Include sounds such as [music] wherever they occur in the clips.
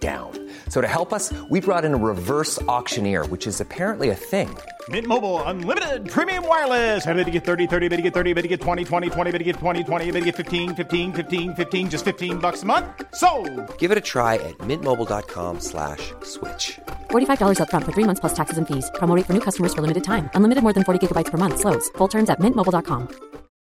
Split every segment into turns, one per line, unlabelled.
down. So to help us, we brought in a reverse auctioneer, which is apparently a thing.
Mint Mobile unlimited premium wireless. Ready to get 30, 30, bet you get 30, bet you get 20, 20, 20, bet you get 20, 20, bet you get 15, 15, 15, 15 just 15 bucks a month. So,
Give it a try at mintmobile.com slash switch.
$45 upfront for three months plus taxes and fees. Promo rate for new customers for limited time. Unlimited more than 40 gigabytes per month. Slows. Full terms at mintmobile.com.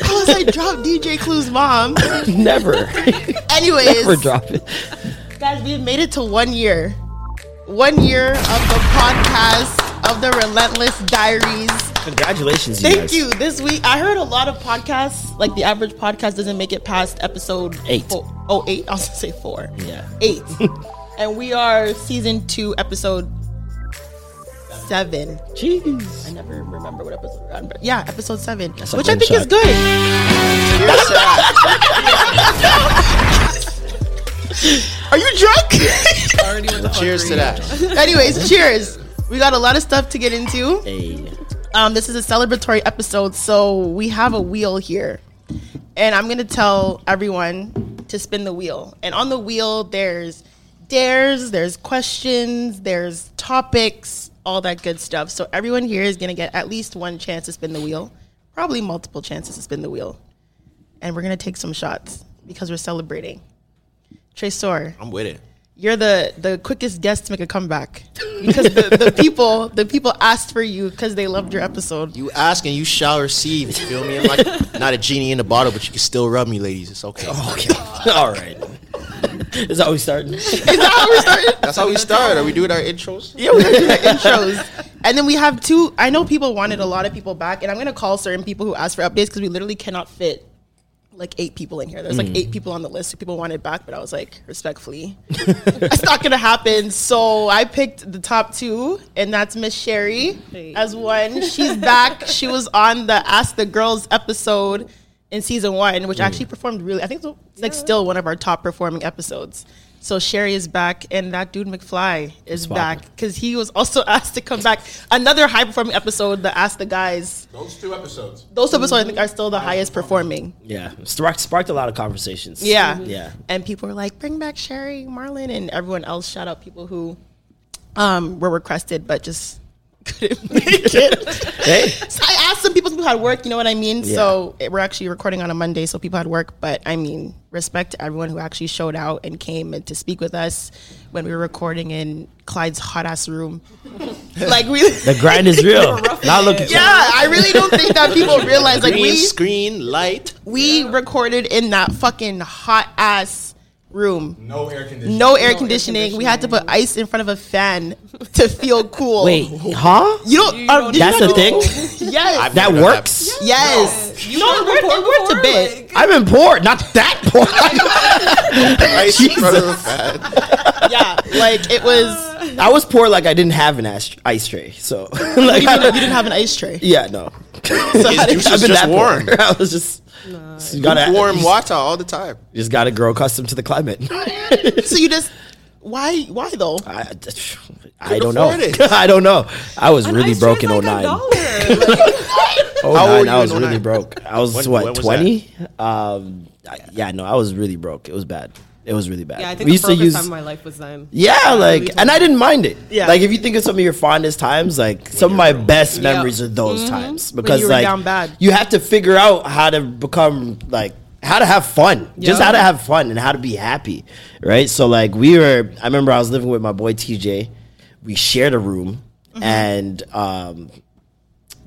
Plus, I dropped DJ Clue's mom.
[laughs] Never.
[laughs] Anyways,
Never drop it.
guys, we've made it to one year. One year of the podcast of the Relentless Diaries.
Congratulations, you
Thank
guys.
you. This week, I heard a lot of podcasts. Like the average podcast doesn't make it past episode
Eight.
Four, oh, eight. I was gonna say four.
Yeah.
Eight. [laughs] and we are season two, episode seven.
Jeez.
I never remember what episode. we're on, but Yeah, episode seven,
That's like
which I
one
think is
shot.
good. Are you drunk?
Cheers to that.
Anyways, cheers. We got a lot of stuff to get into.
Hey.
Um, this is a celebratory episode, so we have a wheel here, and I'm gonna tell everyone to spin the wheel. And on the wheel, there's dares, there's questions, there's topics, all that good stuff. So everyone here is gonna get at least one chance to spin the wheel, probably multiple chances to spin the wheel, and we're gonna take some shots because we're celebrating. Tresor,
I'm with it.
you're the the quickest guest to make a comeback because the, the people the people asked for you because they loved your episode.
You ask and you shall receive. You feel me? I'm like [laughs] not a genie in a bottle, but you can still rub me, ladies. It's okay.
Oh, Okay.
[laughs]
All right. [laughs] Is that how we starting?
That's how we start. Are we doing our intros?
Yeah, we were doing the intros, and then we have two. I know people wanted a lot of people back, and I'm gonna call certain people who asked for updates because we literally cannot fit like eight people in here. There's like eight people on the list who people wanted back, but I was like, respectfully, it's not gonna happen. So I picked the top two, and that's Miss Sherry as one. She's back. she was on the Ask the Girls episode in season one,
Mm.
which actually performed really. I think it's like still one of our top performing episodes. So Sherry is back, and that dude McFly is back because he was also [laughs] asked to come back. Another high performing episode, the Ask the Guys.
Those two episodes.
Those episodes I think are still the highest performing.
Yeah. Sparked, sparked a lot of conversations.
Yeah.
Yeah.
Mm-hmm. And people were like, bring back Sherry, Marlon, and everyone else. Shout out people who um, were requested but just [laughs] couldn't make it.
[laughs] Hey.
So I asked some people who had work, you know what I mean?
Yeah.
So it, we're actually recording on a Monday, so people had work. But I mean, respect to everyone who actually showed out and came and to speak with us when we were recording in Clyde's hot ass
[laughs]
room. like, we.
The grind
[laughs]
is real. now look at
Yeah, I really don't think
[laughs]
that people realize. Like,
Green
we.
screen light.
We recorded in that fucking hot ass room.
No air conditioning.
No air conditioning. We had to put ice in front of a fan [laughs] to feel cool.
Wait, huh?
you don't. um, did you
That's the
not do-
thing?
[laughs] Yes.
That
never
works?
yes. You don't report to bed.
I've been poor, not that [laughs] poor.
Ice in front of the
[laughs]
fan. [laughs]
yeah, like it was.
I was poor, like I didn't have an ash- ice tray. So, [laughs] like,
You didn't, you didn't have an ice tray.
yeah, no.
His juice is just warm.
poor. I was just, just gotta
Warm
Just,
water all the time.
just gotta grow accustomed to the climate.
So you just. Why? Why though?
I, I don't know.
afford it.
[laughs] I don't know. I was really broke in 09.
[laughs]
How
09,
old were
I
you
was
in
really
09?
broke. I was
When- when
what
was
twenty? Um, I- yeah, no, I was really broke. It was bad. It was really bad.
Yeah, I think
we
the
used to
brokest
use.
time of my life was then.
yeah, like, and I didn't mind it.
Yeah.
like if you think of some of your fondest times, like some of my best memories are those times because
Mm-hmm. you were
like
down bad.
you have to figure out how to become like how to have fun, just
Yeah.
how to have fun and how to be happy, right? So like we were. I remember I was living with my boy TJ. we shared a room, and um,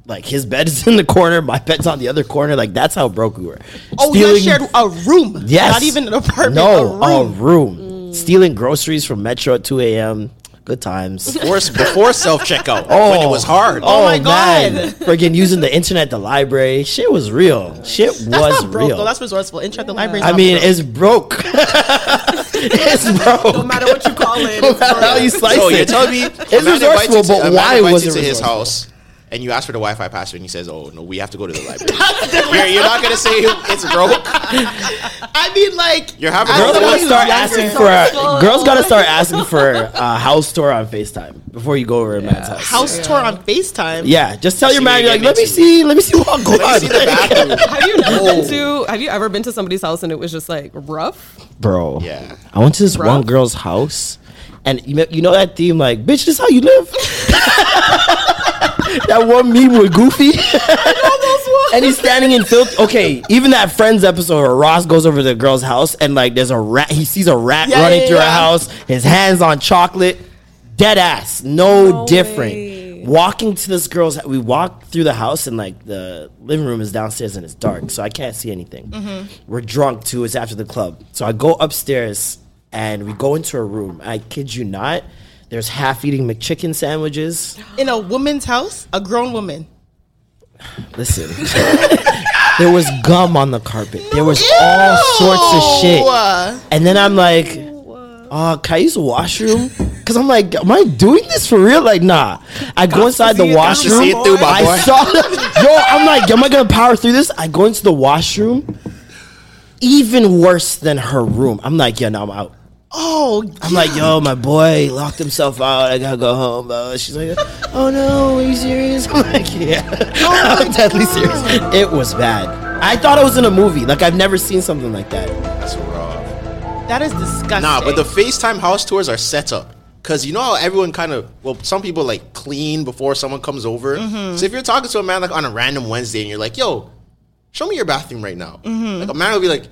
like his bed's in the corner, my bed's on the other corner. Like that's how broke we were.
Oh, you guys shared a room.
Yes.
Not even an apartment.
No,
a room. Mm.
room. Stealing groceries from Metro at 2 a.m. Good times.
Before, before self checkout, oh, when it was hard.
Oh my
man.
God.
[laughs] Freaking using the internet, at the library. Shit was real. Shit
That's
was
not broke
real.
though. That's resourceful. Intro at the library. is
I
not
mean,
broke.
it's broke. [laughs] it's
[laughs]
broke.
no matter what you call it.
No
it's
matter [laughs] how
broke.
you slice
So
it.
you're telling me
it's
a man invites you
resourceful,
to-
but
a man
why
invites
was
you
it
to his
resourceful?
house? And you ask for the Wi-Fi password, and he says, "Oh no, we have to go to the
[laughs]
library." you're, you're not gonna say it's broke.
I mean, like
You're having
I
a
was
Girls
when
Girl,
gotta
he was
start
younger.
asking for a, girls gotta start asking for a house tour on Facetime before you go over to a man's
[laughs]
house.
house tour on Facetime.
Yeah, just tell your
See
man
what
you're
you
like,
get
let me
into.
see, let me see
[laughs]
what I'm going.
Let me see the bathroom.
Have you never
Oh.
been to? Have you ever been to somebody's house and it was just like rough?
[laughs] bro.
Yeah.
I went to this
Rough?
one girl's house, and you know, you know that theme like, bitch, this how you [laughs] live. that one meme with [laughs] Goofy. and he's standing in filth. Okay, even that Friends episode where Ross goes over to the girl's house and like there's a rat. He sees a rat
Yeah,
running
yeah,
through her
yeah.
house. His hands on chocolate. Dead ass. No, different. Walking to this girl's, we walk through the house and like the living room is downstairs and it's dark, so I can't see anything. We're drunk too. It's after the club, so I go upstairs and we go into a room. I kid you not. There's half-eating McChicken sandwiches.
In a woman's house, a grown woman.
Listen, [laughs] there was gum on the carpet. There was all sorts of shit. And then I'm like, uh, can I use the washroom? Because I'm like, am I doing this for real? Like, nah. I go inside the
got to
washroom.
see it through,
[laughs]
my boy.
I saw Yo, I'm like, am I going to power through this? I go into the washroom. Even worse than her room. I'm like, yeah, no, I'm out.
Oh,
I'm like, yo, my boy locked himself out. I gotta go home. Uh, she's like, oh no, are you serious? [laughs] I'm like, yeah, [laughs] I'm deadly serious. It was bad. I thought I was in a movie. Like I've never seen something like that.
That's rough.
that is disgusting.
Nah, but the FaceTime house tours are set up. Cause you know how everyone kind of well, some people like clean before someone comes over. So if you're talking to a man like on a random Wednesday and you're like, "Yo, show me your bathroom right now," like a man will be like,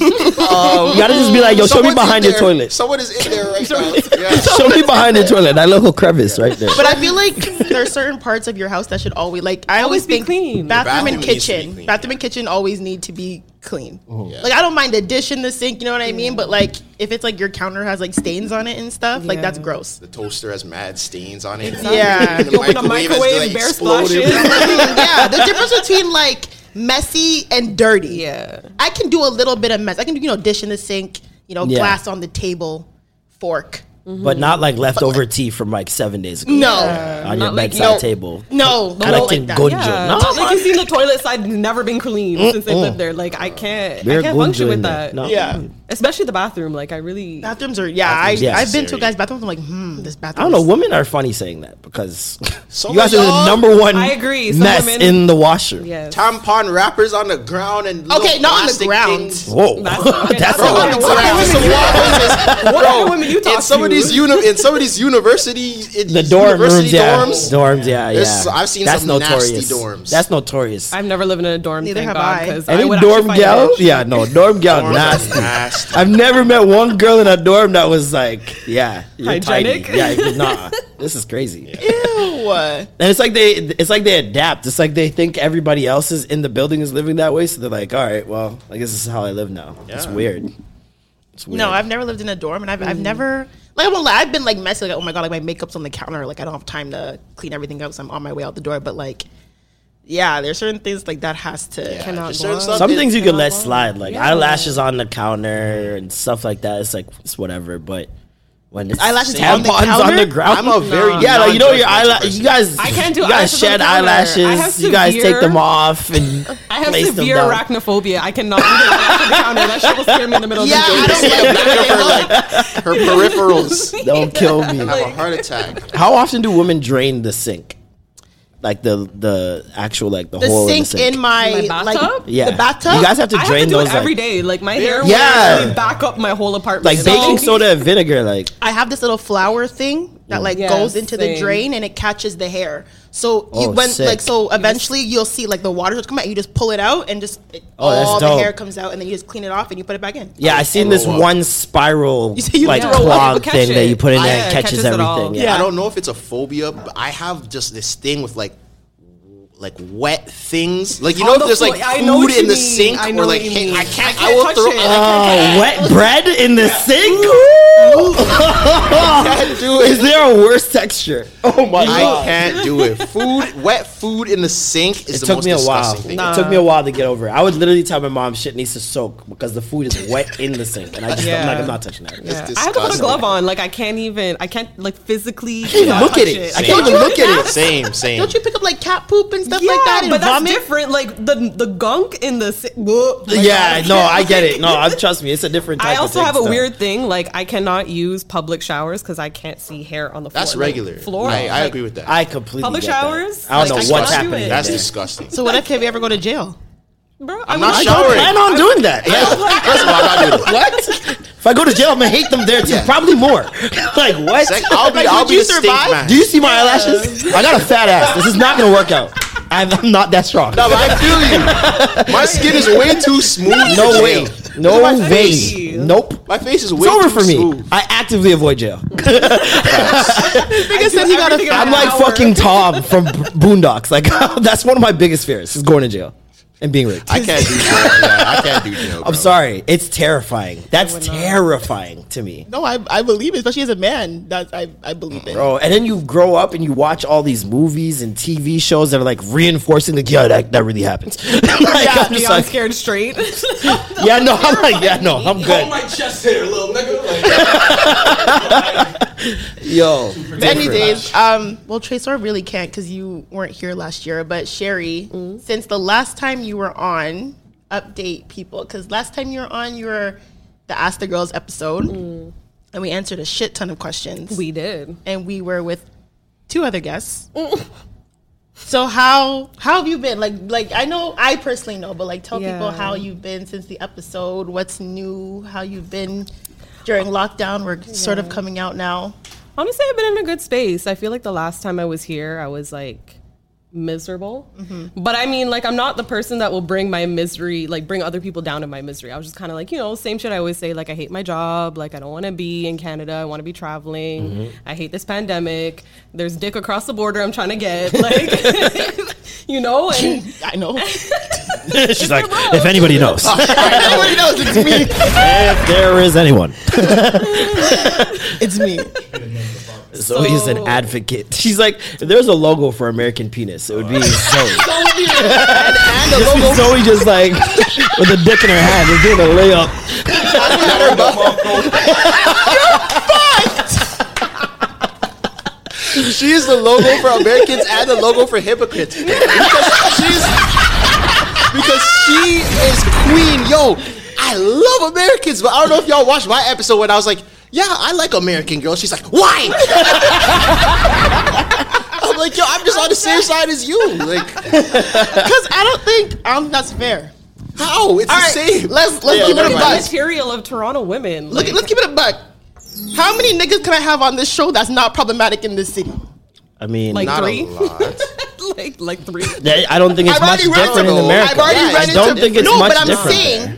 You gotta just be like, yo, show me
"Someone's in
behind your
there.
toilet.
Someone is in there right now." Yeah.
show me behind the toilet. That little crevice right there.
But I feel like there are certain parts of your house that should always like I always,
Always be
think
clean.
Bathroom,
Bathroom
and
needs to be
kitchen.
clean,
Bathroom
yeah.
and kitchen always need to be clean.
Oh.
Like I don't mind the dish in the sink, you know what I mean? But like if it's like your counter has like stains on it and stuff, like that's
Yeah.
gross.
The toaster has mad stains on [laughs] it.
Yeah.
The
You
open the
microwave has,
microwave,
like,
bare
exploded.
splashes.
[laughs] yeah, the difference between like messy and dirty.
Yeah.
I can do a little bit of mess. I can do, you know, dish in the sink, you know,
Yeah.
glass on the table, fork.
But not like leftover tea from like seven days ago.
No.
on your
Not like-
bedside
no.
table.
No,
I
no,
like
like
to
that.
go
Yeah,
No,
not like you seen the toilet side never been clean since they lived there. Like I can't, I can't function with that.
Yeah.
Especially the bathroom. Like I really,
Bathrooms are yeah, I,
Bathrooms
I've been to
necessary.
guys' bathrooms. I'm like, hmm, this bathroom.
I don't know.
is-
Women are funny saying that because
So
you guys are the
y'all-
number one
I agree, some
mess
women-
in the washroom.
yes.
Tampon wrappers on the ground and
Okay,
little
not on the
plastic
ground.
things.
Whoa,
okay,
that's
[laughs] that's
a
a
lot.
lot.
Some
What kind of
some
women you-
wild ones is-
What kind of
Bro,
women you talk
in some of
to?
these
[laughs]
uni- in some of these university in
The dorm rooms,
university
yeah,
dorms,
dorms, yeah,
There's-
yeah.
I've seen some nasty dorms.
That's notorious.
I've never lived in a dorm.
Neither
thank
have
God,
I.
'cause I
Any
would actually
dorm
find a
gal?
bitch.
Yeah, no, dorm gal,
Dorms are
nasty.
nasty.
I've never met one girl in a dorm that was like, yeah, you're
Hygienic?
tidy.
[laughs]
Yeah, you- nah, this is crazy.
Ew.
And it's like they, it's like they adapt. It's like they think everybody else is in the building is living that way, so they're like, all right, well, I guess this is how I live now. It's
Yeah.
weird. It's weird.
No, I've never lived in a dorm, and I've,
Mm.
I've never like I won't lie, I've been like messy. Like oh my god, like my makeup's on the counter. Like I don't have time to clean everything up, so I'm on my way out the door. But like, yeah, there's certain things like that has to.
Yeah,
Cannot
just certain
go.
stuff
Some
is-
things you can let slide, like eyelashes on the counter and stuff like that. It's like it's whatever, but when it's
Eyelashes on the counter?
ground,
I'm a very
yeah, like you know your
non-judgmental
eyelash.
person.
You guys,
I can't do
You guys
eyelashes on
shed
the counter. I
eyelashes.
have
You guys take
severe-
them off and
[laughs] I have
place them
severe
down.
arachnophobia. I cannot. leave
[laughs]
it on the counter. That shit will scare me in the middle
Yeah,
of the
I
[laughs] day.
don't like that.
[laughs]
her peripherals
Don't kill
have a
me.
heart attack.
How often do women drain the sink? Like the the actual like the,
The
hole
sink
in the sink.
in my,
My
like
bathtub?
yeah,
the bathtub.
You guys have to
I have
drain
to do
those
it every
like,
day. Like my hair will
Yeah.
actually back up my whole apartment.
like baking soda and vinegar. Like
I have this little flower thing that like
Yeah,
goes into the
same.
drain and it catches the hair. So you,
Oh,
when
sick.
like so eventually you'll see like the water come out. You just pull it out and just it,
Oh, that's
all
dope.
the hair comes out and then you just clean it off and you put it back in. [laughs]
Yeah, I seen this one [laughs] spiral
see, you
like
throw up,
clog
catch
thing that
it.
you put in there
Yeah,
and
it
catches,
catches it all.
everything.
I
Yeah.
don't know if it's a phobia, but I have just this thing with like like wet things. Like you know
On
if
the
there's
floor-
like
I
food
know what you
in the
mean.
sink
I
or
know
like
what you
hit-
mean.
I can't.
I
I,
can't
will
touch
throw.
it.
I
Oh, wet bread in the sink? Ooh.
[laughs] can't do
Is
it.
there a worse texture? Oh my
I can't do it. Food, wet food in the sink is
It
the
took
most
me a while.
disgusting thing.
It took me a while to get over it. I would literally tell my mom shit needs to soak because the food is wet in the sink, and I just I'm
Yeah.
like I'm not touching that.
It's
I have to put a
disgusting.
glove on. Like I can't even. I can't like physically
even
not
look at
touch
it.
Like,
I can't
Same.
even look at it.
Same, same.
Don't you pick up like cat poop and stuff
yeah,
like that and
but
vomit?
that's different. Like the the gunk in the. si- Ugh, like,
Yeah, no, I
can't-
get it. No, I, trust me, it's a different. Type
I also
of
have a
thing still.
weird thing. Like I cannot use public showers because I can't see hair on the floor.
That's
like,
regular.
floor.
I, I
Like,
agree with that.
I completely
Public
get that.
showers?
I don't
Like,
know
I
what's
can't do
happening.
it.
there.
That's disgusting.
So what if we ever go to jail?
Bro,
I'm
I'm
not
not
I
sure.
don't
showering.
plan on doing that.
First of all, I'm not doing it.
what? If I go to jail, I'm gonna hate them there too.
Yeah.
Probably more. [laughs] like what?
Sec- I'll be-
Like,
I'll
would
be
you
the stink
survive?
man.
Do you see my eyelashes? I got a fat ass. This is not gonna work out. I'm I'm not that strong.
No, but I feel you. My skin is way too smooth.
[laughs] No
for
way.
jail.
No
Look at my
way.
face.
Nope.
My face is way
It's over
too
for me.
smooth.
I actively avoid
[laughs]
jail.
Nigga said he got a.
I'm like fucking Tom from B- Boondocks. Like [laughs] that's one of my biggest fears is going to jail and being raped.
I can't do jail. Yeah, I can't do jail.
I'm
bro.
sorry. It's terrifying. That's terrifying to me.
No, I, I believe it, especially as a man. That's I, I believe it.
Bro, and then you grow up and you watch [laughs] all these movies and TV shows that are like reinforcing the yeah, that, that really happens. [laughs] like,
Yeah,
I'm just
Beyond
like,
scared straight.
[laughs] yeah, no,
[laughs]
I'm like, yeah, no, I'm good.
chest hair, little nigga.
Yo,
Many days. Um, well, Tracer really can't because you weren't here last year. But Sherry,
Mm-hmm.
since the last time you were on, update people because last time you were on, you were the Ask the Girls episode, and we answered a shit ton of questions.
Mm. we did. Mm.
and we were with two other guests. so how how have you been? Like like I know I personally know, but like tell people
Yeah.
how you've been since the episode. What's new? How you've been during lockdown? We're sort of coming out now.
Honestly, I've been in a good space. I feel like the last time I was here, I was like miserable. But I mean, like, I'm not the person that will bring my misery, like, bring other people down in my misery. I was just kind of like, you know, same shit I always say, like, I hate my job. Like, I don't want to be in Canada. I want to be traveling. I hate this pandemic. There's dick across the border I'm trying to get. Like, you know, and
I [laughs] know.
she's like, if anybody
[laughs]
knows,
Everybody knows it's [laughs] me.
if there is anyone,
It's me.
Zoe's
Oh.
an advocate. [laughs] She's like, if there's a logo for American penis,
[laughs]
it would be Zoe. [laughs]
and a
Just be
logo.
Zoe just like [laughs] with a dick in her hand, just doing a layup.
She is the logo for Americans and the logo for hypocrites. Because she's because she is queen. Yo, I love Americans, but I don't know if y'all watched my episode when I was like, yeah, I like American girls. She's like, why? [laughs] I'm like, yo, I'm just on the same side as you. Like,
Because I don't think um that's fair.
how? It's
All
the
right,
same.
let's- let's keep it
never
a
the
mind.
buzz.
material of Toronto women.
Look,
like,
let's keep it a buck. How many niggas can I have on this show that's not problematic in this city?
I mean,
Like
Not
three.
a
[laughs]
lot.
like, like three.
that- I don't think it's
I've
much
already run
different in
into-
America.
I've already
Yeah,
run
I
into
don't think it's
no,
much
but I'm
different.
saying.
there.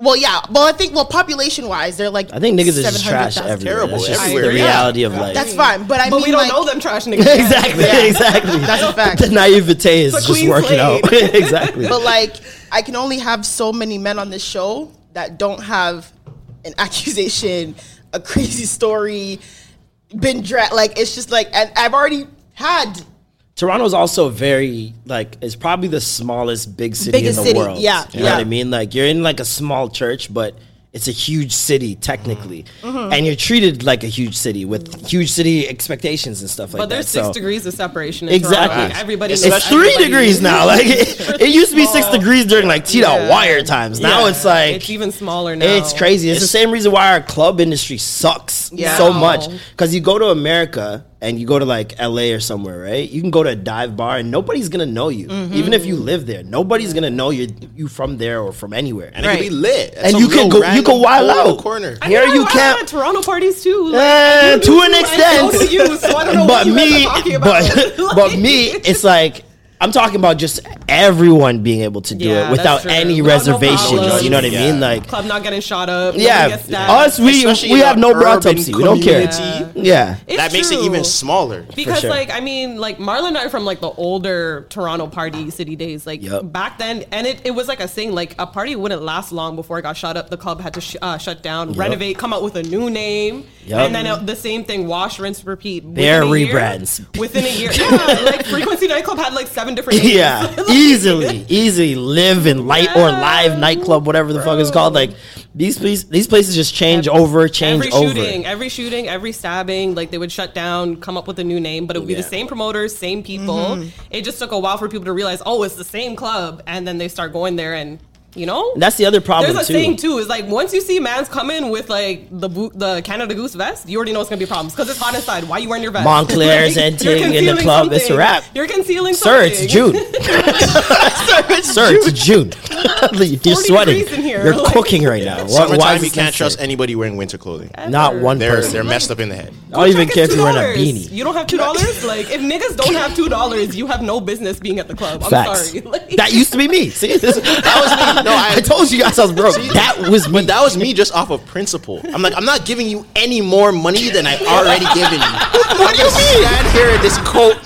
Well, yeah. Well, I think well, population wise, they're like
I think niggas is just trash
700,000.
everywhere.
Terrible
That's just
everywhere,
the
yeah.
[laughs]
reality of life.
That's fine, but I
But
mean,
we don't
like,
know them trash niggas.
exactly, exactly.
[laughs] That's a fact.
The naivete is just
clean
working
slate.
out.
[laughs]
exactly.
[laughs]
But like, I can only have so many men on this show that don't have an [laughs] accusation, a crazy story, been dra- like it's just like, and I've already had
Toronto's also very like it's probably the smallest big city
Biggest
in the
city,
world.
yeah,
you know what
yeah.
I mean. Like you're in like a small church, but it's a huge city technically,
Mm-hmm.
and you're treated like a huge city with huge city expectations and stuff like
But
that.
there's six
so-
degrees of separation. In
Exactly.
Toronto. Like, everybody.
It's
knows
It's three
everybody.
degrees now. Like
[laughs]
it, it used to be six
Small.
degrees during like Tito
Yeah.
wire times. Now
Yeah.
it's like
It's even smaller now.
It's crazy. It's, the same reason why our club industry sucks
Yeah.
so
Wow.
much because you go to America
and you go to like LA or somewhere, right? You can go to a dive bar and nobody's gonna know you,
Mm-hmm.
even if you live there. Nobody's gonna know you you from there or from anywhere.
And it could be lit. at
And
some
you can
little
go- you
random
can wild
hole in the
out.
corner.
Here
I
you
went
can't-
to Toronto parties too. Like,
Eh,
you
to
do,
an
I go
extent.
to you, so I don't know
[laughs] but
what you guys
me,
are talking about.
but
Like-
[laughs] but me, it's like I'm talking about just everyone being able to do
Yeah,
it
that's
without
true.
any
No- no
reservations.
problems.
you know what I
Yeah.
mean? Like,
club not getting shot up. nobody
yeah,
gets stabbed.
us we
Especially
we
in
have
a
no
urban
autopsy. We don't care.
community.
Yeah,
It's
That makes it
true.
even smaller.
Because
sure.
like I mean like Marla and I are from like the older Toronto party city days like
Yep.
back then and it, it was like a thing like a party wouldn't last long before it got shot up the club had to sh- uh, shut down renovate come out with a new name
Yep.
and then uh, the same thing wash rinse repeat Within
Their
a year-
rebrands.
within a year yeah like Frequency Nightclub had like seven different names.
[laughs]
[laughs]
yeah, easily, easily live in light or live nightclub, whatever the fuck it's called. Like these place, these places just change over, change
every
over.
shooting, every shooting, every stabbing, like they would shut down, come up with a new name, but it would be the same promoters, same people. It just took a while for people to realize, oh, it's the same club, and then they start going there and. You know,
And that's the other problem,
There's a
too.
thing too. Is like once you see man's coming with like the boot, the Canada Goose vest, you already know it's gonna be problems because it's hot inside. Why you wearing your vest? [laughs]
Montclair's
you're
entering in the
concealing
club, it's a wrap.
You're concealing
Sir,
something. [laughs]
it's June. Sir, it's June. [laughs]
40
You're sweating.
degrees in here,
You're
like-
cooking right now. Why-
Summertime,
why is
you
this
can't
necessary?
trust anybody wearing winter clothing.
Not one
They're
person.
they're messed up in the head.
I don't even
Check
care
is
if you're wearing a
$2.
beanie.
You don't have two dollars. like if niggas don't have two dollars, you have no business being at the club. I'm
Facts.
sorry. [laughs] Like,
that used to be me. See, [laughs] this, [laughs] that was me. No, [laughs] I,
I-
told you guys I was broke. that was me.
But that was me just off of principle. I'm like, I'm not giving you any more money than I've already
[laughs]
given you. what do you mean? Stand here in this coat.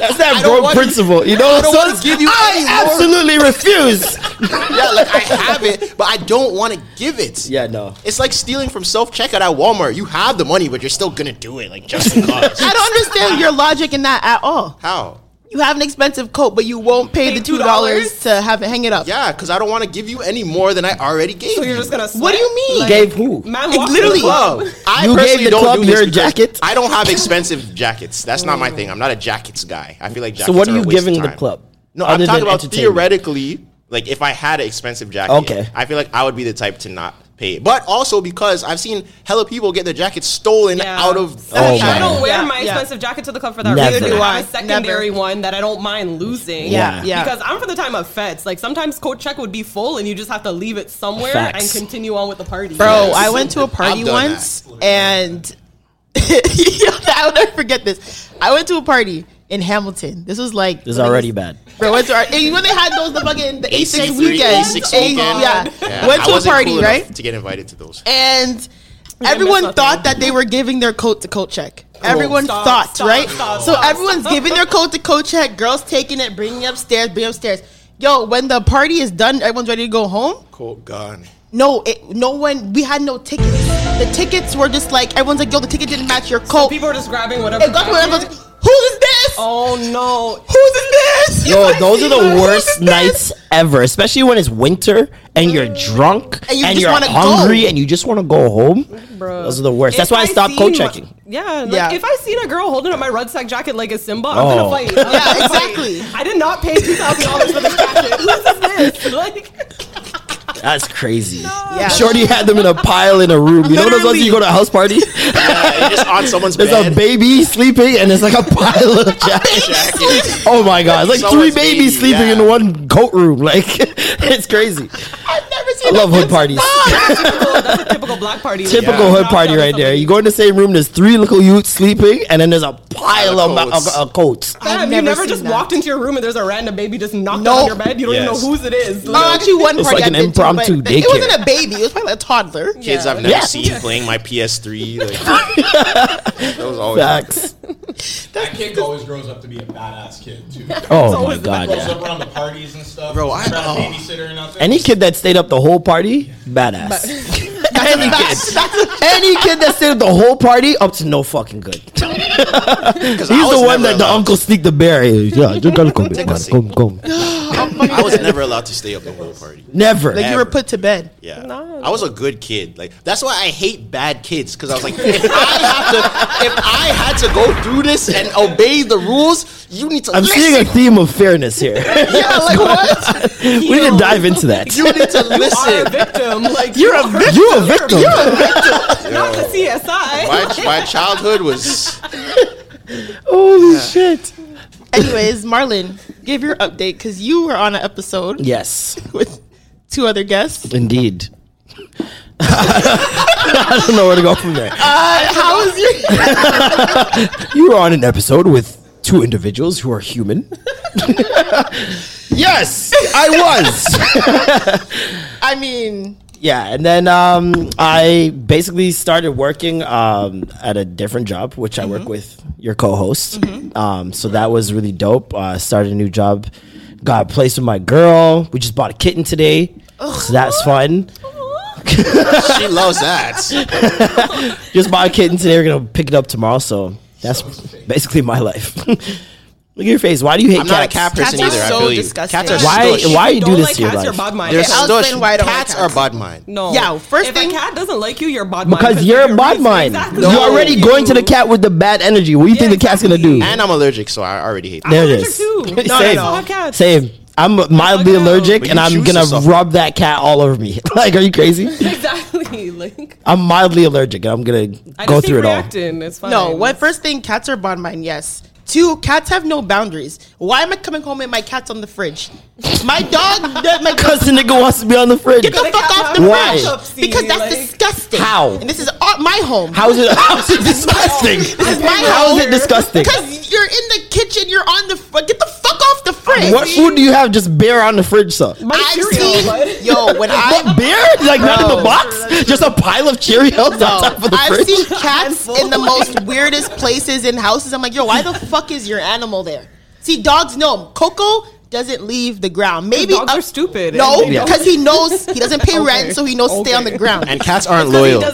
That's that
I don't
broke
want you-
principle. You
I
know,
don't
so
wanna give you any
I
more.
absolutely
[laughs]
refuse.
[laughs] Yeah, like I have it, but I don't want to give it.
Yeah, no.
It's like stealing from self checkout at Walmart. You have the money, but you're still gonna do it, like
[laughs]
just because.
I don't understand your logic in that at all.
How?
You have an expensive coat, but you won't pay
Pay
the two
$2?
dollars to have it hang it up.
Yeah, because I don't want to give you any more than I already gave.
so
you.
you're just gonna. Sweat?
What do you mean?
Like,
Gave who?
Man,
It
walked to the
literally.
club.
I
You gave
personally
the
don't
club
do this
your
because
jacket?
I don't have expensive jackets. That's not my thing. I'm not a jackets guy. I feel like jackets.
So what are you
a waste of
giving the
time.
club?
No,
other
I'm talking
than
about
entertainment?
theoretically. Like if I had an expensive jacket,
Okay.
I feel like I would be the type to not pay. it. But also because I've seen hella people get their jackets stolen
Yeah.
out of.
Oh
I
my.
don't wear
Yeah,
my
yeah.
expensive jacket to the club for that
Never.
reason.
Neither do
I
I.
have a secondary
Never.
one that I don't mind losing.
Yeah.
Yeah.
Because I'm for the time of fets. Like sometimes coat check would be full and you just have to leave it somewhere
Facts.
and continue on with the party.
Bro, I went to a party
I've done
once and [laughs] I'll never forget this. I went to a party in Hamilton. This was like
This is already bad.
Bro, went to our, and when they had those the fucking the A6
A63,
weekend.
A6
A-
weekend.
Yeah.
Yeah,
Went
I
to a
wasn't
party,
cool enough
right?
To get invited to those.
and
missed
everyone
nothing.
thought that they were giving their coat to coat check. Everyone
Stop,
thought,
stop,
right?
stop,
so
stop,
everyone's
stop.
giving their coat to coat check. Girls taking it, bringing it upstairs, bringing it upstairs. Yo, when the party is done, everyone's ready to go home.
Cool gone.
No, it, no one. We had no tickets. The tickets were just like everyone's like, yo, the ticket didn't match your coat.
People are just grabbing whatever.
it got to everyone's like, who's this?
Oh no.
Who's in this?
Yo,
If I
those
see
are
you,
the
who's [laughs]
worst
in this?
nights ever, especially when it's winter and you're drunk
Mm. And
and,
you
you
just
are
wanna go.
hungry and you just want to go home. Those are the worst. That's
If
why I stopped
seen
coat
my-
checking.
yeah, like,
Yeah.
If I seen a girl holding up my Rudsack jacket like a Simba, I'm
Oh.
gonna fight. I'm
Yeah,
gonna fight.
exactly.
I did not pay two thousand dollars for this jacket. Who's this? Like,
That's crazy.
Yeah.
Shorty had them in a pile in a room. You know those ones
Literally.
you go to a house party?
[laughs]
Yeah, it's just on someone's
There's
bed.
a baby sleeping and there's like a pile
[laughs]
of jackets.
jacket.
Oh my god, it's like three
Someone's
babies
baby,
sleeping
yeah.
in one coat room. Like
[laughs]
[laughs] it's crazy.
I've never
I
seen.
love
that
hood
before.
parties.
typical, that's a typical black party. Like,
Typical
you
hood
knock
party
down
right there.
somebody.
You go in the same room, there's three little youths sleeping, and then there's a pile of, ma-
coats.
of- of coats.
Fam,
I've
you
never
never
seen
just
that.
walked into your room and there's a random baby just knocked
Nope.
on your bed. You don't
Yes.
even know whose it is.
No, Oh, actually, one
It's
party
like
I
an
been to,
impromptu
but It
daycare.
wasn't a baby. It was probably a toddler.
kids I've never
Yeah.
seen playing my PS3.
[laughs]
Like, that was always [laughs]
Facts.
That kid always grows up to be a badass kid too.
[laughs] Oh my god.
Grows
Yeah.
up around the parties and stuff.
Bro, I-
Grab a
oh.
babysitter and nothing.
Any kid that stayed up the whole party, badass. [laughs] any kid, any kid that stayed up the whole party, up to no fucking good.
He's
He's the one that the uncle sneaked the bear. is. [laughs] Yeah, you gotta come, you gotta
seat.
come, come.
[gasps] I was never allowed to stay up the whole party.
Never.
Like you were put to bed.
Yeah, I was a good kid. Like that's why I hate bad kids because I was like, if
[laughs]
I have to, if I had to go through this and obey the rules, you need to
I'm
listen.
seeing a theme of fairness here.
[laughs] yeah,
[laughs]
like what?
we didn't dive into that.
You need
[laughs]
to
Are a
listen.
victim. Like
You're a victim. You're a victim.
not the CSI.
[laughs]
My, my childhood was
Holy shit.
Anyways, Marlon, give your update because you were on an episode
Yes,
[laughs] with two other guests.
indeed. [laughs] I don't know where to go from there.
Uh, How was your?
[laughs] You were on an episode with two individuals who are
[laughs]
human. yes, I was.
[laughs] I mean,
yeah, and then um, I basically started working um, at a different job, which I
Mm-hmm.
work with your co-host. Um, so that was really dope. Uh, started a new job. Got placed with my girl. We just bought a kitten
Eh?
today, so that's fun.
She loves that.
Just bought a kitten today. We're gonna pick it up tomorrow. So that's basically my
[laughs]
life. Look at your face. Why do you hate
I'm
cats?
not a cat person
Cats are
either. I
so
feel you.
disgusting.
Cats are
Why?
stush.
Why you do
don't
this
like
to your
cats,
life?
You're bod mind.
They're
If-
I'll
stush.
explain why I don't like
cats
cats.
are bod mind.
no.
Yeah, first
if
thing-
a cat doesn't like you, you're bod mind.
Because you're a bod
reason-
mind.
Exactly.
You're
No,
already
you-
going to the cat with the bad energy. What do you think the cat's gonna do?
And I'm allergic, so I already hate.
there it
allergic
is.
too. No, no,
Same.
no. I have cats.
Same. I'm mildly
Fuck no.
allergic,
But
and
you
I'm
choose
gonna
to suffer.
rub that cat all over
[laughs]
me. like, are you crazy?
Exactly. Like
I'm mildly allergic, and I'm gonna
I
go
just keep
through it all.
reacting. It's fine.
no. What first thing? Cats are bond mine. Yes. Two. Cats have no boundaries. Why am I coming home and my cat's on the fridge? My dog. that- my
Because the nigga wants to be on the fridge.
Get the fuck off the
Why?
fridge because that's
Like-
disgusting.
How?
And this is all, my home.
How is it? How is it disgusting?
This is my
How
home.
is it disgusting?
Because you're in the kitchen, you're on the fr- get the fuck off the fridge.
What food do you have just bare on the fridge, sir?
I've
cereal,
seen,
bud.
[laughs] yo, when
What
I
beer? Like not in the
Bro.
box? Just a pile of Cheerios on top of the
I've
fridge. [laughs]
seen cats in the most weirdest places in houses. I'm like, yo, why the fuck is your animal there? See, dogs know Coco doesn't leave the ground. Maybe
dogs
up-
are stupid.
No,
And they don't-
because he knows he doesn't
[laughs]
pay
Okay.
rent, so he knows stay on the
Okay.
ground.
And cats aren't loyal.
[laughs]
yeah,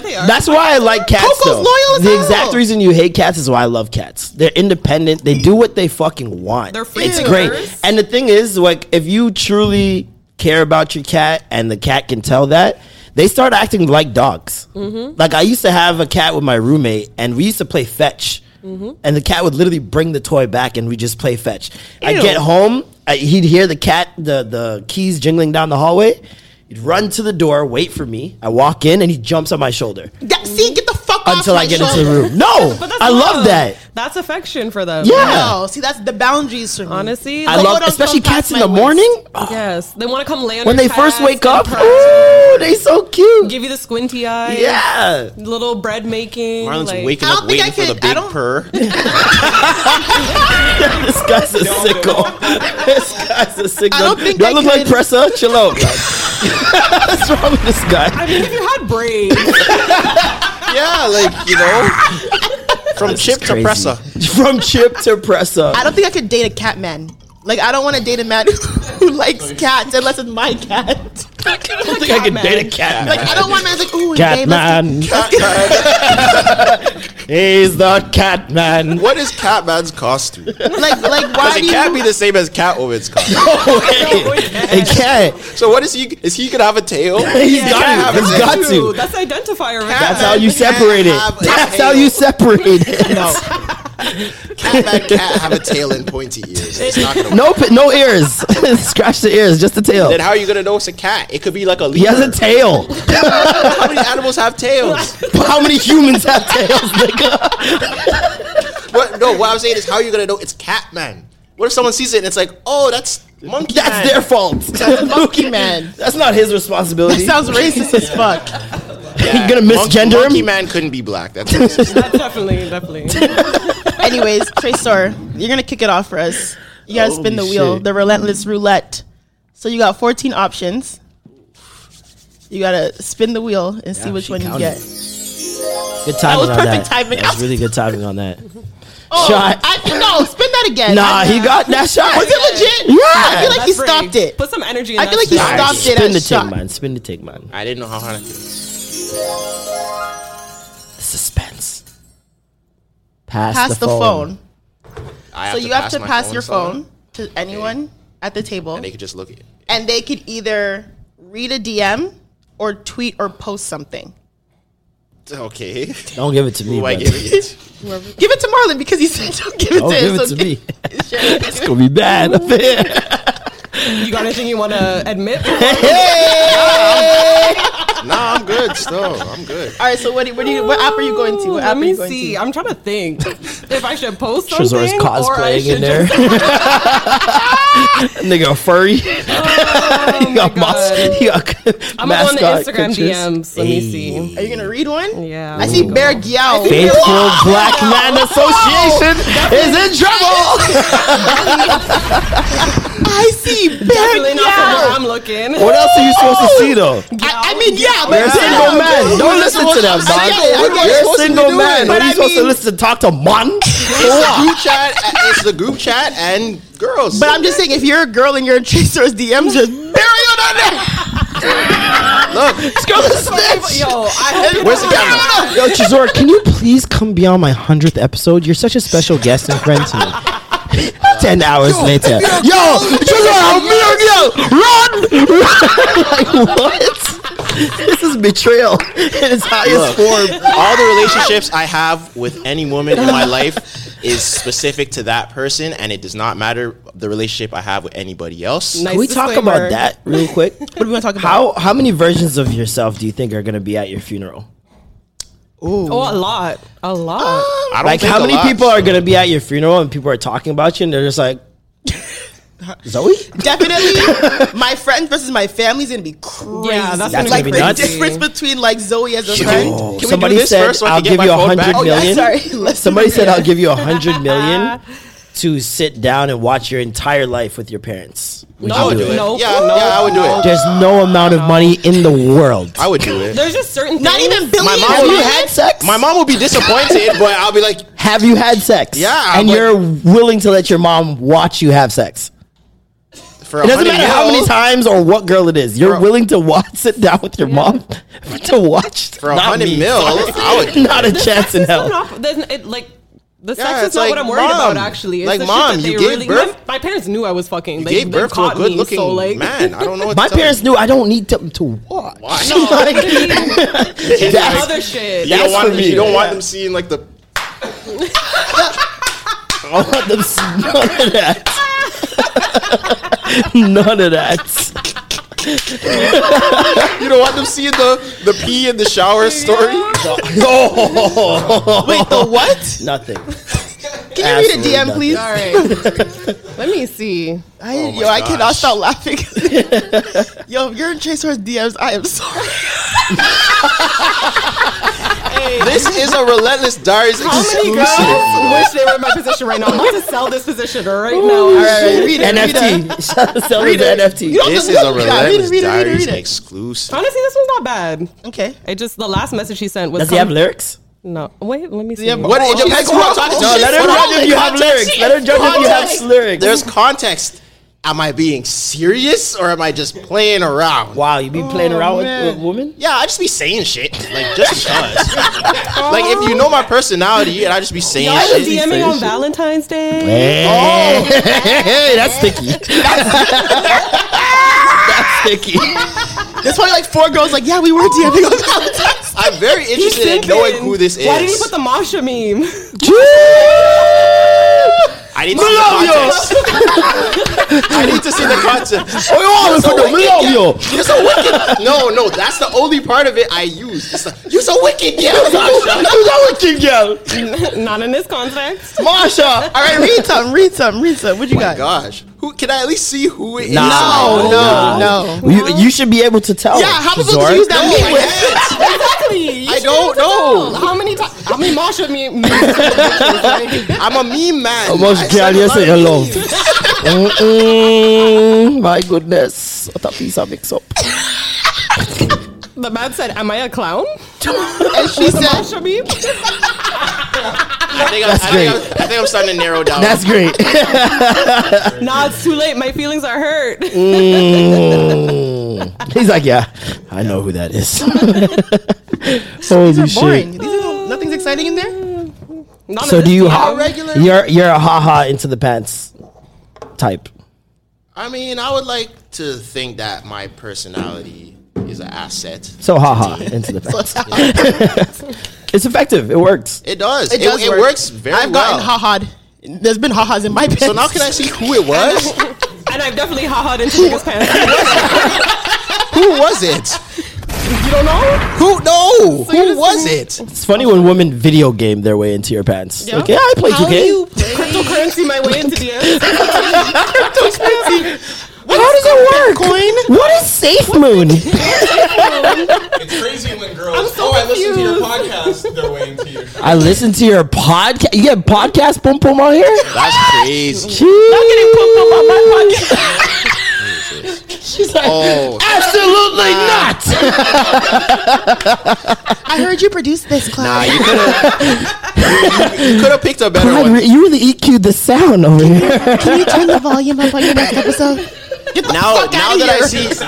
they are.
That's why I like cats.
Coco's
though.
loyal as
the
hell.
exact reason you hate cats is why I love cats. They're independent. They do what they fucking want.
They're free
It's
thinkers.
great. And the thing is, like, if you truly care about your cat, and the cat can tell that. They start acting like dogs. Like I used to have a cat with my roommate, and we used to play fetch. And the cat would literally bring the toy back, and we just play fetch. I
Ew.
get home, I, he'd hear the cat, the the keys jingling down the hallway. He'd run to the door, wait for me. I walk in, and he jumps on my shoulder
That- see, get the fuck off
until
my
I get
shoulder.
into the room. No,
But that's
I love
love.
that.
That's affection for them.
Yeah.
No, see, that's the boundaries for me.
Honestly,
I
like-
love,
don't
especially
come
cats
past
in
my
the morning. Oh,
Yes, they want to come lay on
when
your
they first
chest
wake
and
up,
purr.
ooh, they so cute.
give you the squinty eye.
yeah,
little bread making.
Marlon's
like,
waking
I
up
don't think
waiting for
I
the
could- I
big
don't- [laughs]
purr.
this guy's a sicko. this guy's a sicko.
I don't think
Do I
I
look like
could-
Pressa? Chill out. man. [laughs] What's wrong with this
I
guy?
mean, if you had braids,
[laughs] yeah, like you know, from chip to presser.
[laughs] From Chip to Pressa.
I don't think I could date a cat man. Like I don't want to date a man [laughs] who likes cats unless it's my cat. [laughs]
I don't think I could date a cat.
Like I don't want a man that's like, ooh, babe, let's
man.
[laughs]
He's the cat man. [laughs]
What is Catman's costume? Because
get- like like why do
it
you?
can't be the same as Catwoman's costume.
It can't.
So what is he? Is he gonna have a
Oh,
tail?
He's got
can't
to.
have
He's
a
got to.
that's identifier. Right
That's
there.
how you
You can't
separate it.
have a
That's how
tail.
you separate it. [laughs]
No. Catman can't have a tail and pointy ears. It's not gonna.
No, p- no ears. [laughs] Scratch the ears, just the tail.
Then how are you gonna know it's a cat? It could be like a.
He has a
lemur.
[laughs]
tail.
How many animals have tails?
[laughs] how many humans have tails, [laughs] nigga?
What, no, what I'm saying is, how are you gonna know it's Catman? What if someone sees it and it's like, oh, that's monkey?
That's
man.
their fault.
monkey man.
That's not his responsibility.
That sounds racist as fuck.
You're gonna misgender
Monkey, monkey
him.
man couldn't be black. That's racist.
That's definitely, definitely.
Anyways, Tresor, you're gonna kick it off for us. You gotta spin the wheel, the relentless roulette. So you got 14 options. You gotta spin the wheel and see
Yeah,
which
she
one you
counted.
get.
Good timing
was
on
perfect
that.
timing.
That was really good timing on that.
[laughs] Oh,
Shot.
I, no, spin that again.
Nah,
I-
he got that shot.
Was it legit?
Yeah.
I feel like he
That's brave.
stopped it.
Put some energy. In
I
that
feel like he
shit.
Alright,
stopped it
Spin
at
the
shot.
take, man. Spin the take, man.
I didn't know how hard to do this.
The suspense. Pass,
Pass the phone.
I
So you have to
my
pass your
to someone,
phone to anyone at the table,
And they could just look at it.
and they could either read a DM or tweet or post something.
Okay.
Don't give it to me.
Who I
brother.
give it?
[laughs] Give it to Marlon because he said don't give it
Don't
to him.
give it
so
to
[laughs]
me.
Sure.
It's gonna be bad up there.
You got anything you want to admit?
Hey!
[laughs] nah, I'm good still. I'm good.
All right, so what, do you- what, do you, what app are you going to? What app
Let
are you
me
going
see.
to?
I'm trying to think if I should post something
Trezore's
or I
cosplaying
should
in there.
just- Oh
Nigga, furry. you got
God.
mas- you got
I'm gonna go on the
mascot
Instagram
pictures.
DMs. Let me see.
Are you going to read one?
Yeah.
I see Bear Gyal.
Faithful Black
[laughs]
Man Association is in trouble.
I see Bear
Definitely not from where
Gyal.
I'm looking.
what else are you supposed to see though?
I, I mean, yeah, but
You're a single
yeah,
man.
but-
Don't listen to them,
I
man.
get it, I get it.
You're a
Supposed to be
single
doing
man.
it. But
What are you
I
supposed to
mean-
listen to talk to man?
It's the group chat. It's the group chat and girls.
But I'm just saying, if you're a girl and you're in Tracer's DMs, just bury it on there.
This girl is snitch.
Yo, I hope
Where's the camera?
Yo, Chizora, can you please come be on my hundredth episode? You're such a special guest and friend to me. [laughs] Ten hours later, yo, Chizora, I'm millionaire. Run! run. [laughs] like what? This is betrayal [laughs] in its highest form.
all the relationships I have with any woman in my life is specific to that person, and it does not matter the relationship I have with anybody else.
Nice
Can we talk
disclaimer.
about that real
[laughs]
quick?
What do we want to talk about?
How how many versions of yourself do you think are gonna be at your funeral?
Oh, a lot, a lot.
I don't
Like
think
how
a
many
lot.
people are gonna be at your funeral and people are talking about you and they're just like Zoe?
Definitely, my friends versus my family's gonna be crazy.
Yeah, that's
That's
like
gonna be
the
nuts.
difference between like Zoe as a
Oh,
friend.
Can we
somebody
do this
said
first so I can
I'll
get
give
my
you a
phone back?
hundred
Oh, yeah,
million.
[laughs]
sorry. Let's
Somebody
do
said
that.
I'll give you a hundred million to sit down and watch your entire life with your parents. Would
I
you
would
do
do it.
No.
Yeah, yeah, I would do it.
There's no amount of money in the world.
I would do it.
There's just certain
Not
things-
even billions.
My mom
Have
would-
you had sex?
My mom will be disappointed, but I'll be like,
Have you had sex?
Yeah,
And
but-
you're willing to let your mom watch you have sex.
for
It doesn't
100
matter how
mil-
many
[laughs]
times or what girl it is. You're
Bro.
willing to watch, sit down with your mom [laughs] to watch.
For a
Not
hundred
me.
mil, I would do
Not a chance in
It's not
hell.
off- there's n- it, like the
Yeah,
sex
it's
is not
like,
what I'm worried
mom,
about. Actually, it's
like,
the
mom,
shit that they
you gave
really,
birth-
My, my parents knew I was fucking.
You
They,
gave
they
birth to a
caught
good
me,
looking
so, like,
man.
[laughs]
I don't know what
My
to tell
parents
you.
knew I don't need them to watch.
Watch.
Like-
[laughs]
[laughs]
it's
That's-
other shit.
You don't,
That's
want
for
them,
me.
you don't want them seeing like the.
I want them s- none of that. none of that.
You don't want them seeing the the pee in the shower story.
[laughs]
[laughs]
No.
Wait, the what?
Nothing.
Can you read a
Absolutely
DM,
nothing.
please?
All right,
[laughs]
let me
Oh
see.
I, yo, I cannot stop laughing. yo, if you're in Tracer's DMs, I am sorry.
This is a relentless diaries
How many
[laughs] exclusive.
girls [laughs] wish they were in my position right now? I'm about to sell this position right now.
read it, read it.
NFT. Shout out to the NFT.
don't
This
have to
is a
look. Yeah, read it, read
relentless
it, read it,
diaries
read it.
exclusive.
Honestly, this one's not bad.
Okay.
It just the last message she sent was.
Does he have
come-
lyrics?
No, wait. Let me see. Oh,
have-
What it depends who I'm talking to.
No, let her judge if you have lyrics. Let her judge if you have lyrics.
There's context. Am I being serious or am I just playing around?
wow, you be playing around
Oh,
with, with women?
Yeah, I just be saying shit. Like
[laughs]
just because. like if you know my personality and I just be saying
Y'all was
shit.
DMing on Valentine's Day.
Hey, hey, that's sticky. that's sticky.
[laughs] That's why like four girls like, yeah, we were DMing on Valentine's.
[laughs] I'm very interested in knowing who this is.
Why did he put the Masha meme?
I need to see the context. [laughs] I need to see the context.
Oh,
You're so wicked. No, no, that's the only part of it I use. It's like, you're so wicked,
[laughs]
yeah.
[laughs] Not in this context.
Marsha.
All right, read some, read some, read some. What you got?
Gosh, who can I at least see who it is?
No, no, no.
You, you should be able to tell.
Yeah,
Oh,
how am I supposed
Zork.
to use that
I
[laughs]
meme with?
can't.
Exactly. You
I
should
don't
be able to
know.
tell. How many times? How many Masha meme? memes-
I'm a meme man.
Oh,
I
Almost
send a
girl, you
lot of
say you love.
memes.
Mm-mm, my goodness, what a piece of mix up.
the man said, "Am I a clown?"
And she said,
Masha
[laughs]
meme.
I think, I'm, I, think I'm, I think I'm starting to narrow down.
That's great.
Nah, it's too late. My feelings are hurt.
Mm. He's like, yeah, I know who that is. Holy
These are boring.
shit.
These are nothing's exciting in there.
Not in
So
this
do you
DM.
ha-
regular-
You're you're a haha into the pants type.
I mean, I would like to think that my personality is an asset.
So haha
[laughs]
into the pants. [laughs] it's effective. It works.
It does. It,
It does
it
work.
works very
I've
well.
gotten ha There's been ha-has in my pants.
so now can I see who it was? [laughs]
And I've definitely ha-ha'd into his pants.
who was it?
You don't know?
Who? No. Who was it?
It's funny when women video game their way into your pants.
Yeah.
Like, yeah, I play
How
2K.
you play?
Cryptocurrency my way into the
[laughs]
end.
How does it work? What is Safe Moon?
It's crazy when girls. I'm
so
oh, I listen to your podcast. They're waiting to you.
I listen to your podcast. You get podcast boom boom out here?
That's crazy.
getting boom boom on my podcast.
[laughs]
She's like,
Oh. Ah.
absolutely not.
I heard you produced this
Nah,
class.
you could have. you could have picked a better
God,
one.
you really EQ'd the sound over here.
Can you turn the volume up on your next episode? Get the
Now,
fuck
now
out of
that
here.
I see,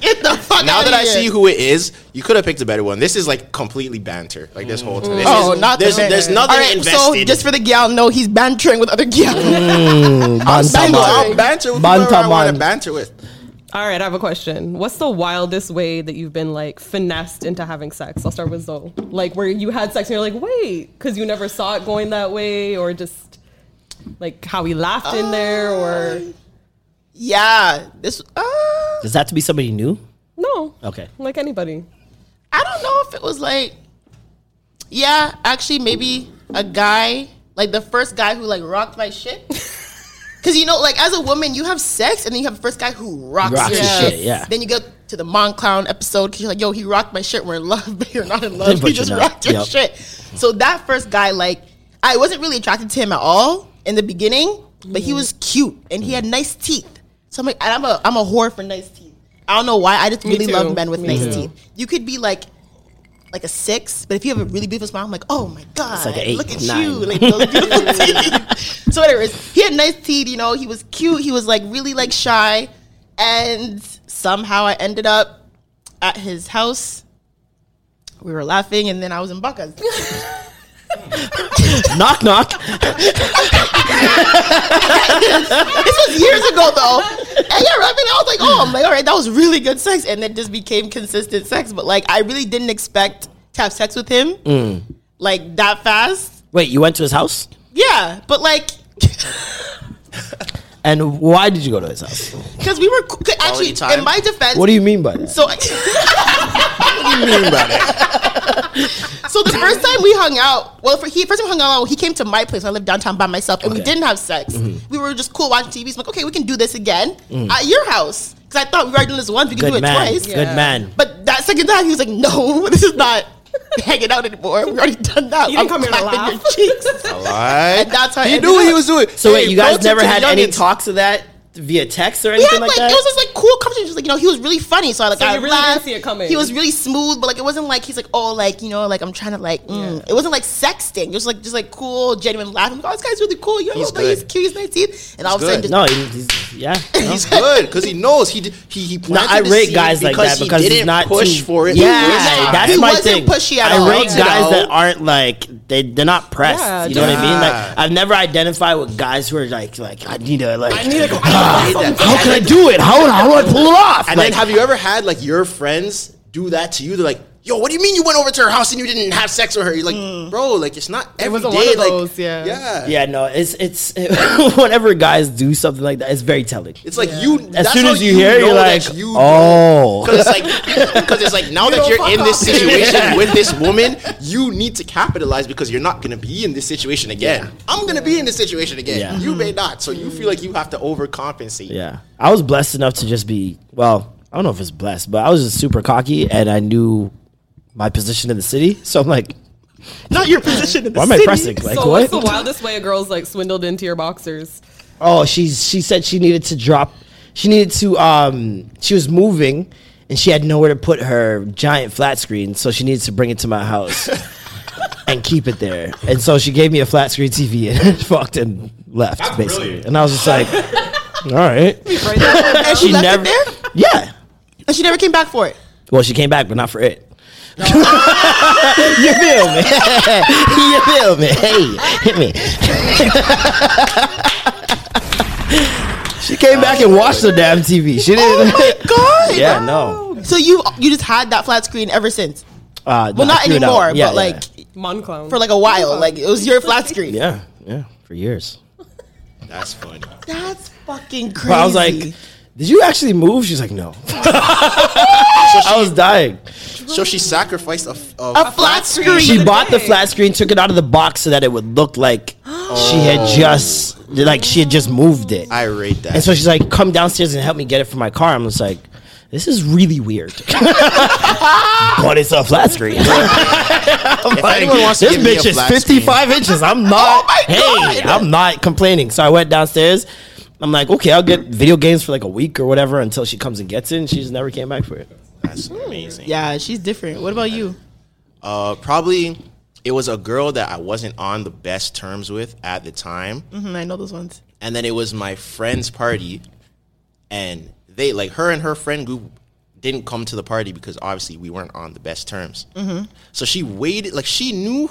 Get the fuck
now
outta
that I
here.
see who it is, you could have picked a better one. This is like completely banter. Like this whole time. This
Oh,
is-
not
there's,
the man.
there's nothing
Alright,
invested.
So just for the gal, no, he's bantering with other gal.
Mm,
[laughs]
I'm single. I'll
Bantaman.
banter with whoever I want
Bantaman.
to banter with.
All right, I have a question. What's the wildest way that you've been like finessed into having sex? I'll start with Zoe. Like where you had sex and you're like, wait, because you never saw it going that way, or just like how he laughed in there, or
yeah, this. Uh,
Does that have to be somebody new?
no,
Okay.
like anybody.
I don't know if it was like, yeah, actually, maybe a guy, like the first guy who like rocked my
[laughs]
shit. Cause you know, like as a woman, you have sex, and then you have the first guy who rocks,
Rocks
your
your
shit.
shit, yeah.
Then you go to the Mon Clown episode because you're like, yo, he rocked my shit. We're in love, [laughs] but you're not in love.
But
he
you're
just
not.
rocked your
Yep.
shit. So that first guy, like, I wasn't really attracted to him at all in the beginning, but
Mm.
he was cute and he had nice teeth. So I'm like, and I'm a I'm a whore for nice teeth. I don't know why. I just really
too.
love men with
Me
nice
too.
teeth. You could be like like a six, but if you have a really beautiful smile, I'm like, oh my god,
like an eight,
look at
nine.
you, like
[laughs]
those beautiful teeth. [laughs] so whatever, he had nice teeth, you know, he was cute, he was like really like shy, and somehow I ended up at his house. We were laughing, and then I was in Bacas.
knock, knock.
[laughs] this was years ago though. And yeah, right, I mean, I was like, oh, I'm like, all right, that was really good sex, and it just became consistent sex. But like, I really didn't expect to have sex with him
Mm.
like that fast.
Wait, you went to his house?
Yeah, but like,
And why did you go to his house?
because we were c- actually
time.
in my defense.
What do you mean by that?
So, [laughs] so the first time we hung out, well, for he first time we hung out, he came to my place. I lived downtown by myself, and we
Okay.
didn't have sex.
Mm-hmm.
We were just cool watching TV. So I'm like, okay, we can do this again at your house because I thought we were already doing this once. We can
Mm. Good
do it
man.
twice.
Good man.
But that second time, he was like, "No, [laughs] this is not hanging out anymore. [laughs] We already done that.
You didn't come here to
clapping
laugh.
your [laughs] cheeks."
Alright.
that's how it
he
ended
knew what
up.
he was doing.
So wait,
Hey,
you guys
brought it
never
to
had
the
any
youngins.
talks of that via text or
Yeah,
anything
like,
like, that?
it was just like cool conversation. Just, Like you know, he was really funny, so I like
So
I
you really didn't
laughed.
see it coming.
He was really smooth, but like it wasn't like he's like oh like you know like I'm trying to like mm. it wasn't like sexting. It was like just like cool, genuine laughing. Like, oh, this guy's really cool. You know,
He's
he's, like, he's
good.
cute, he's nice teeth, and all of a sudden
good.
just
no, he- he's, yeah.
[laughs]
no.
He's good because he knows he did, he he.
No,
planted
I
the
rate
seed
guys like that
he
because he's
didn't
not
push
too-
for it.
Yeah,
was not.
that's
He
my
wasn't
thing.
pushy at
I
all.
rate
No.
guys that aren't like they they're not pressed.
Yeah,
you know what I mean? Like
just-
I've never identified with guys who are like like I need to like I
need to
"Oh,
go-
Ah, how can I do it? How how do I pull it off?
And
like,
then have you ever had like your friends do that to you? They're like, "Yo, what do you mean you went over to her house and you didn't have sex with her?" You're like,
Mm.
"Bro, like it's not uh, every
wasn't
day,
one of
like,
those, yeah.
yeah,
Hmm. yeah, no, it's it's [laughs] whenever guys do something like that, it's very telling.
It's like you.
as
that's
soon
how
as you, hear, it,
know
you're like,
that you-
oh,
Because it's like, because it's
[laughs]
like now that you're in this situation with this woman, you need to capitalize because you're not gonna be in this situation again. I'm gonna be in this situation again.
Yeah.
You may not, so you feel like you have to overcompensate.
Yeah. I was blessed enough to just be, well, I don't know if it's blessed, but I was just super cocky and I knew my position in the city. So I'm like,
not your position in the
why am I
city.
pressing? Like,
so
what?
what's the wildest way a girl's like swindled into your boxers?
oh, she's, she said she needed to drop, she needed to, um, she was moving and she had nowhere to put her giant flat screen. So she needed to bring it to my house and keep it there. And so she gave me a flat screen TV and [laughs] fucked and left, basically.
brilliant.
And I was just like, [laughs] all right. [laughs]
And she, left it there,
yeah.
and she never came back for it.
Well, she came back, but not for it. you feel me? you feel me? Hey, hit me. she came back and watched the damn TV. She
Oh
didn't. [laughs]
my god!
yeah, no.
So you you just had that flat screen ever since.
Uh,
Well, not anymore, but like
Mon clown.
for like a while, like it was your flat screen.
yeah, yeah, for years.
That's funny.
That's fucking crazy.
But I was like, Did you actually move? She's like, no. [laughs] I was dying.
So she sacrificed a, f- a
A flat screen.
She bought the flat screen, took it out of the box so that it would
[gasps]
look like she had just like she had just moved it.
I rate that.
And so she's like, "Come downstairs and help me get it from my car." I'm just like, "This is really weird." [laughs] but it's a flat screen. I'm
If anyone wants to
this
give me a
bitch is
flat Oh
55 inches.
[laughs]
I'm not. hey, I'm not complaining. So I went downstairs. I'm like, okay, I'll get video games for like a week or whatever until she comes and gets it. And she just never came back for it.
That's amazing.
Yeah, she's different. What about you?
Uh, probably it was a girl that I wasn't on the best terms with at the time.
Mm, I know those ones.
and then it was my friend's party and they like her and her friend group didn't come to the party because obviously we weren't on the best terms so she waited like she knew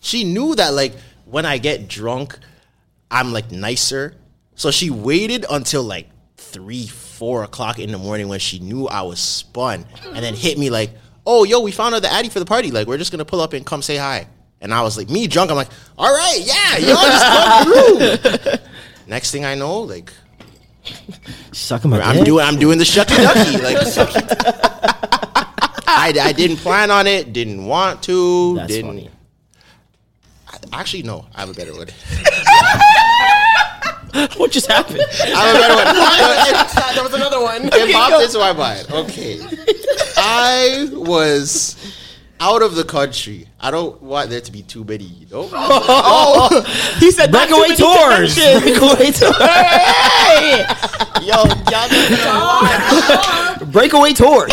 she knew that like when i get drunk i'm like nicer so she waited until like three four o'clock in the morning when she knew i was spun and then hit me like oh yo we found out the addy for the party like we're just gonna pull up and come say hi and i was like me drunk i'm like all right
[laughs]
yeah y'all just come through next thing i know like
Sucking my
I'm
dick.
doing I'm doing the shucky ducky. Like I, I didn't plan on it, didn't want to,
That's
didn't
funny.
actually no, I have a better one.
[laughs] What just happened?
I have a better one.
There was another one.
It popped into my mind. Okay. I was out of the country. I don't want there to be too many, you know?
He said breakaway tours.
[laughs]
Breakaway tours.
Yo, y'all
breakaway tours.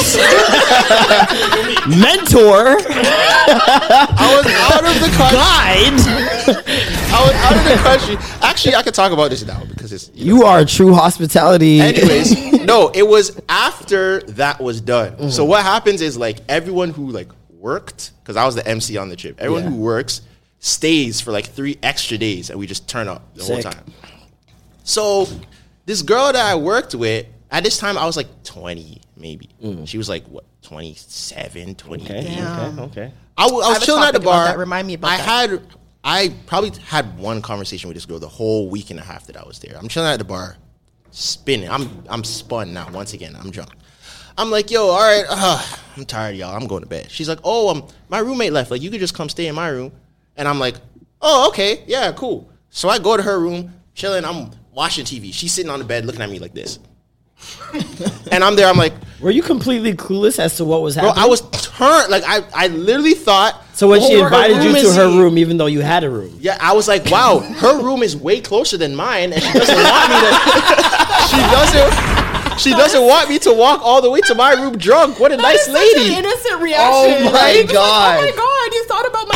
Mentor
I was out of the country.
guide.
I was out of the country. Actually, I could talk about this now because it's you know,
You are a true hospitality.
Anyways, no, it was after that was done.
Mm-hmm.
So what happens is like everyone who like worked, because I was the MC on the trip. Everyone
Yeah.
who works stays for like three extra days, and we just turn up the
Sick.
whole time. So this girl that I worked with at this time, I was like twenty maybe. She was like what 27, 28.
Mm. okay, okay.
I wa- I
have
was
a
chilling at the
topic about
bar.
that. Remind me about
I
that.
had I probably had one conversation with this girl the whole week and a half that I was there. I'm chilling at the bar, spinning. I'm I'm spun now. Once again, I'm drunk. I'm like, yo, all right, uh, I'm tired, y'all. I'm going to bed. She's like, oh, um, my roommate left. Like, you could just come stay in my room. And I'm like, oh, okay, yeah, cool. So I go to her room, chilling. I'm watching TV. She's sitting on the bed looking at me like this. and I'm there. I'm like,
Were you completely clueless as to what was
bro,
happening?
I was turned. Like, I, I literally thought.
So when
oh,
she
her
invited
room
you to
is-
her room, even though you had a room,
Yeah, I was like, wow, her room is way closer than mine, and she doesn't want me to. [laughs] She doesn't. She doesn't want me to walk all the way to my room drunk. What a nice lady!
innocent reaction.
Oh my
Like, it's like,
God.
oh my god! You thought about my. [laughs]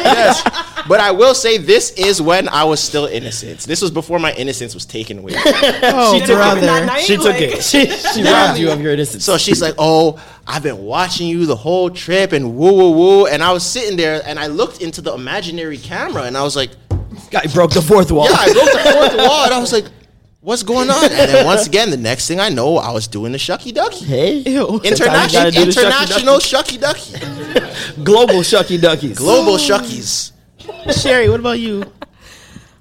yes, but I will say this is when I was still innocent. This was before my innocence was taken away.
Oh,
took it brother.
that night,
she took
like-
it. She, she robbed you of your innocence.
So she's like, "Oh, I've been watching you the whole trip and woo woo woo." And I was sitting there and I looked into the imaginary camera and I was like,
guy broke the fourth wall.
Yeah, I broke the fourth wall, and I was like, "What's going on?" And then once again, the next thing I know, I was doing the shucky ducky.
Hey, Ew.
International, international shucky ducky,
global shucky duckies.
global shuckies.
[laughs] Sherry, what about you?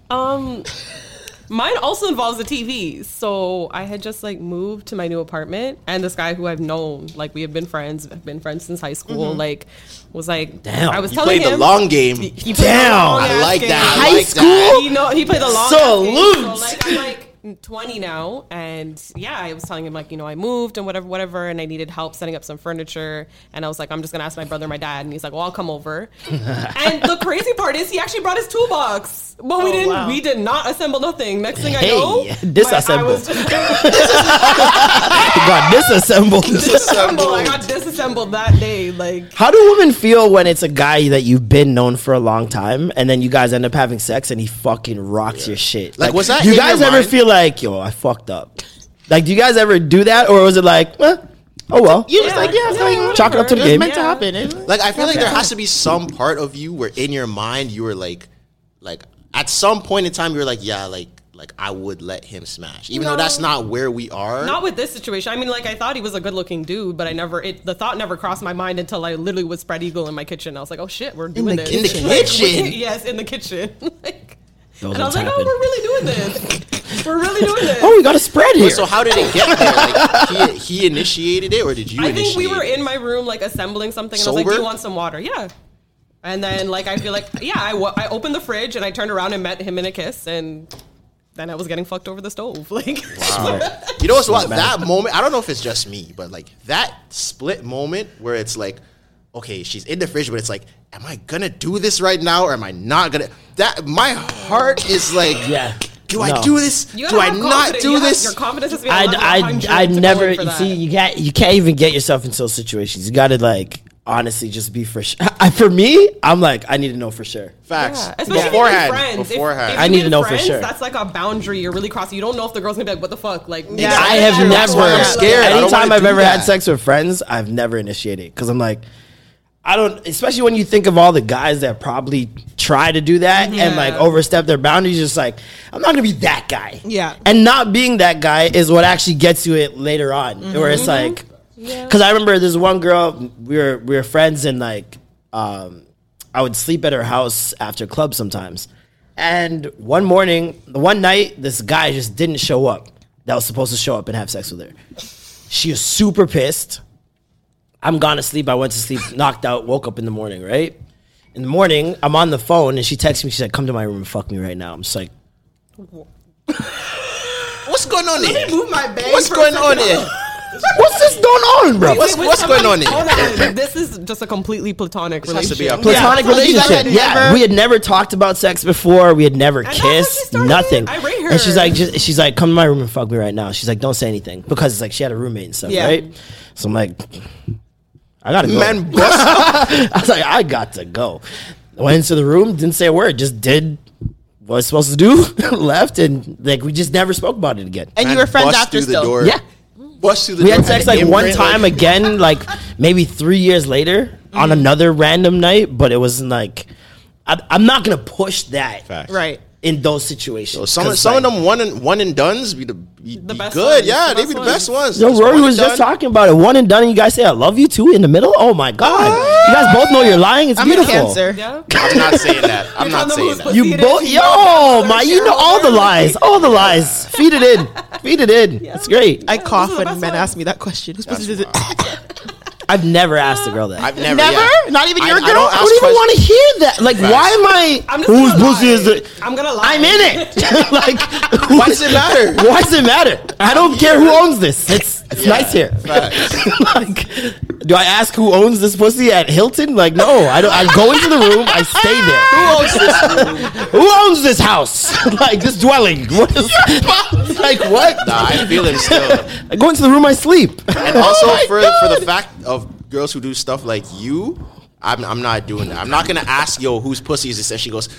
Um, mine also involves a TV. So I had just like moved to my new apartment, and this guy who I've known, like we have been friends, have been friends since high school.
Mm-hmm.
Like, was like,
Damn,
I was
you
telling
Played
him
the long game.
He played
Damn.
the long
I
ass
like
game.
that. I
High
like
school?
That.
He know he played the long
Salute.
ass game. So, like, I'm like 20 now, and yeah, I was telling him like you know I moved and whatever, whatever, and I needed help setting up some furniture, and I was like I'm just gonna ask my brother, and my dad, and he's like, well I'll
[laughs]
come over. and the crazy part is he actually brought his toolbox, but we didn't. We did not assemble nothing. Next thing
Hey,
I know,
[laughs]
disassemble.
my- I was just-
Got disassembled.
[laughs] disassembled. I got disassembled that day. Like
How do women feel when it's a guy that you've been known for a long time and then you guys end up having sex and he fucking rocks your shit?
Like, was that
You
in
guys
your
ever
mind?
feel like, yo, I fucked up? Like, do you guys ever do that, or was it like, eh, oh well?
You just like, yeah, it's like,
Chalk it up to the
It was
game.
meant to
Yeah.
happen. It-
Like I feel like there has to be some part of you where in your mind you were like, like at some point in time you were like, yeah, like like I would let him smash, even though that's not where we are.
Not with this situation. I mean, like I thought he was a good-looking dude, but I never. It, the thought never crossed my mind until I literally was spread eagle in my kitchen. I was like, "Oh shit, we're doing
the
this
in the
[laughs]
Like,
kitchen.
yes, in the kitchen. like,
Those
and I
ones
was like, "Oh,
happen.
we're really doing this."
We're really doing this.
Oh, we got a spread here.
So how did it get there? Like, he, he initiated it, or did you?
I think we
initiate
were
it?
in my room like assembling something, and I was like,
Sober?
"Do you want some water?" Yeah. And then like I feel like yeah, I wa- I opened the fridge and I turned around and met him in a kiss, and then I was getting fucked over the stove. [laughs] Like
You know what's what? That moment, I don't know if it's just me, but like that split moment where it's like, okay, she's in the fridge, but it's like, am I gonna do this right now or am I not gonna? That my heart is like,
Yeah.
do
No.
I do this?
you
Do
gotta
I
have
not
confidence.
do
You have-
this?
your confidence has been.
I, I, I, I never
For
you
that.
see you can't you can't even get yourself into those situations. You got to like uh, honestly just be for sure. for me, I'm like I need to know for sure.
Facts.
Especially If
Beforehand.
you're friends. If-
Beforehand.
if
I
you
need
get
to know for
friends,
sure.
That's like a boundary you're really crossing. You don't know if the girl's gonna be like, "What the fuck?" Like, yeah,
that's
I have
true. That's
never.
why I'm scared. I don't
Anytime
wanna
I've
do
ever had
that.
sex with friends, I've never initiated because I'm like, I don't. Especially when you think of all the guys that probably try to do that and like overstep their boundaries. Just like I'm not gonna be that guy.
Yeah.
And not being that guy is what actually gets you it later on, where it's like, because I remember this one girl we were we were friends and like, um, I would sleep at her house after club sometimes. And one morning, the one night, this guy just didn't show up. That was supposed to show up and have sex with her. She was super pissed. I'm gone to sleep. I went to sleep, knocked out, woke up in the morning, right? In the morning, I'm on the phone and she texts me. She's like, come to my room and fuck me right now. I'm just like,
What's going on here?
Move my bag.
What's
for a
going
second.
on here?
what's this going on, bro?
What's, what's going on here?
Hold
[laughs]
on. This is just a completely platonic
has to be
relationship.
Yeah.
a
platonic
So you guys
relationship.
had
Yeah,
never-
we had never talked about sex before. We had never
that's when she
kissed.
started.
Nothing.
I rate
And she's
her.
like, just, she's like, come to my room and fuck me right now. She's like, don't say anything because it's like she had a roommate and stuff,
Yeah.
right? So I'm like, I gotta go.
Man, bust.
I was like, I got to go. Went into the room, didn't say a word, just did what I was supposed to do, [laughs] left, and like we just never spoke about it again.
And you were friends
Bust
after
through
still.
the door.
Yeah.
Bust through the
we
door.
had sex like one
Imprint,
time
like-
again, [laughs] like maybe three years later on
Mm-hmm.
another random night, but it wasn't like I, I'm not gonna push that
Facts.
Right.
in those situations.
So some
'cause,
some
like,
of them one and one and done's be the be, be
best
good.
ones,
Yeah,
the
they
best
be the
ones.
best ones.
Yo,
Just
Rory
one
was
and
just
done.
talking about it. One and done. And you guys say I love you too in the middle. Oh my god! You guys both know you're lying. It's
I'm a
beautiful.
cancer.
Yeah.
I'm not saying that.
[laughs]
I'm not
them
saying
who's
that.
pussy.
You
Feed it
both,
in.
yo, my, you know all the lies, all
[laughs]
the lies. Feed it in, feed it in. It's great.
I cough
the
when
best
men
one.
ask me that question. Who's supposed to do it? [laughs]
I've never asked a girl that.
I've never.
Never?
yeah.
Not even
I-
your
I
I
don't
don't,
ask
I don't even
questions.
want to hear that. Like, why am I?
I'm just
whose
gonna lie.
pussy is it?
I'm gonna lie.
I'm in
[laughs]
it. [laughs] like,
Why does it matter?
why does it matter? I don't care who owns this. It's it's
Yeah,
nice here.
facts.
[laughs] like, do I ask who owns this pussy at Hilton? Like, no, I don't. I go into the room. I stay there.
Who owns this?
Who owns this house? [laughs] like this dwelling? What is? [laughs] like what?
Nah,
[laughs]
I feel him still.
I go into the room. I sleep.
And also for for the fact of girls who do stuff like you, I'm I'm not doing that. I'm not gonna ask yo whose pussy is this, and she goes,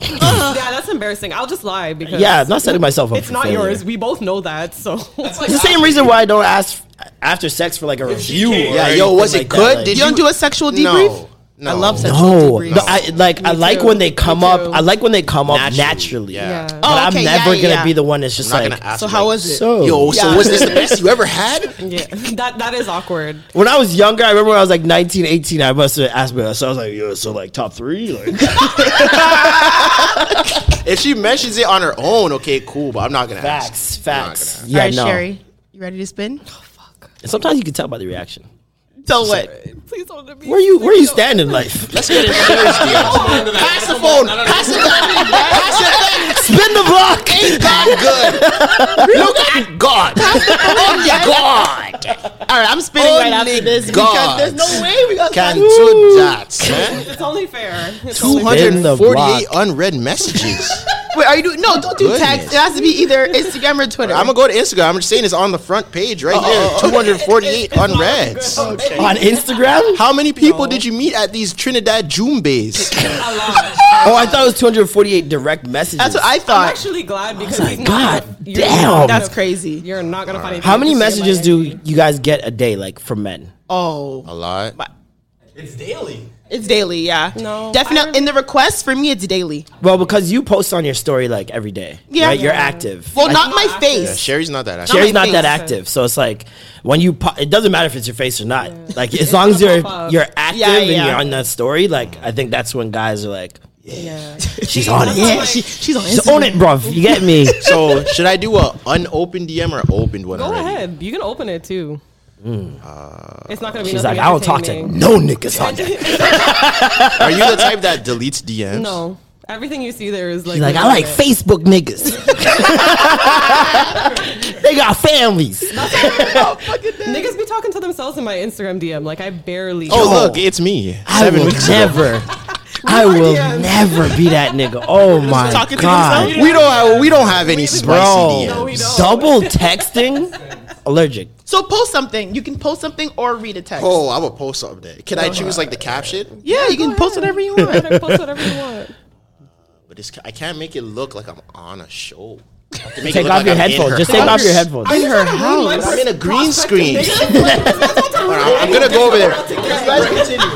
Yeah, that's embarrassing. I'll just lie because
yeah, I'm not setting myself up.
it's
for
not
failure.
yours. We both know that. So
It's the same reason why I don't ask after sex for like a review. or
Yeah, yo,
anything
was it
like that,
good?
like-
Did
You don't do a sexual debrief?
No, no.
I love sexual
No,
debriefs.
No, I like. I like
too.
when they come
Me
up.
too. Oh,
I like when they come up naturally.
Yeah.
Yeah.
But
okay,
I'm
yeah,
never
yeah,
gonna
yeah.
be the one that's just
I'm not
like.
gonna ask.
so
like,
how was it?
So
Yo, so was this the best you ever had?
yeah, that that is awkward.
when I was younger, I remember when I was like 19, 18, I must have asked myself. So I was like, yo, so like top
[laughs]
three, like
If she mentions it on her own, okay, cool, but I'm not gonna
facts,
ask. I'm not
facts.
gonna
Yeah,
All right,
no.
Sherry, you ready to spin?
And sometimes you can tell by the reaction.
So what?
Please don't let me.
Where you where you stand
[laughs]
in life? Let's
[laughs]
get
ask. Pass the phone. Pass it back. Pass it back.
spin the block.
Ain't God good? Look at God. Only God
All right, I'm spinning right
Only
after this
God.
because there's no way we got
can
time.
do that. man.
It's only fair. It's only fair.
248
block.
[laughs]
unread messages.
Wait, are you doing? No, don't do
Goodness.
text. It has to be either Instagram or Twitter.
I'm gonna go to Instagram. I'm just saying it's on the front page right
[laughs]
there. 248 unreads.
on Instagram.
How many people did you meet at these Trinidad
[laughs]
Jumbays?
[laughs]
Oh, I thought it was 248 direct messages.
That's what I
I'm
thought.
actually glad because he's not
God
gonna- you're not
damn.
gonna-
That's crazy.
You're not gonna find anything
How many
to say about
messages
it.
do you guys get a day, like from men?
A
Oh,
lot.
It's daily.
it's daily. Yeah.
No, I
Definitely
remember-
in the requests for me, it's daily.
Well, because you post on your story like every day.
Yeah.
right? you're
Yeah.
active.
Well,
Like,
not my
Yeah,
face.
Sherry's not that.
Sherry's
my
not that
face.
active, so it's like when you po- it doesn't matter if it's your face or not. Like as long as
gonna
you're
pop up.
you're active
Yeah,
and
yeah.
you're on that story, like I think that's when guys are like,
Yeah.
[laughs] She's on it.
Yeah, she, she's on
[laughs] She's
Instagram.
on it, bruv. You get me?
[laughs] So should I do a unopened DM or opened one
Go
already?
ahead. You can open it too. it's not gonna be.
She's like,
nothing
I don't talk to
entertaining.
no niggas on that.
Are
[laughs]
you the type that deletes DMs?
No, everything you see there is like.
She's like, I like
legitimate.
Facebook niggas. [laughs] they got families.
Niggas be talking to themselves in my Instagram DM. Like I barely.
Oh
Yo.
look, it's me.
I
Seven
will
weeks ago.
never. I will never be that nigga. Oh my
Talking to
god,
themselves? We don't have we don't have any spicy
bro!
DMs.
[laughs]
Double texting, allergic.
So post something. You can post something or read a text.
Oh, I'm gonna post something. Can I choose like the caption?
yeah, you can post whatever you
[laughs]
want. [laughs]
Better post whatever you want.
But it's, I can't make it look like I'm on a show. I have to make it
Take
look
off
like
your
I'm in
headphones.
her
Just take off
house.
your headphones.
In her house.
I'm in a green screen. All right, I'm gonna go over there. You guys continue.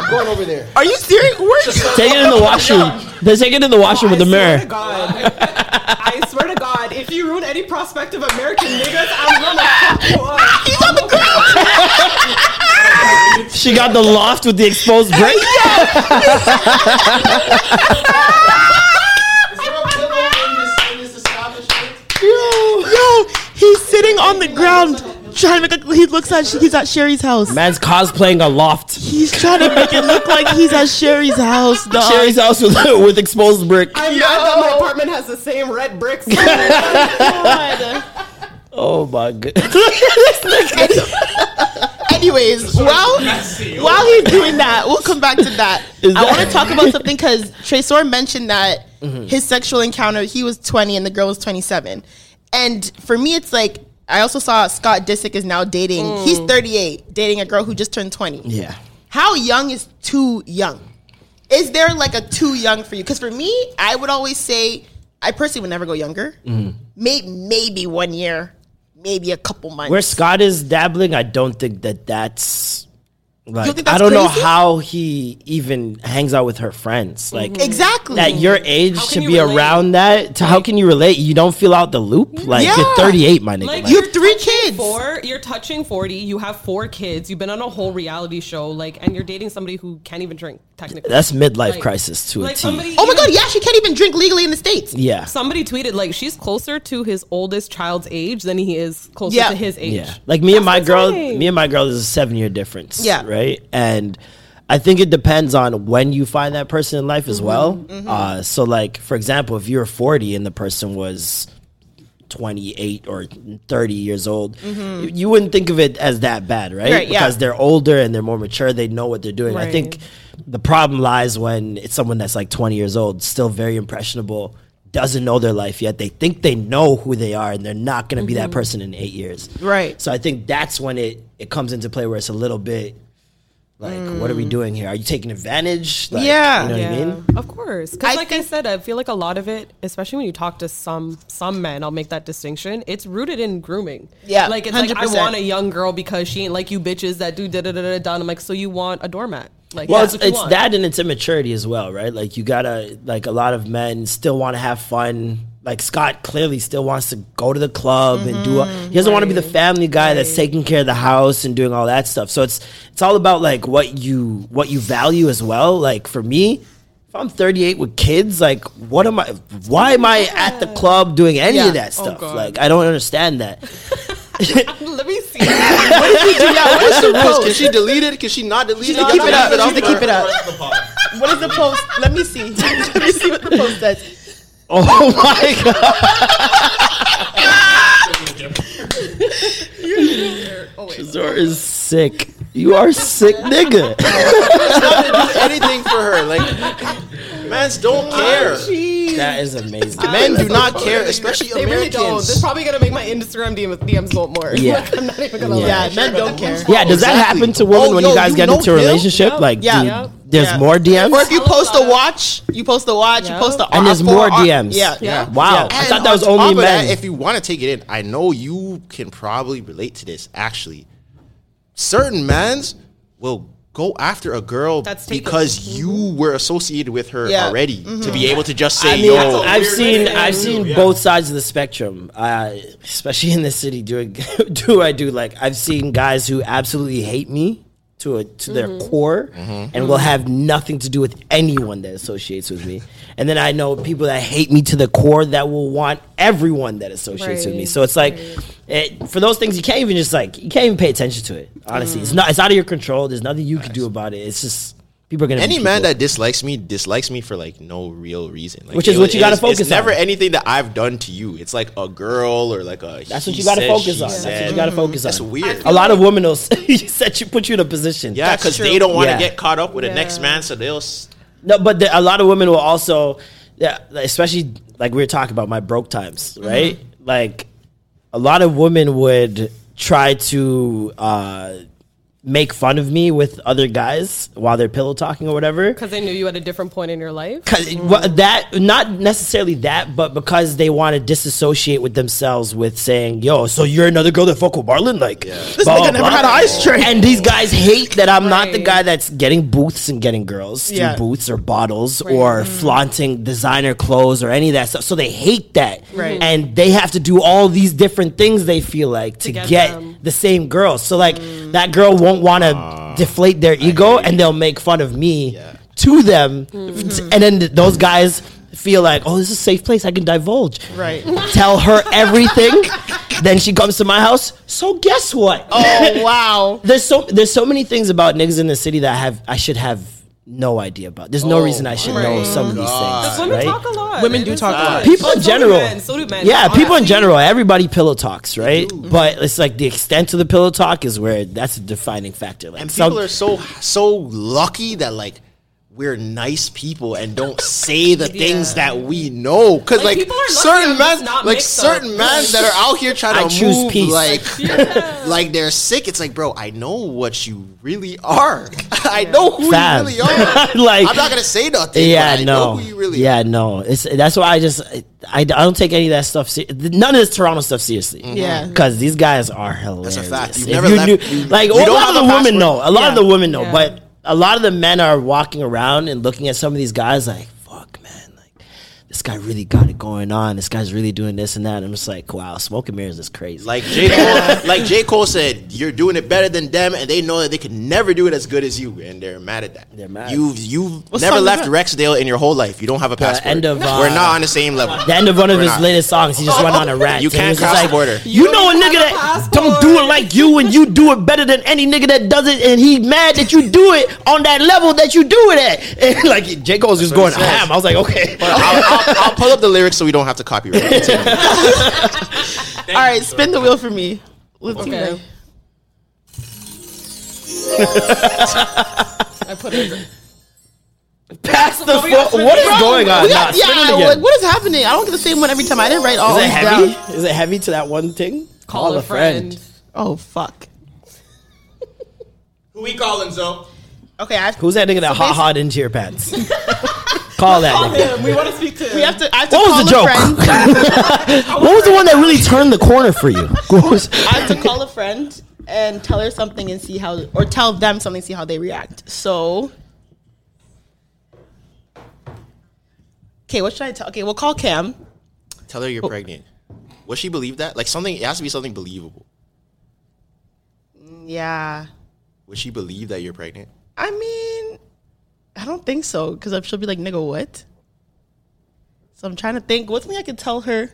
I'm going over there.
Are you serious? [laughs] Take it in the washroom. They take it in the washroom with the
swear to
mirror.
God. I swear to God, if you ruin any prospect of American niggas, I'm gonna fuck you up. He's on the ground.
She got the loft with the exposed brick.
Yo, yo, he's sitting on the ground trying to make a, he looks at he's at Sherry's house.
Man's cosplaying a loft.
He's trying to make it look like he's at Sherry's house, dog.
Sherry's house with, [laughs] with exposed brick.
I'm mad that my apartment has the same red bricks.
Oh
God.
Oh my [laughs] god.
Anyways, while while he's doing that, we'll come back to that.
Is
I
that- Mm-hmm.
want to talk about something because Tresor mentioned that his sexual encounter, he was 20 and the girl was 27. And for me, it's like I also saw Scott Disick is now dating. He's 38, dating a girl who just turned 20.
Mm. Yeah.
How young is too young? Is there like a too young for you? Because for me, I would always say I personally would never go younger. May- maybe one year, maybe a couple months.
Where Scott is dabbling, I don't think that that's like
don't think that's
I don't know
crazy? Mm-hmm.
how he even hangs out with her friends. Like
exactly.
that your age
can
should
you
be
relate?
around that. To how can you relate? You don't feel out the loop. Like you're
Yeah.
38, my nigga.
Like,
Like,
you
you're
have three
touching
kids.
Four, you're touching 40, you have four kids, you've been on a whole reality show, like, and you're dating somebody who can't even drink, technically.
that's midlife
Like-
crisis to a
like
T.
somebody
Oh my
even-
god, yeah, she can't even drink legally in the States.
yeah,
Somebody tweeted like she's closer to his oldest child's age than he is closer
Yeah.
to his age.
yeah. Like me and my
That's
girl,
insane.
me and my girl is a seven year difference.
Yeah.
right. And I think it depends on when you find that person in life
Mm-hmm.
as well. Uh, so, like for example, if you're 40 and the person was 28 or 30 years old,
Mm-hmm.
you, you wouldn't think of it as that bad, right?
Right, yeah.
Because they're older and they're more mature. They know what they're doing. I think the problem lies when it's someone that's like 20 years old, still very impressionable, doesn't know their life yet. They think they know who they are and they're not going to be
Mm-hmm.
that person in eight years.
Right.
So I think that's when it, it comes into play where it's a little bit like,
Mm.
what are
Mm-hmm.
we doing here? Are you taking advantage? Like,
Yeah.
You know
Yeah,
what I mean?
of course. Because
I
like I
think-
said, I feel like a lot of it, especially when you talk to some some men, I'll make that distinction. It's rooted in grooming.
Yeah,
like it's like I
100%.
want a young girl because she ain't like you bitches that do da da da da da. I'm like, so you want a doormat? Like,
well,
that's
it's,
what you
it's
want.
that and it's immaturity as well, right? Like you gotta like a lot of men still want to have fun. Like Scott clearly still wants to go to the club and
Mm-hmm.
do. A,
Mm-hmm.
he doesn't want to be the family guy that's taking care of the house and doing all that stuff. So it's it's all about like what you what you value as well. Like for me. If I'm 38 with kids, like, what am I? Why am I at the club doing any
Yeah.
of that
Oh,
stuff?
God.
like, I don't understand that.
[laughs]
Let me see.
Yeah, what's
[laughs]
the rules? Can she delete it? Can she not delete it?
She's to keep it up. She's to keep it up.
The pod.
What is the post? Let me see. [laughs] Let me see what the post says.
Oh
[laughs]
my god! Shazor is sick. You are sick, nigga.
Not do anything for her. Like, mans don't care.
That is amazing.
Men do not care, especially
They really don't. This
Americans.
is probably gonna make my Instagram DM DMs go up more. [laughs]
Yeah.
Like, I'm not even gonna
Yeah.
lie.
Yeah, men don't care.
Yeah, does that
Exactly.
happen to women
Oh,
when
yo,
you guys
you
get
know
into a
Bill?
relationship?
Yep.
Like,
Yeah.
do-
Yep.
there's
Yeah.
more DMs,
Or if you
Tell us
post a
about it.
watch, you post a watch, you
Yeah.
post a
and there's
a-
more
a-
DMs.
Yeah,
Yeah.
Wow, I
And
thought that was
on
only
top of that,
men.
if you want to take it in, I know you can probably relate to this. Actually, certain mans will go after a girl
That's taken.
because you were associated with her
Yeah.
already to be able to just say
I mean,
yo.
I've seen I've seen both sides of the spectrum, uh, [laughs] especially in this city. Doing do I do like I've seen guys who absolutely hate me to a, to their
Mm-hmm.
core,
Mm-hmm.
and will have nothing to do with anyone that associates with me. And then I know people that hate me to the core that will want everyone that associates with me.
Right,
So it's like, it, for those things, you can't even just like you can't even pay attention to it. Honestly,
Mm.
it's not it's out of your control. There's nothing you can do about it. It's just people are gonna
Any
be
man
people.
that dislikes me dislikes me for like no real reason. Like,
Which is
it-
what you
it
gotta
is- it's
focus
never
on.
anything that I've done to you. It's like a girl or like a.
That's
he
what you gotta
said,
focus
she
on. That's what
said.
you gotta focus on.
That's weird.
A lot of women will [laughs] s- set you put you in a position.
Yeah, because they don't want to
Yeah.
get caught up with the next man, so they'll. s-
No, but the, a lot of women will also, yeah, especially like we were talking about my broke times, right? Like a lot of women would try to uh, make fun of me with other guys while they're pillow talking or whatever.
Because they knew you at a different point in your life.
Cause
Mm-hmm.
well, that not necessarily that, but because they want to disassociate with themselves with saying, "Yo, so you're another girl that fuck with Marlon?" Like this
nigga never had an ice tray.
And these guys hate that I'm not the
Right.
guy that's getting booths and getting girls
Yeah. Mm-hmm.
through booths or bottles or flaunting designer clothes or any of that stuff. So they hate that, Mm-hmm.
Right.
and they have to do all these different things they feel like to,
get
get,
them.
the same girl. So like
Mm.
that girl won't want to deflate their ego, and they'll make fun of me to them,
Mm-hmm.
and then th- those guys feel like, oh, this is a safe place. I can divulge.
Right.
[laughs] Tell her everything. then she comes to my house. So guess what?
Oh wow.
there's so there's so many things about niggas in the city that I have I should have no idea about. There's no reason I should know some of these things.
Women
right?
talk a lot.
Oh, Women
It
do
is
talk a lot.
not-
people in
So do
general.
men, so do men.
Yeah, people in
Honestly,
general. Everybody pillow talks, right? But it's like the extent of the pillow talk is where that's a defining factor. Like
And
some-
people are so so lucky that like we're nice people and don't say
[laughs]
the things that we know because
Like,
like,
people are lucky
certain
I'm just
men
not
like
mixed
certain
up.
men that are out here trying to
I choose
move
peace.
[laughs]
like like they're sick it's like bro I know what you really are [laughs] I know who
Fab. [laughs]
you really are
Like-
I'm not gonna say nothing
yeah,
but I
no.
know who you really
yeah,
are
no. It's that's why I just I, I don't take any of that stuff. Se- none of this Toronto stuff seriously.
Yeah.
because these guys are hilarious.
Mm-hmm. a fact. You've
If
never
you
left-
knew-
you-
like
you
well, a
don't
lot
have
of the
a password.
women know. A lot of
Yeah.
the women know, but a lot of the men are walking around and looking at some of these guys like, "Fuck, man." like This guy really got it going on. This guy's really doing this and that. I'm just like, wow, smoke and mirrors is crazy.
like J Cole like J Cole said you're doing it better than them and they know that they could never do it as good as you and they're mad at that
They're mad.
you've you've
What
never
song is
left
that?
Rexdale in your whole life you don't have a passport
end of, uh,
we're not on the same level
the end of one of
We're
his
not.
latest songs, he just went on a rant.
You
and he
can't
was just
cross
like,
the border.
You,
You
know a
don't
nigga
have a
that don't
passport."
do it like you, and you do it better than any nigga that does it, and he mad that you do it on that level that you do it at. [laughs] And like J Cole's just going
That's what he says.
ham. I was like, okay,
I'll,
[laughs]
I'll, I'll pull up the lyrics so we don't have to copyright. it.
All right, spin the wheel for me. Latina.
Okay. I put it.
pass the
we got
fuck. What
spin it.
is going on?
We
Nah,
got,
spin it
yeah,
again.
like, what is happening? I don't get the same one every time. I didn't write all
Is it
these
heavy?
down.
Is it heavy to that one thing?
Call a friend.
Oh
[laughs]
fuck.
Who we calling, Zo?
Okay, I have to,
Who's that nigga that hot hot into your pants? Call that nigga.
We want to speak to
we have to. I have to
What
call
was the
a
joke?
friend.
[laughs] What was the one that really turned the corner for you? [laughs] What was-
I have to call a friend and tell her something and see how, or tell them something, see how they react. So, okay, what should I tell? Okay, we'll call Cam.
Tell her you're pregnant. Will she believe that? Like something. It has to be something believable.
Yeah,
Would she believe that you're pregnant?
I mean, I don't think so because she'll be like, "Nigga, what?" So I'm trying to think. What's me I could tell her?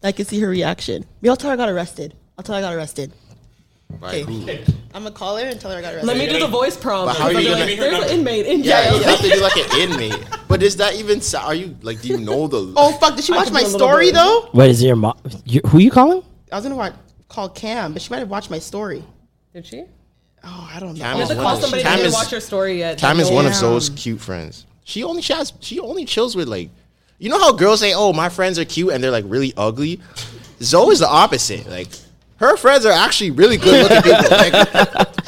that I could see her reaction. Maybe I'll tell her I got arrested. I'll tell her I got arrested.
By who?
I'm gonna call her and tell her I got arrested.
Let me do the voice prompt.
But how are you gonna-
There's an inmate in
Yeah,
jail.
you have to be like an inmate. But is that even? so- Are you like? Do you know the?
oh fuck! Did she watch
can
my
do a little
story
bit.
though?
What is your mom? You, who you calling?
I was gonna watch, call Cam, but she might have watched my story.
Did she?
Oh, I don't know.
Cam
You
is
have to
one
call
of-
somebody that
Cam
didn't
is-
watch your story yet.
Cam is one of
Damn.
Zoe's cute friends. She only she has she only chills with like, you know how girls say, "Oh, my friends are cute," and they're like really ugly. Zoe is the opposite. Like, her friends are actually really good looking people.
[laughs]
Like,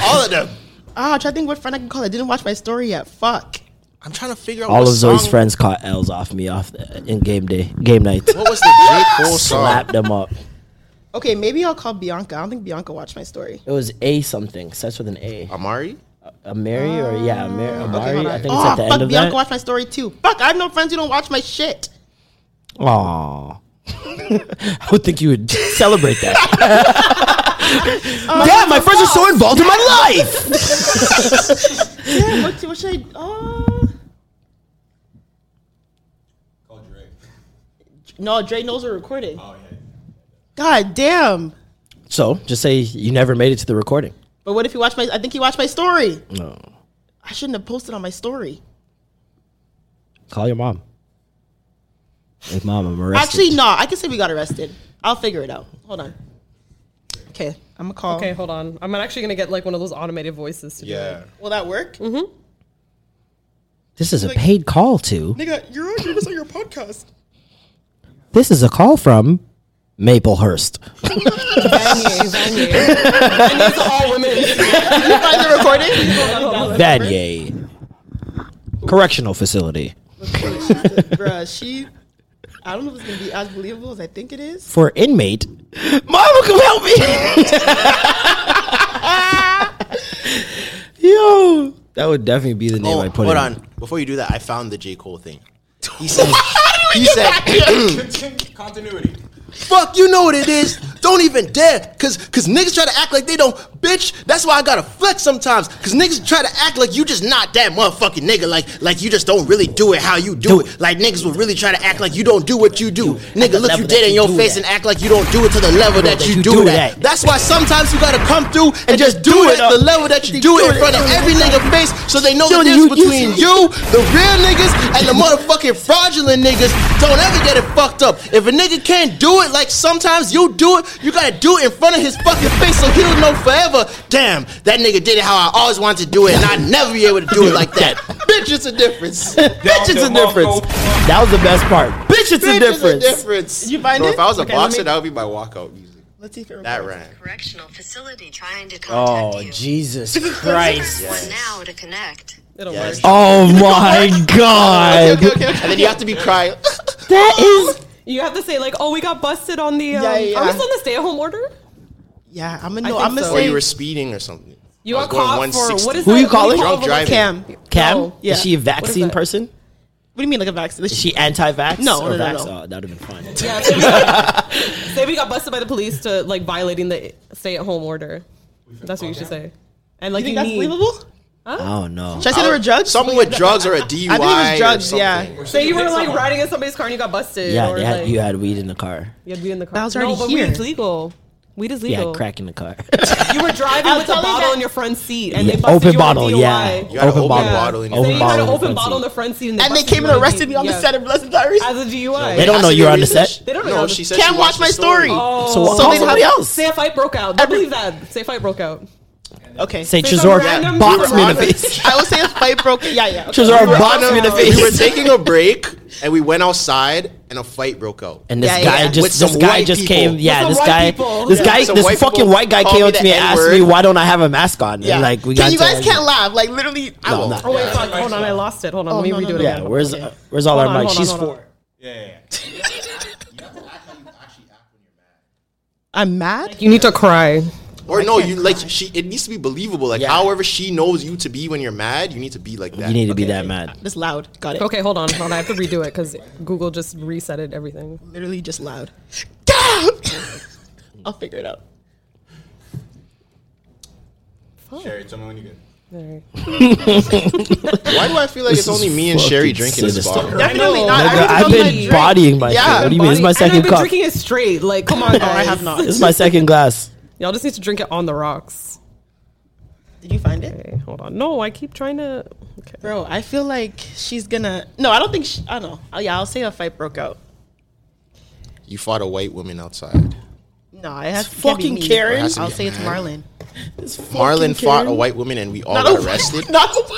all of them.
Oh, I'm trying to think what friend I can call. I didn't watch my story yet. Fuck.
I'm trying to figure out
All
what
of Zoe's
song-
friends caught L's off me off the, in game day,
[laughs]
game night.
What was the J Cole song?
Slapped them up.
Okay, maybe I'll call Bianca. I don't think Bianca watched my story.
It was A something. Starts with an A.
Amari.
Uh,
A Mary or yeah, a Mary. Amari. I think
Oh,
it's at the
fuck.
end of
Bianca
that.
watched my story too. Fuck. I have no friends who don't watch my shit.
[laughs]
[laughs] Aww. I would think you would celebrate that.
Damn, my friends are
Oh.
so involved in my
[laughs]
life.
Yeah, what, what should I? Uh,
Call Drake.
no, Dre knows we're recording.
Oh, yeah.
God damn.
So just say you never made it to the recording.
But what if he watched my? I think he watched my story.
No.
I shouldn't have posted on my story.
Call your mom. Like, mom, I'm arrested.
Actually, no. I can say we got arrested. I'll figure it out. Hold on. Okay, I'm gonna call.
Okay, hold on. I'm actually gonna get like one of those automated voices to do it.
Yeah.
Will that work?
this is a paid call to.
Nigga, you're on this on your podcast.
This is a call from
[laughs]
Maplehurst.
You find the recording,
Vanier. Correctional facility.
bruh. She. I don't know if it's gonna be as believable as I think it is.
For inmate. Mama, come help me. Yo. That would definitely be the name
Oh,
I put
hold
in.
on. Before you do that, I found the J. Cole thing. [laughs] He said, he said, [clears throat]
Continue- Continuity.
fuck, you know what it is. Don't even dare. Cause, cause niggas try to act like they don't, bitch. That's why I gotta flex sometimes. Cause niggas try to act like you just not that motherfucking nigga. Like, like you just don't really do it how you do, it. Like niggas will really try to act like you don't do what you do. Nigga, look you
level
dead
that
in
you
your
do
face
that.
and act like you don't do it to the level that, you, do, that. That's why sometimes you gotta come through and, just do it at the level that you do it in front of every nigga face so they know
Yo,
the difference
you- you-
between you, the real niggas, and the motherfucking fraudulent niggas. Don't ever get it fucked up. If a nigga can't do it like sometimes you do it, you gotta do it in front of his fucking face so he'll know forever. Damn, that nigga did it how I always wanted to do it, and I never be able to do it like
[laughs]
that. Bitch, it's a difference.
Bitch, it's a difference. That was the best part.
[laughs]
Bitch, it's a difference.
difference.
you find
Bro,
it?
If I was a
Okay, let
boxer,
me-
that would be my walkout music.
Let's see if it
That
records.
ran.
Correctional facility trying to contact
Oh,
you. [laughs]
Jesus Christ.
Press one now to connect.
It'll
Yes.
work.
[laughs]
Oh my
Okay,
God.
okay, okay, okay. And then you have to
[laughs]
be crying.
That is.
You have to say like, oh, we got busted on the. Um,
Yeah, yeah,
Are
yeah.
we still on the stay-at-home order?
Yeah, I'm gonna. No,
think
I'm gonna
so.
or
say
you were speeding or something.
You
I
got caught
was going
for
160.
what is
Who
that?
you calling?
What do
Drunk
call
driving.
Cam.
Cam?
No.
Yeah.
Is she a
What is
vaccine
that?
person?
What do you mean like a vaccine?
Is she anti-vax?
No,
or
no, no,
vax?
no.
Oh, that would have been fun.
Yeah, say, we got, say we got busted by the police to like violating the stay-at-home order. That's what you should say. And like
You
you,
think that's
need-
believable?
I don't know.
Should I say there were drugs?
Someone with drugs or a DUI.
I think it was
or
drugs.
something.
Yeah,
Say you were like riding in somebody's car and you got busted.
Yeah,
or,
they had,
like,
you had weed in the car.
you had to be in the car.
That was already
no, but
here.
weed's legal. Weed is
You
legal.
had crack in the car.
You were driving
I'll
with a
tell
bottle
you that-
in your front seat, and
Yeah,
they busted
open
you
bottle,
on DUI.
yeah.
You had an
Open
open
bottle.
bottle,
Say
in
you
your
Open
had
bottle
an
in the
open
front
bottle in
seat.
the front seat, and they,
and they
busted
came
you
and
on
arrested me on the
yeah.
set of Blessed Diaries.
as a DUI.
they don't know
That's
you're
the
on the
reason-
set.
They don't know.
No,
that.
she said
Can't
she
watch
watched
my
the
story.
Oh.
So what-
So
call
they
somebody
have-
else.
Say a fight broke out. Don't believe that. Say a fight broke out.
Okay.
Say
some
Chazor
random
boxed me in the
person.
face.
I will say a fight broke. Yeah, yeah. okay.
Chazor boxed me in the
We were
face.
taking a break and we went outside and a fight broke out.
And this
Yeah,
guy
yeah.
With
just
some
this guy
white
just
people.
came. Yeah,
With
this
some white
guy,
people.
this
Yeah.
guy,
Some
this
white
fucking
people
white guy
call
came
me
up to
the
me and asked
N-word.
me why don't I have a mask on? And,
Yeah.
like we
Can
got
you
to-
guys can't laugh. Like literally, I
won't.
won't.
Oh wait, fuck. Hold on, I lost it. Hold on, let me
Oh, no, no,
redo it.
no.
Yeah,
again.
where's uh, where's all
Hold on,
our mic?
hold on,
She's
hold on.
four.
Yeah, yeah,
[laughs]
I'm mad.
You need to cry.
Or no, you like she. It needs to be believable. Like
Yeah.
however she knows you to be when you're mad, you need to be like that.
You need to be that mad.
Just loud. Got it.
Okay, hold on, hold on. I have to redo it because Google just resetted everything.
Literally just loud. Down. [laughs] I'll figure it out.
yeah. Sherry, tell me when you get.
There.
Why do I feel like
This
it's only
is
me and Sherry
fucking
drinking this
sinister.
bar?
Definitely
know.
not.
Nigga,
I
I've
haven't
been
even done my drink.
bodying my.
Yeah,
What do you mean? This is my
And I've
second
been
cup.
drinking it straight. Like, come on, guys.
[laughs]
I have
[laughs]
not.
This is my second glass.
Y'all just need to drink it on the rocks.
Did you find it,
Okay, hold on. No, I keep trying to. Okay.
bro? I feel like she's gonna. No, I don't think. She, I don't know. Oh, yeah, I'll say a fight broke out.
You fought a white woman outside.
No, it has to
fucking
be me.
Karen.
It has to
I'll
be
say it's
mad.
Marlon.
Marlon fought a white woman and we all got
[laughs]
arrested.
Not a,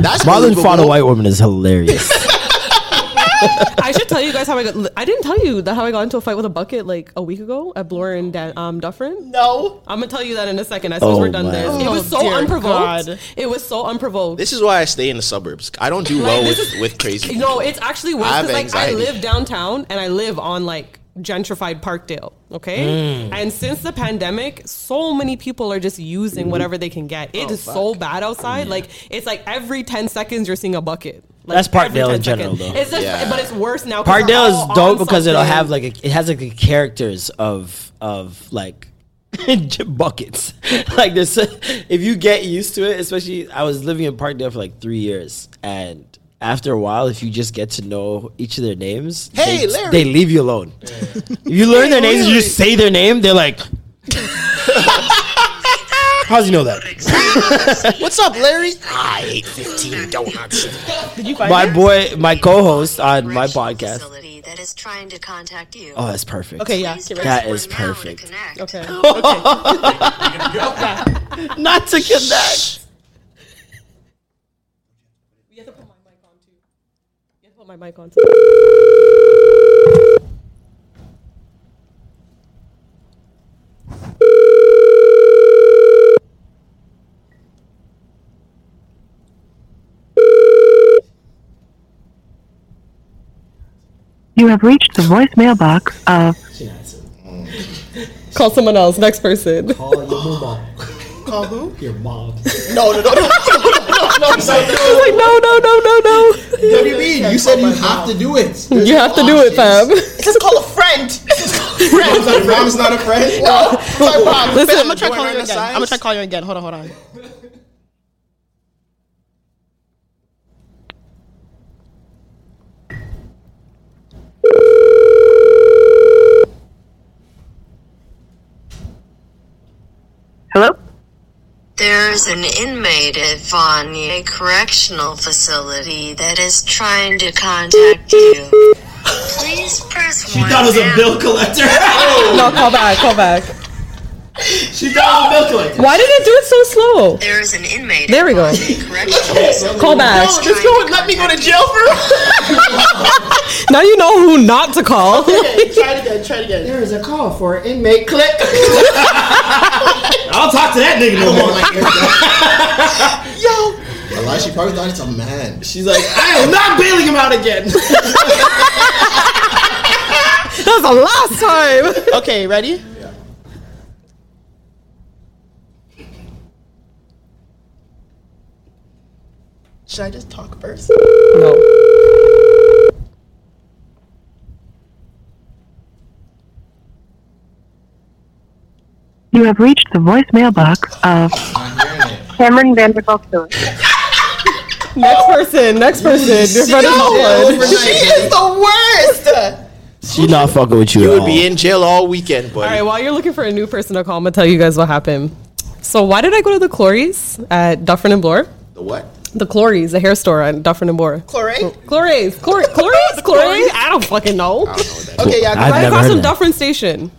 That's
Marlon fought a
believable.
white woman is
[laughs]
hilarious.
I should tell you guys how I got. I didn't tell you that how I got into a fight with a bucket like a week ago at Bloor and Dan, um, Dufferin.
no.
I'm gonna tell you that in a second. I suppose
Oh
we're done
my.
there. It was
Oh,
so
dear
unprovoked.
God.
It was so unprovoked.
This is why I stay in the suburbs. I don't do well
this
with,
is-
with crazy. people.
No, it's actually worse
I have
because like I
anxiety.
live downtown and I live on like gentrified Parkdale.
Mm.
Okay, and since the pandemic, so many people are just
Mm-hmm.
using whatever they can get.
Oh,
It is so bad outside. Like it's like every ten seconds you're seeing a bucket. Like,
That's
every
Parkdale
10
in general,
seconds.
though.
It's just,
Yeah.
but it's worse
Oh,
now. 'cause they're
Parkdale
all
is dope
on
because it'll
something.
have like a, it has like the characters of of like
j- [laughs] buckets. [laughs] like this, if you get used to it, especially I was living in Parkdale for like three years, and after a while, if you just get to know each of their names,
Hey,
they,
Larry.
they leave you alone. [laughs] If you learn their names, and you just say their name. They're
[laughs]
like, "How's you know that?"
[laughs] What's up,
[laughs]
Larry? I ate 15 donuts.
Did you find
My
it?
boy, my co-host on my podcast.
Facility that is trying to contact you.
Oh, that's perfect.
Okay, yeah.
Please
get ready.
press
That is
one now to
perfect.
connect.
[laughs]
Okay.
Not to connect.
You have to put my mic on too. You have to put my mic on too.
You have reached the voicemail box of
Call someone else. Next person.
Call who?
No, no, no, no, no, no, no.
like, no, no, no, no, no.
What do you mean? You
Oh
said you have to do it. There's
You have to do it, fam.
options.
Just call a friend.
Mom's not- Mom's not a friend. No.
Sorry, Bob.
Listen,
I'm gonna try
you
calling
wanna learn
you again.
the
I'm gonna
science?
try calling you again. Hold on, hold on.
Hello?
There's an inmate at Vanier Correctional Facility that is trying to contact you. Please press one. now.
collector. [laughs]
No, call back. Call back.
she thought it was a bill collector.
Why did it do it so slow?
There is an inmate.
There we go.
at Vanier Correctional Facility
Call back.
that's trying to
Let me go to jail for.
Now you know who not to call.
try it again. Try it again.
There is a call for inmate
[laughs]
click. I'll talk to that nigga no more.
Oh
[laughs]
Yo. Well, she probably thought it's a man.
She's like, I am not bailing him
[laughs]
out again.
That's the last time.
Okay, ready? Should I just talk first?
No.
You have reached the voicemail box of Cameron Vanderbilt Lewis.
Next person. Next person. Your friend is not one.
She is the worst.
she not fucking with you.
You
at
would
all.
be in jail all weekend, buddy.
All right, while you're looking for a new person to call, I'm gonna tell you guys what happened. So, why did I go to the Clories at Dufferin and Bloor?
The what?
The Clories, the hair store at Dufferin and Bloor.
Chlorate?
Clories, Clor- Clories, Clories. I don't fucking know.
Okay, yeah.
I've
I,
Right
never
across
heard
from
that.
Dufferin Station.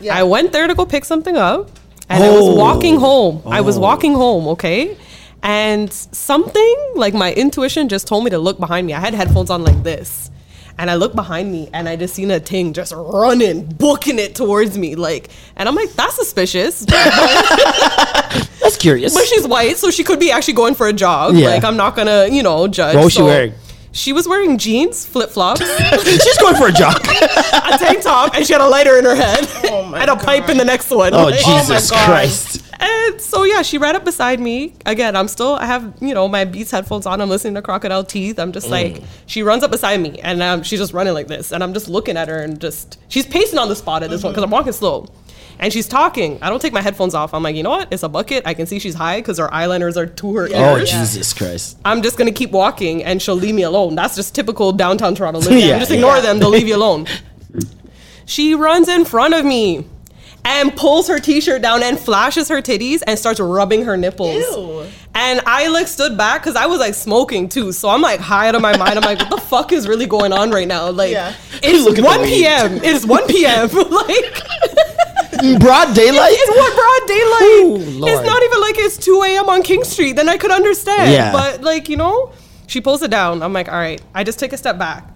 Yeah.
I went there to go pick something up, and I was
Oh.
walking home. I was walking home, okay? And something, like my intuition just told me to look behind me. I had headphones on like this. And I looked behind me and I just seen a thing just running, booking it towards me. Like, and I'm like, that's suspicious.
That's curious.
But she's white, so [laughs] she could be actually going for a jog.
Yeah.
Like, I'm not gonna, you know, judge.
What was Oh, she
So
wearing?
She was wearing jeans, flip flops, [laughs]
She's going for a jog.
Oh, a tank top, and she had a lighter in her head
my
[laughs] and a pipe in the next one.
oh
Like,
Jesus
God.
Christ!
And so yeah, she ran up beside me. Again, I'm still I have you know my Beats headphones on. I'm listening to Crocodile Teeth. I'm just like she runs up beside me and um, she's just running like this, and I'm just looking at her and just she's pacing on the spot at this one because I'm walking slow. And she's talking. I don't take my headphones off. I'm like, you know what? It's a bucket. I can see she's high because her eyeliners are to her
Oh
ears.
Jesus Christ!
I'm just gonna keep walking and she'll leave me alone. That's just typical downtown Toronto living.
Yeah,
I'm just
yeah.
ignore them, they'll leave you
[laughs]
alone. She runs in front of me and pulls her t-shirt down and flashes her titties and starts rubbing her nipples.
Ew.
And I like stood back because I was like smoking too. So I'm like high out of my mind. I'm like, what the fuck is really going on right now? Like
Yeah.
it's
Look at the
1
weed.
p.m. It is 1 p.m. [laughs] like
In broad daylight.
it's what broad daylight.
Ooh, Lord.
it's not even like it's 2 a.m. on King Street. Then I could understand.
Yeah.
But like, you know, she pulls it down. I'm like, all right, I just take a step back.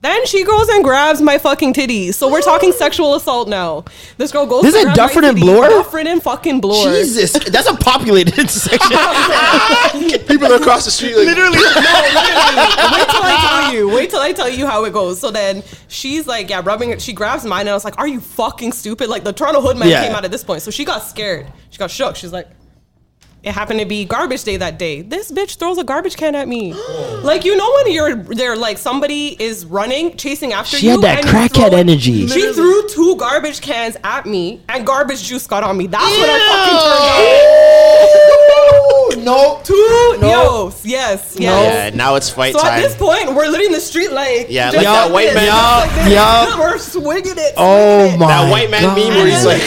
Then she goes and grabs my fucking titties. So we're talking sexual assault now. This girl goes.
This
to
is
grab
Dufferin
my
and
titties.
Bloor?
Dufferin and [laughs] fucking Bloor.
Jesus, that's a populated [laughs]
[laughs]
section.
People across the street, like, literally. [laughs]
wait till I tell you. Wait till I tell you how it goes. So then she's like, yeah, rubbing it. She grabs mine, and I was like, are you fucking stupid? Like the Toronto hood man
Yeah.
came out at this point, so she got scared. She got shook. She's like, It happened to be garbage day that day. This bitch throws a garbage can at me. like you know when you're there, like somebody is running, chasing after
She
you.
had that
and you
crackhead
throw-
energy.
She threw two garbage cans at me, and garbage juice got on me. That's what I fucking turned
on. No,
two. No. yes, yes.
Yeah, now it's fight
so
time.
at this point, we're literally in the street like
Yeah,
just
like that white
this,
man-
just like this.
Yeah, yeah.
We're swinging it.
Oh my!
that white man meme where he's like,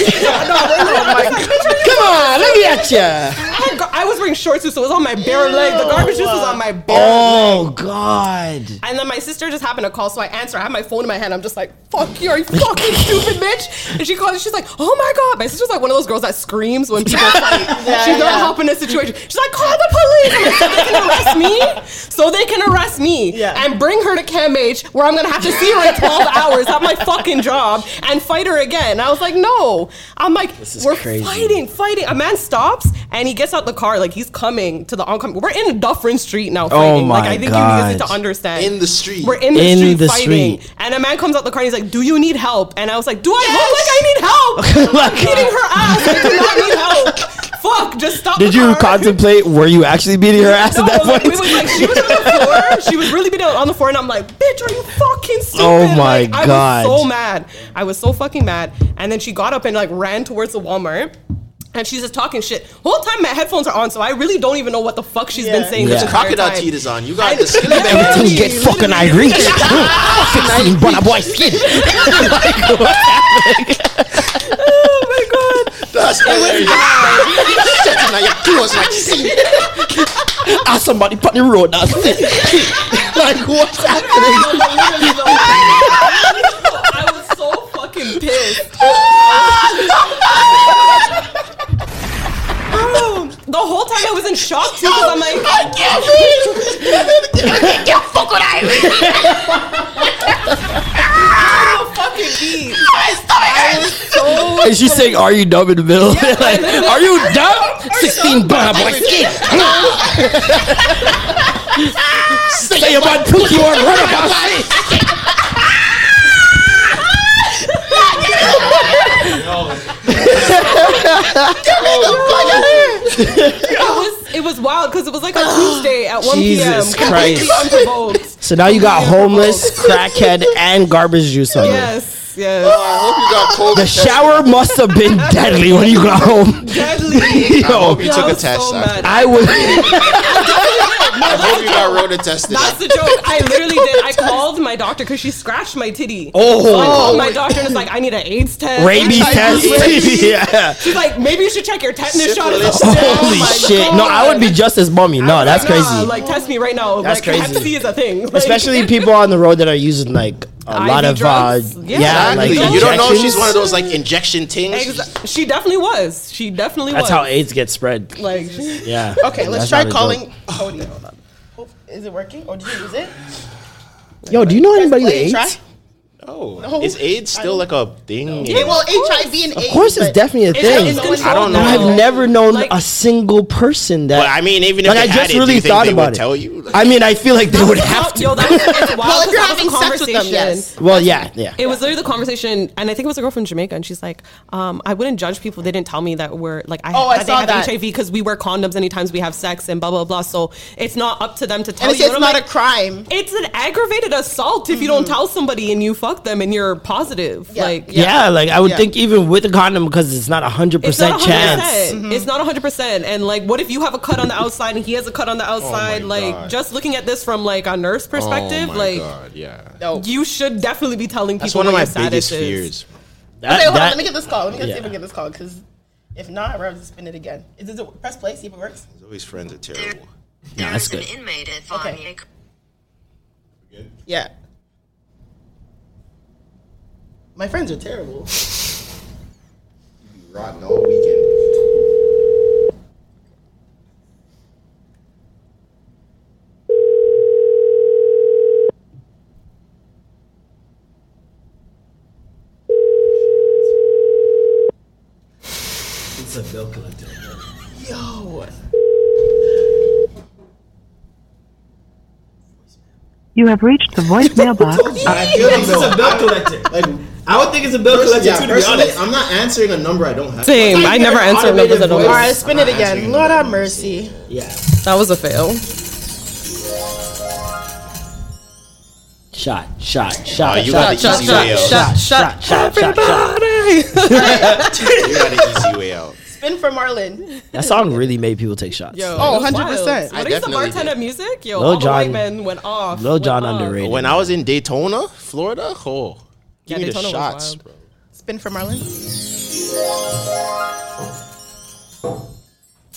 Come on, look at ya.
I, had gar- Oh, I was wearing shorts too, so it was on my bare leg. The garbage juice was on my bare
Oh God.
leg. And then my sister just happened to call, so I answer. I have my phone in my hand. I'm just like, "Fuck you, are you
[laughs]
fucking stupid bitch?" And she calls. She's like, "Oh my god!" My sister's like one of those girls that screams when
[laughs]
people fight.
Yeah,
she's not
yeah.
helping the situation. She's like, "Call the police!" I'm like, so they can arrest me. So they can arrest me and bring her to CAMH, where I'm gonna have to see her
[laughs]
in 12 hours at my fucking job and fight her again. And I was like, "No." I'm like, "We're
crazy.
fighting, fighting." A man stops and he gets out the car. Like he's coming to the oncoming. We're in Dufferin Street now. Fighting. like
Oh my
I think you
God.
need to understand.
In the street.
We're in the
In
street
the
fighting.
street.
And a man comes out the car and he's like, Do you need help? And I was like, Do I look like I need help? I'm beating her ass. I do not need help. Fuck, just stop.
Did
the
you
car.
contemplate? Were you [laughs] actually beating her ass at that
like,
point?
we was like, she was on the floor. She was really beating on on the floor, and I'm like, "Bitch, are you fucking stupid?"
Oh my
Like,
God.
I was so mad. I was so fucking mad. And then she got up and like ran towards the Walmart. And she's just talking shit. Whole time my headphones are on, so I really don't even know what the fuck she's been saying.
There's
This
a
entire
crocodile
time.
teeters on. You got this.
Everything get fucking irate. fucking seen brother boy skin. Like, what?
[laughs] That's
Ah, somebody put the road down. [laughs] like what's happening?
I was so fucking pissed. Bro, [laughs] the whole time I was in shock too, because I'm like, I can't breathe. You fuck with Irish. I'm a fucking beat. I was so.
[laughs] And she's saying, "Are you dumb in the middle?" [laughs] like, [laughs] are you dumb? Sixteen brother boy [laughs] skin. Say about Pookie or run about it.
It was it was wild because it was like a Tuesday at
[laughs]
1
Jesus
p.m.
Christ.
completely unprovoked.
So now you got homeless, crackhead, and garbage juice on you.
Yes, yes.
The shower must have been deadly when you got home.
Deadly.
Yo. I hope
you took a test
So
after.
mad.
I was.
I hope you got road tested.
That's the joke. I literally did. I called my doctor because she scratched my titty.
Oh.
so I called my doctor and it's like, I need an AIDS test,
Rabies
HIV
test. [laughs] yeah.
She's like, maybe you should check your tetanus shot.
Syphilis
It's-
test.
Oh
Holy
my
shit.
God.
No, I would be just as bummy. No, that's
Like, nah,
crazy.
Like, test me right now.
That's
like, crazy.
crazy.
Hep C is a thing. Like-
Especially people on the road that are using like a
IV
lot of uh,
drugs.
yeah,
Yeah.
like
Exactly.
Like
you don't know if she's
injections.
one of those like injection things.
Exa- she definitely was. She definitely
That's
was.
how AIDS gets spread.
Like,
Yeah.
Okay, let's
That's not
try
a joke.
calling Cody. Oh, Is it working or did you use it?
Yo, do you know anybody with
Play it,
AIDS?
Oh,
No.
is AIDS still like a thing? in-
Yeah, well, HIV and AIDS.
Of course, it's
but-
definitely a
It's-
thing.
it's controlled
I don't know.
now.
I've
I've never known
Like-
a single person that.
But I mean, even if
like,
they
I
had
just
it, do
really
you think
thought
they would
about it.
tell you?
I mean, I feel like they would
That-
have to.
Yo, that was, it's
[laughs]
wild
Well, if
'cause
you're
that was a
having sex with them,
conversation.
yes.
well, yeah, yeah.
It was literally the conversation, and I think it was a girl from Jamaica, and she's like, um, "I wouldn't judge people. They didn't tell me that we're like I,
Oh, I
that
saw
they have
that.
HIV because we wear condoms anytime we have sex and blah blah blah. So it's not up to them to tell
And it's,
you.
it's
And I'm
not
like,
a crime. Mm-hmm.
It's an aggravated assault if you don't tell somebody and you fuck them and you're positive.
Yeah.
Like
yeah. like I would
Yeah.
think even with a condom because it's not a hundred
It's not
percent
100%.
chance.
Mm-hmm.
It's not 100%. And like, what if you have a cut on the outside and he has a cut on the outside? like,
Oh God.
just looking at this from like a nurse perspective,
oh my
like,
god, yeah.
No.
you should definitely be telling people
That's one of
what
my
your
biggest
status
[laughs]
is.
fears.
That-
okay, hold
that-
on. Let me get this call. Let me get, see if I
yeah.
can get this call because if not, we're gonna spin it again. Is it, press play? See if it works.
All these friends are terrible.
Nah, that's
There's an
good.
inmate at Vanier.
Yeah. My friends are terrible.
Rotten all weekend.
Yo.
You have reached the voicemail box.
I feel
It's just a bill collector.
Like,
I would think it's a bill
Person-
collector
yeah,
too, to be
personally,
honest.
I'm not answering a number I don't have.
Same. I never answer numbers I don't
All
know.
right, spin it again. Lord have mercy.
Yeah.
That was a fail.
Shot, shot, shot.
Oh, you
shot,
got the easy way out.
shot, shot,
shot, shot, shot.
You got an easy way out.
Spin for Marlon.
That song really made people take shots.
Yo,
Oh,
that's
100%.
wild.
I
What is the
definitely
bartender music? Yo,
Lil
all the white
Jon-
men went off.
Lil
went
Jon
off.
underrated.
When I was in Daytona, Florida, oh, give
Yeah,
me the
Daytona was
shots,
wild.
bro.
Spin for Marlon.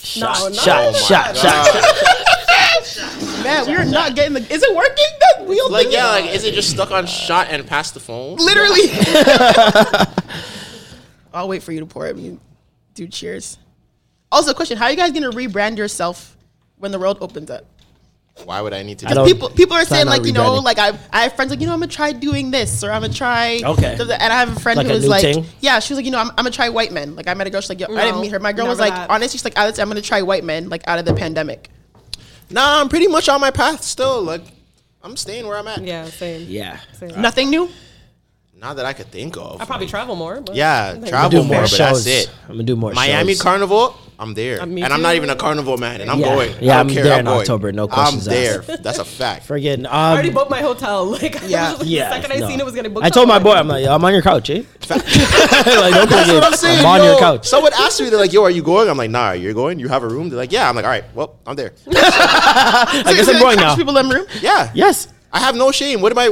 shot,
No, no,
shot,
no,
shot, shot, shot.
[laughs] Man, we are not getting the. Is it working? That wheel.
Like,
thing?
yeah, like, is it just stuck on shot and past the phone?
literally. [laughs] I'll wait for you to pour it. You do cheers. Also, question: How are you guys gonna rebrand yourself when the world opens up?
Why would I need to?
I don't-
People, people are
Plan
saying
on
like, you know,
rebranding.
like I, I have friends like, you know, I'm gonna try doing this or I'm gonna try.
Okay.
And I have a friend
Like
who
a
was
new
like,
thing?
yeah, she was like, you know, I'm, I'm gonna try white men. Like I met a girl, she's like, yo, I didn't
No,
meet her. My girl was
never
like,
that.
honestly, she's like, Alex, I'm gonna try white men, like out of the pandemic.
Nah, I'm pretty much on my path still. Like, I'm staying where I'm at.
Yeah, same.
Yeah. Uh,
same.
Nothing new.
Not that I could think of.
I probably travel more. But
Yeah,
I'm gonna
travel
do
more,
more
but
shows.
that's it.
I'm gonna do more
Miami
shows.
Carnival, I'm there,
Uh, me
and I'm not
too.
even a carnival man, and I'm
Yeah.
going.
Yeah,
I don't
I'm
care,
there
I'm
in
going.
October, no questions
I'm there. [laughs]
asked.
That's a fact.
Friggin' um,
I already booked my hotel. [laughs] Like,
Yeah.
the second I
no.
seen it was getting booked.
I told
up,
my
I'm
boy,
like,
I'm like, I'm on your couch, eh? like, don't play games.
That's what I'm saying.
on
yo.
your couch.
Someone asked me, they're like, "Yo, are you going?" I'm like, "Nah, you're going. You have a room." They're like, "Yeah." I'm like, "All right, well, I'm there."
I
[laughs]
guess I'm going now.
People in the room.
Yeah,
Yes,
I have no shame. What am I?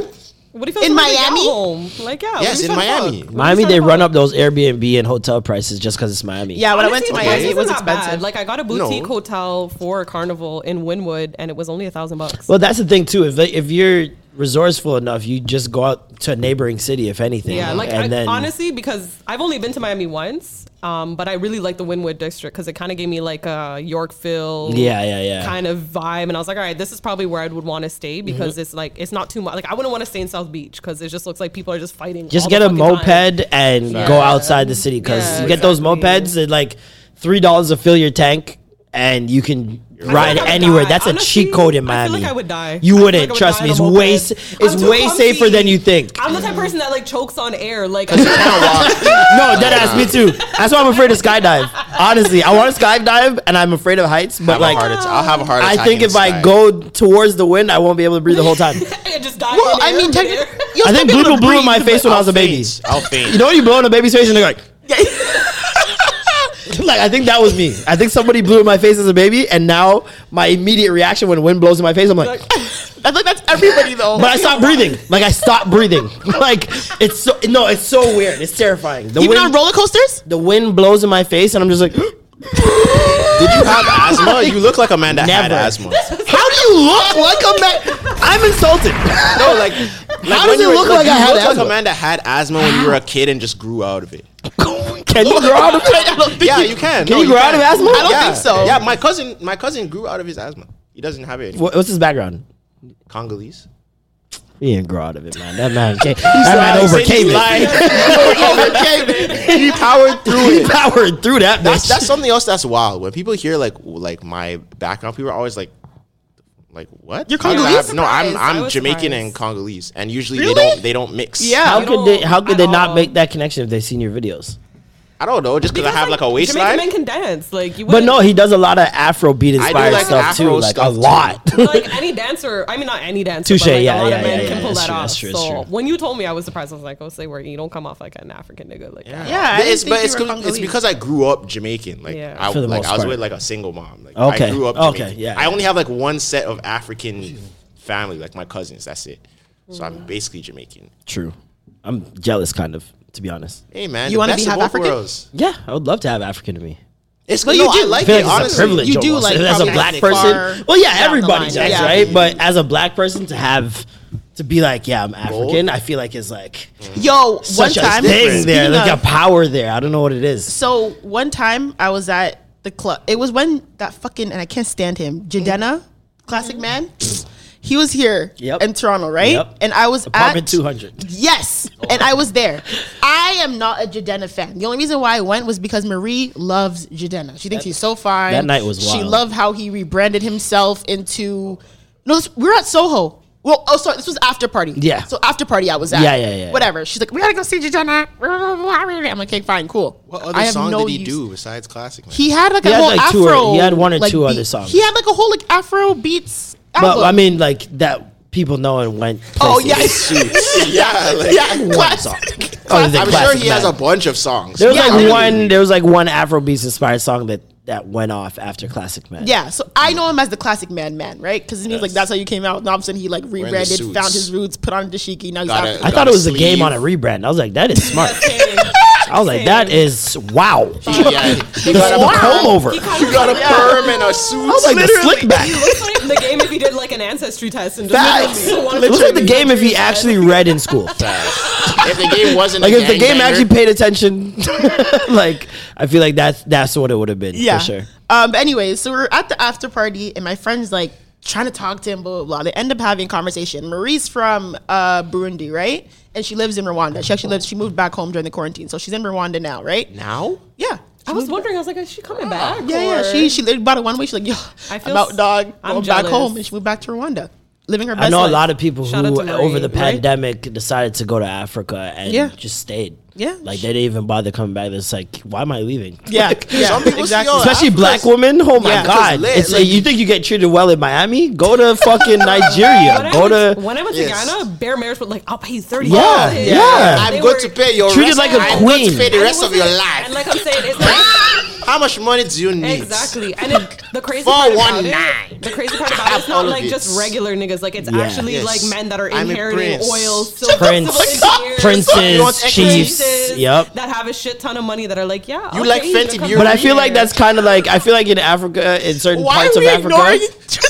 What do you feel
In
so good to get
Miami?
Home? Like, yeah.
Yes, in Miami.
Miami. They run up those Airbnb and hotel prices just because it's Miami.
Yeah, when
But
I went to Miami, it was expensive.
Like I got a boutique
No.
hotel for a carnival in Wynwood, and it was only a thousand bucks.
Well, that's the thing too. If they, if you're resourceful enough, you just go out to a neighboring city, if anything.
Yeah, like
and
I,
then
honestly, because I've only been to Miami once, um, but I really like the Wynwood district because it kind of gave me like a Yorkville,
Yeah, yeah, yeah.
kind of vibe, and I was like, all right, this is probably where I would want to
Mm-hmm.
stay because it's like it's not too much. Like I wouldn't want to stay in South Beach because it just looks like people are just fighting.
just
all
get
the
a
fucking time.
moped and go outside the city because
Yeah,
you get those
exactly.
mopeds at like three dollars to fill your tank, and you can
I feel
ride
like I would
anywhere.
die.
That's
Honestly,
a cheat code in
I feel
Miami.
like I would die. I
You
feel
wouldn't.
like I would
trust
die
me.
on
It's
a
way
moped.
sa-
I'm
it's
too
way safer
clumsy.
than you think.
I'm the type of person that like chokes on air.
[laughs]
Like
No, dead ass. Me too. That's why I'm afraid to skydive. Honestly, I want to skydive, and I'm afraid of heights. But
Have
like,
a heart atta- I'll have a heart
I
attack.
think
in
if
the
I
sky.
go towards the wind, I won't be able to breathe the whole time.
it just
[laughs]
died.
well, I mean,
[laughs]
technically, you'll
I
still
think
be able
Blue
to
blew in my
breathe,
face when I was a
I'll
baby.
faint. I'll faint.
You know when you blow in a baby's face and they're like, [laughs] like I think that was me. I think somebody blew in my face as a baby, and now my immediate reaction when wind blows in my face, I'm like,
but [laughs] I think that's everybody though.
but I stopped breathing. Like I stopped breathing. [laughs] Like it's so no, it's so weird. It's terrifying. The
Even
wind,
on roller coasters.
the wind blows in my face, and I'm just like, [gasps]
Did you have asthma? You look like a man that had
Never.
asthma.
how do you look like a man? I'm insulted.
No, like, like
How
when
does it
you were-
look like
you
I had
look
asthma?
Like a man that had asthma when you were a kid and just grew out of it.
[laughs] Can you grow out of it?
Yeah, you can.
Can
No,
you grow out
can.
of asthma?
I don't
yeah.
think so.
Yeah, my cousin, my cousin grew out of his asthma. He doesn't have it. anymore.
What- What's his background?
Congolese.
He didn't grow out of it, man. That man, came, that man overcame
He
it.
lied. He overcame it. He powered through
[laughs] He
it.
powered through that
That's
bitch.
that's something else that's wild. When people hear like like my background, people are always like, like what?
You're
How did I
Congolese?
have- No, I'm
Surprised. I
I'm
was
Jamaican
surprised.
and Congolese, and usually
Really?
they don't they don't mix.
Yeah.
how
You um,
could they?
don't
How could
at
they not
all.
make that connection if they seen your videos?
I don't know, just because I have like, a
Jamaican
waistline.
men can dance. Like you.
But
wouldn't-
no, he does a lot of Afrobeat
I do
inspired
like
stuff
Afro
too, like
stuff,
a
too.
lot.
[laughs] like any dancer, I mean not any dancer,
Touche,
but like
yeah,
a lot
yeah,
of men
yeah,
can
yeah,
pull
that's
that
true,
off.
that's true, that's
so
true.
when you told me, I was surprised. I was like, oh, say word, you don't come off like an African nigga. Like, that.
Yeah, I
But
didn't
it's
think
but
you
it's,
were
'cause- it's
Congolese.
because I grew up Jamaican. Like
Yeah.
I
For the
like
most
I was
part.
with like a single mom. Like
Okay.
I grew up
Okay,
Jamaican.
yeah.
I only have like one set of African family, like my cousins. That's it. So I'm basically Jamaican.
True. I'm jealous, kind of, to be honest.
Hey man,
You
the
wanna
best
be
of
half
both
African?
worlds.
Yeah, I would love to have African in me.
It's
Well,
good.
you
no, I
do-
like
feel
it.
like it's a
Honestly,
privilege.
You do
almost.
like
as a
probably
black
far
person. Well, yeah,
down the
everybody
line,
does,
yeah.
right? But as a black person, to have to be like, yeah, I'm African. I feel like it's like
Mm. Yo,
such
one time
a thing there,
speaking
like
of-
a power there. I don't know what it is.
So one time I was at the club. It was when that fucking and I can't stand him, Jadena, classic man. He was here
Yep.
in Toronto, right?
Yep.
And I was
Apartment
at
200.
Yes, and I was there. I am not a Jadena fan. The only reason why I went was because Marie loves Jadena. She thinks he's so fine.
that night was
She
wild.
loved how he rebranded himself into. No, this- we were at Soho. Well, oh, sorry, this was after party.
Yeah.
So after party, I was at.
Yeah, yeah, yeah,
Whatever. She's like, we gotta go see Jajana. I'm like, okay, fine, cool.
What other
I have
song
no
did he
use-
do besides classic? Man?
He had like
He
a
had,
whole
like, two or-
Afro.
he had one or
like,
two
beat-
other songs.
He had like a whole like Afro beats. Album.
But I mean, like that people know and went.
Oh,
places.
yeah.
Shoot. yeah, [laughs]
[laughs]
like,
yeah, class.
Other than
I'm sure
Oh, classic
he has a
Mac.
bunch of songs.
There was
Yeah,
like
literally.
one. There was like one Afrobeats inspired song that that went off after classic man.
Yeah, so I know him as the classic man, man, right? Because he's like,
Yes.
that's how you came out. And all of a sudden, he like rebranded,
suits.
found his roots, put on a dashiki. Now he's
Got
Afro.
I thought it was a game on a rebrand. I was like, that is
[laughs]
smart. I was like, that is wow.
[laughs] Yeah, [laughs]
[laughs]
he
The
got a
comb over.
He
I
kind
you
of
got a perm and a suit.
was like the slick
[laughs]
back.
He looks like the game if he did like an ancestry test and
Facts.
just
It looks like the game if he actually read in school.
if the game wasn't
Like
a
if the game
gangbanger,
actually paid attention, [laughs] like I feel like that's that's what it would have been for sure.
Um, but anyways, so we're at the after party, and my friend's like trying to talk to him, blah, blah, blah. They end up having a conversation. Marie's from uh, Burundi, right? And she lives in Rwanda. She actually lives, she moved back home during the quarantine. So she's in Rwanda now, right?
now
Yeah.
I was wondering, I was like, is she coming back?
Yeah, yeah.
or-
She, she literally bought it one way. She's like, yo,
I
I
feel
feel about
s-
dog.
I'm
going back
jealous.
home. And she moved back to Rwanda, living her best
I know
life.
a lot of people
Shout out
who
to
over the
Marie, right?
pandemic decided to go to Africa and
Yeah.
just stayed.
Yeah.
Like they didn't even bother coming back. It's like, why am I leaving?
Yeah,
[laughs] Like,
yeah,
Some people
exactly.
see, yo,
Especially black women. Oh my
Yeah.
god!
lit,
It's
like-
like, you think you get treated well in Miami? Go
[laughs]
to fucking
When
Nigeria.
I
Go
went-
to
when I went to
Yes.
Ghana, Bear Marriage was like, I'll pay thirty.
Yeah,
dollars."
yeah. Yeah.
They
I'm going
were-
to pay your
Treated
rest.
like a
I'm going
queen.
to pay the
and it
rest of your
wasn't-
life.
And like I'm saying,
[laughs]
it's not
How much money do you need?
exactly. And it, the crazy part about it,
419.
the crazy part about it, it's
All
not
of
like
it.
just regular niggas. Like it's
Yeah.
actually
Yes.
like men that are
I'm a
inheriting
prince.
oil, silver,
Prince,
civil engineers,
You want
princes,
extra
chiefs.
princes
Yep.
that have a shit ton of money that are like, yeah,
You like
gonna
Fenty
come
Beauty?
But
You're
I feel like
here.
that's kind of like I feel like in Africa, in certain
Why
parts
are
of
we ignoring
[laughs] Africa,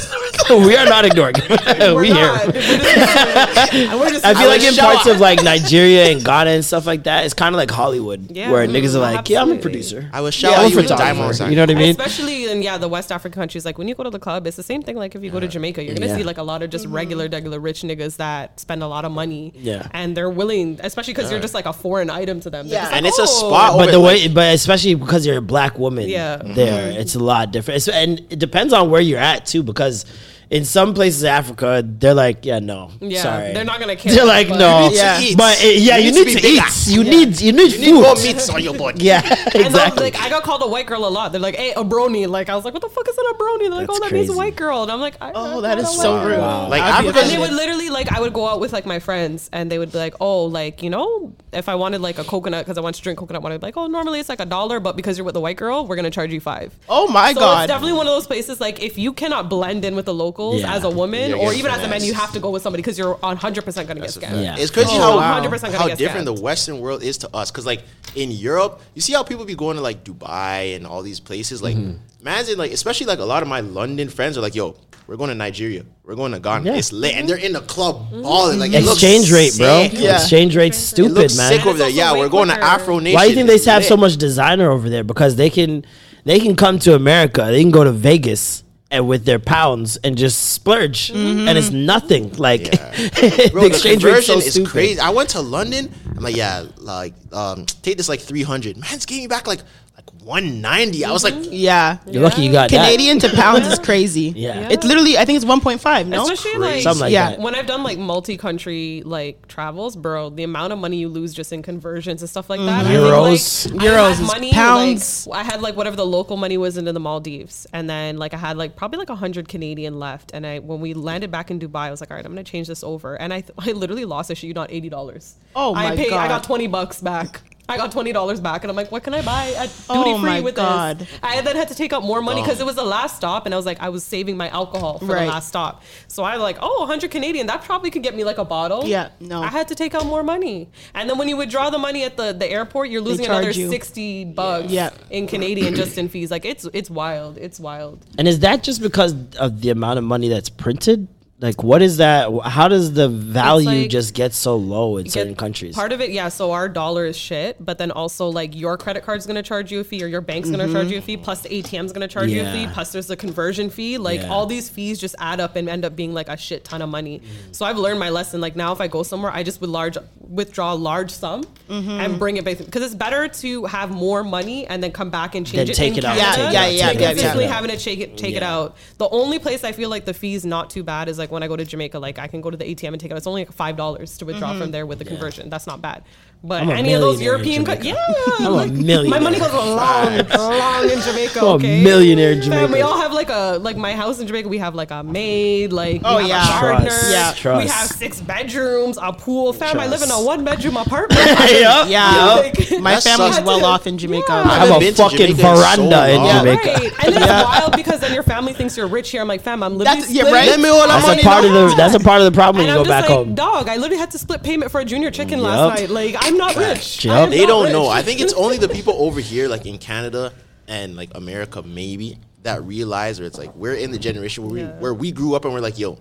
we are not ignoring.
[laughs] We're
we
not.
here. [laughs]
We're just- and we're just-
I feel like in
show
parts
up.
of like Nigeria and Ghana and stuff like that, it's kind of like Hollywood,
Yeah,
where
mm,
niggas are like, "Yeah, I'm a
absolutely.
producer.
I will
yeah,
shower
I'm a
you with
photographer."
diamonds.
You know what I mean?
Especially in yeah the West African countries, like when you go to the club, it's the same thing. Like if you go to Jamaica, you're gonna
Yeah.
see like a lot of just
Mm-hmm.
regular, regular rich niggas that spend a lot of money.
Yeah.
and they're willing, especially because you're just like a foreign item to them. They're
Yeah.
just like,
And it's a
"Oh."
spot.
But
over
the
it,
way, but especially because you're a black woman,
Yeah.
there it's a lot different, It's- and it depends on where you're at too. Because in some places, in Africa, they're like, "Yeah, no,
Yeah,
sorry, [laughs]
they're not gonna care,
They're like,
but-
"No,
You need to
yeah.
eat.
but uh, yeah, you,
You need to
need,
be
to,
bigger.
eat. You need, you need
like, you need more
food.
meats on your body.
Yeah,
And I was
exactly.
like, I got called a white girl a lot. They're like, "Hey, a brony." Like I was like, "What the fuck is an a brony?" They're like,
That's
"Oh, that means
crazy.
white girl." And I'm like, I,
Oh,
I'm
that is
not a
so
white
rude.
girl.
Like
I'd be
Africa-
And
offended.
they would literally like I would go out with like my friends and they would be like, oh, like you know, if I wanted like a coconut because I wanted to drink coconut water, I'd be like, oh, normally it's like a dollar, but because you're with a white girl, we're gonna charge you five.
Oh my
so
god!
it's definitely one of those places like if you cannot blend in with the locals
Yeah.
as a woman
You're
or
getting
even as a man,
finessed.
you have to go with somebody because you're 100 percent gonna get scammed.
Yeah.
It's crazy
Oh,
how,
100% gonna
how
get
different
stabbed.
the Western world is to us. Because like in Europe, you see how people be going to like Dubai and all these places. Like man's in like especially like a lot of my London friends are like, "Yo, we're going to Nigeria, we're going to Ghana.
Yeah.
It's lit, and they're in the club all like it looks
Exchange rate, bro.
sick.
Yeah.
Exchange rate's
It
stupid,
looks
man.
sick over
It's
there.
also
Yeah,
way
we're going to
quicker.
Afro Nation.
Why do you think
It's
they have so
lit.
much designer over there? Because they can, they can come to America. They can go to Vegas and with their pounds and just splurge,
Mm-hmm.
and it's nothing. Like
Bro,
[laughs] the
the
exchange rate's
conversion
so
is
stupid.
crazy. I went to London. I'm like, yeah, like um, take this like 300. Man's getting back like like 190. I was like,
Mm-hmm. yeah.
You're lucky you got that.
Canadian to pounds is crazy.
Yeah.
It's literally, I think it's 1.5, no?
Especially like,
Something like
Yeah.
that.
when I've done like multi-country like travels, bro, the amount of money you lose just in conversions and stuff like that. I think,
Euros.
like, I had
Euros is
money,
pounds.
like, I had like whatever the local money was into the Maldives, and then like I had like probably like hundred Canadian left. And I when we landed back in Dubai, I was like, all right, I'm gonna change this over, and I [laughs] th- I literally lost a shit you not eighty dollars.
Oh
I
my
paid, I
God.
got twenty bucks back. I got twenty dollars back, and I'm like, "What can I buy at duty
Oh
free
my
with
God.
this?" I then had to take out more money because it was the last stop, and I was like, I was saving my alcohol for
Right.
the last stop. So I like, oh, 100 Canadian, that probably could get me like a bottle.
Yeah, no.
I had to take out more money, and then when you withdraw the money at the, the airport, you're losing
charge
another
you.
60 bucks
Yeah.
in Canadian just in fees. Like it's it's wild, it's wild.
And is that just because of the amount of money that's printed? Like, what is that? How does the value
like-
just get so low in
get-
certain countries?
Part of it, yeah. So our dollar is shit, but then also like your credit card's gonna charge you a fee, or your bank's gonna charge you a fee, plus the ATM's gonna charge you a
Yeah.
fee, plus there's the conversion fee. Like
Yeah.
all these fees just add up and end up being like a shit ton of money. So I've learned my lesson. Like now, if I go somewhere, I just would large withdraw a large sum and bring it back because it's better to have more money and then come back and change
Then
it.
take
in
it out,
Canada
take it out, Yeah, yeah,
than
yeah, yeah,
consistently
yeah.
having to take it take it
Yeah.
out. The only place I feel like the fees not too bad is like like when I go to Jamaica, like I can go to the ATM and take it. It's only like five dollars to withdraw
Mhm.
from there with the conversion. That's not bad. But
I'm a
any of those
millionaire in
European, co- yeah,
Jamaica. I'm a
like, My
millionaire.
money
[laughs]
goes long, long in Jamaica.
I'm a
Okay,
millionaire in
Fam, We
Jamaica.
all have like a like my house in Jamaica. We have like a maid, like
Oh,
we have
yeah.
a gardener.
Trust, Yeah.
we
trust.
have six bedrooms, a pool. Fam, I live in a
Trust.
one bedroom apartment.
Yup.
Yeah.
Like-
My
That
family's
sucks.
well off in Jamaica.
I have a fucking veranda in Jamaica.
Right. And then it's wild because then your family thinks you're rich here. I'm like, fam, I'm living.
That's- yeah,
split-
right? Let me all
That's a part of the. That's a part of the problem when
And
you
I'm
go back
just like,
home.
dog, I literally had to split payment for a junior chicken
Yup.
last night. Like, I'm not rich. I am
They
not
don't
rich.
know. I think it's only the people over here, like in Canada and like America, maybe that realize, or it's like we're in the generation where we where we grew up and we're like, yo,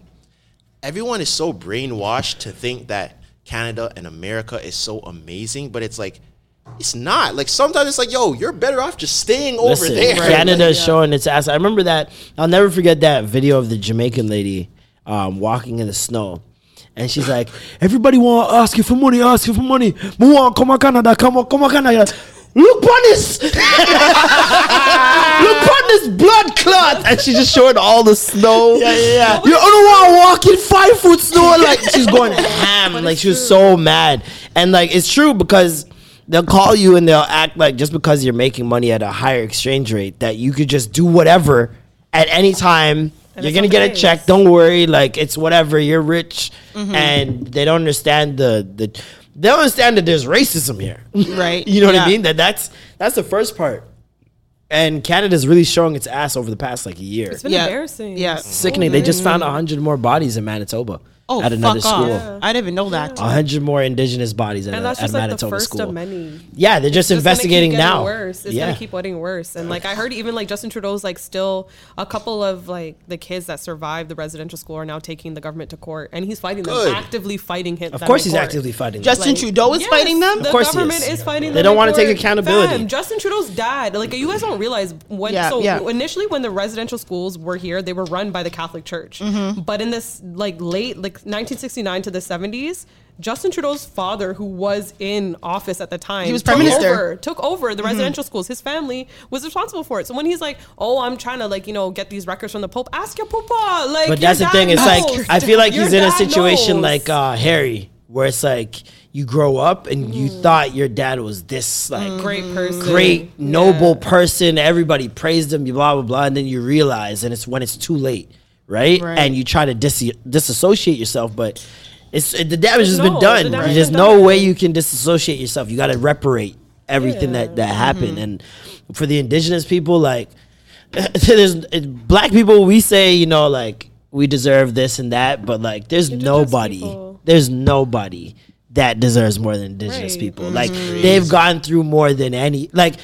everyone is so brainwashed to think that Canada and America is so amazing, but it's like. It's not like sometimes it's like, yo, you're better off just staying over
Listen,
there.
Canada
Like,
is showing its ass. I remember that. I'll never forget that video of the Jamaican lady um, walking in the snow. And she's like, everybody want to ask you for money, ask you for money. Move on, come on, Canada, come on, come on, Canada. Look on [laughs] this. Look [laughs] on this blood clot. And she's just showing all the snow.
Yeah, yeah, yeah.
You don't want walking five foot snow.
[laughs]
Like, she's going ham. Like, she was so mad. And, like, it's true because they'll call you and they'll act like just because you're making money at a higher exchange rate that you could just do whatever at any time. you're
it's
gonna get a
okay.
check. Don't worry. Like it's whatever. You're rich,
Mm-hmm.
Mhm.
and they don't understand the the. They don't understand that there's racism here. [laughs]
Right.
you know what
Yeah.
I mean. That that's that's the first part. And Canada's really showing its ass over the past like a year.
It's been embarrassing. Mm.
Yeah.
Sickening. They just found hundred more bodies in Manitoba
Oh,
at another
fuck
school.
off. I didn't even know that.
hundred more indigenous bodies at,
And
a,
that's
at
just like
Manitoba
the first
school.
of many.
Yeah, they're just,
It's gonna keep
investigating
getting
now.
Worse. It's
yeah.
gonna keep getting worse. And like I heard, even like Justin Trudeau's like still a couple of like the kids that survived the residential school are now taking the government to court, and he's fighting
Good.
them, actively fighting him.
Of course he's actively fighting them. Justin
Trudeau is fighting them?
The
Of course he
government
is.
is. fighting.
They
them
don't
in
wanna take
court.
accountability.
Fam, Justin Trudeau's dad. Like you guys don't realize when.
Yeah,
so
yeah.
initially, when the residential schools were here, they were run by the Catholic Church.
Mhm.
But in this like late like 1969 to the 70s. Justin Trudeau's father, who was in office at the time,
He was
took
prime minister.
over- took over the
Mhm.
residential schools. His family was responsible for it. So when he's like, "Oh, I'm trying to like you know get these records from the Pope," ask your papa. Like,
but that's the
your
thing.
dad
It's like
knows.
I feel like
Your
he's in a
dad
situation
knows.
like uh, Harry, where it's like you grow up and you
Mm.
thought your dad was this like
great person,
Mm-hmm. great noble person. Everybody praised him, you blah blah blah, and then you realize, and it's when it's too late, right?
Right.
And you try to dis- disassociate yourself, but it's it, the damage has
No,
been
the
done.
damage
There's
been
no
done.
way you can disassociate yourself. You got to reparate everything that that happened, and for the indigenous people, like [laughs] there's it- black people. We say you know like we deserve this and that, but like there's nobody. There's nobody that deserves more than indigenous people. Like
Mm-hmm.
Mhm.
they've gone through more than any. Like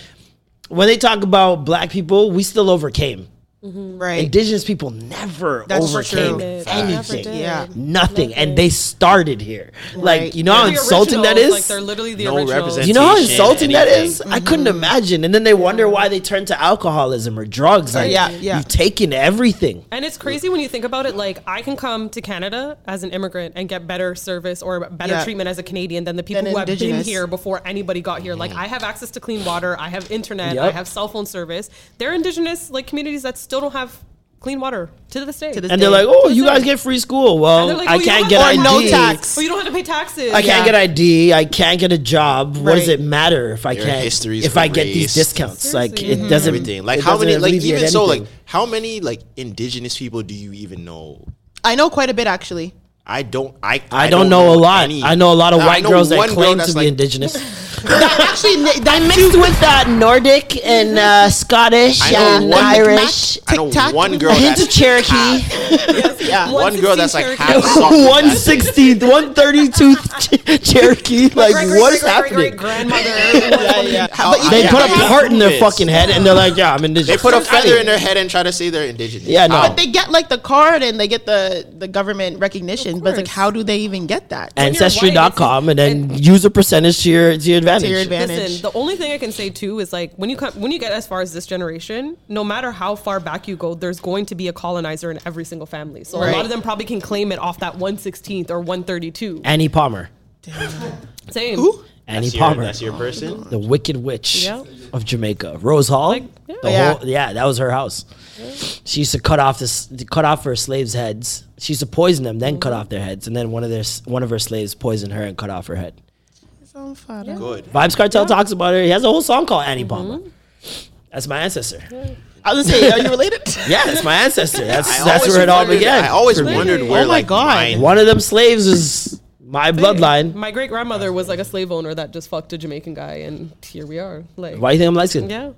when they talk about black people, we still overcame.
Right.
Indigenous people never
That's
overcame
true. They never
anything.
did. Yeah.
Nothing. And they started here. Like, you know how
They're the
insulting that is?
originals, Like they're literally the
No
originals.
representation.
you know how
presentation,
insulting that is?
anything.
I couldn't
Mm-hmm.
imagine. And then they wonder why they turn to alcoholism or drugs. Like,
Yeah, yeah.
you've taken everything.
And it's crazy when you think about it. Like, I can come to Canada as an immigrant and get better service or better
Yeah.
treatment as a Canadian than the people
Than
who have been
Indigenous.
here before anybody got here. Like, I have access to clean water, I have internet, I
Yep.
have cell phone service. There are Indigenous like communities that still don't have clean water to this day.
And they're like, oh, you guys get free school. Well,
"Oh, And they're like,
I
"Well, you
can't
don't
get
have
ID.
to pay Well, you don't have to pay taxes.
I can't get ID. I can't get a job. What does
Right.
it matter if I
Your
can't?
histories
If
were
I get these
erased.
discounts, like it doesn't.
everything. Like
it
how many?
doesn't
Like even
alleviate
so, like
anything.
how many like indigenous people do you even know?
I know quite a bit actually.
I don't. I
I don't know a lot.
any.
I know a lot of
I
white
know
girls that
one girl
claim
that's
to be
like-
indigenous.
actually,
I'm mixed with uh, Nordic and uh, Scottish
I know one- I know
Tic-tac.
one girl that's
Cherokee. [laughs]
yeah.
One girl that's like half South-
One sixteenth, one thirty-two [laughs] Cherokee. Like, what is happening? [laughs]
How-
They
yeah,
put
I have
a part in their
this.
fucking head, and they're like, "Yeah, I'm
They
indigenous."
put a feather in
their.
their head and try to say they're indigenous.
Yeah, no.
How?
They get like the card and they get the the government recognition, but it's like how do they even get that?
ancestry.com and then use a percentage to your to your advantage.
Listen, the only thing I can say too is like when you come when you get as far as this generation, no matter how far back you go, there's going to be a colonizer in every single family. So a
Right.
lot of them probably can claim it off that one sixteenth or one thirty two.
Annie Palmer.
Same.
Annie
That's your-
Palmer.
that's your person?
The Wicked Witch
Yeah.
of Jamaica. Rose Hall. yeah. The
Yeah.
Whole, yeah, that was her house. She used to cut off this, cut off her slaves' heads. She used to poison them, then cut off their heads, and then one of their s- one of her slaves poisoned her and cut off her head.
Good.
Vibes Cartel talks about her. He has a whole song called Annie Palmer. That's my ancestor.
I was gonna say, are you
[laughs]
related?
Yeah, that's my ancestor. That's
I
that's
always
where it all
wondered-
began.
I always
for me.
wondered where, Oh my like, God. mine-
One of them slaves is my bloodline.
My great grandmother was like a slave owner that just fucked a Jamaican guy, and here we are. Like,
Why you think I'm light skinned?
Yeah.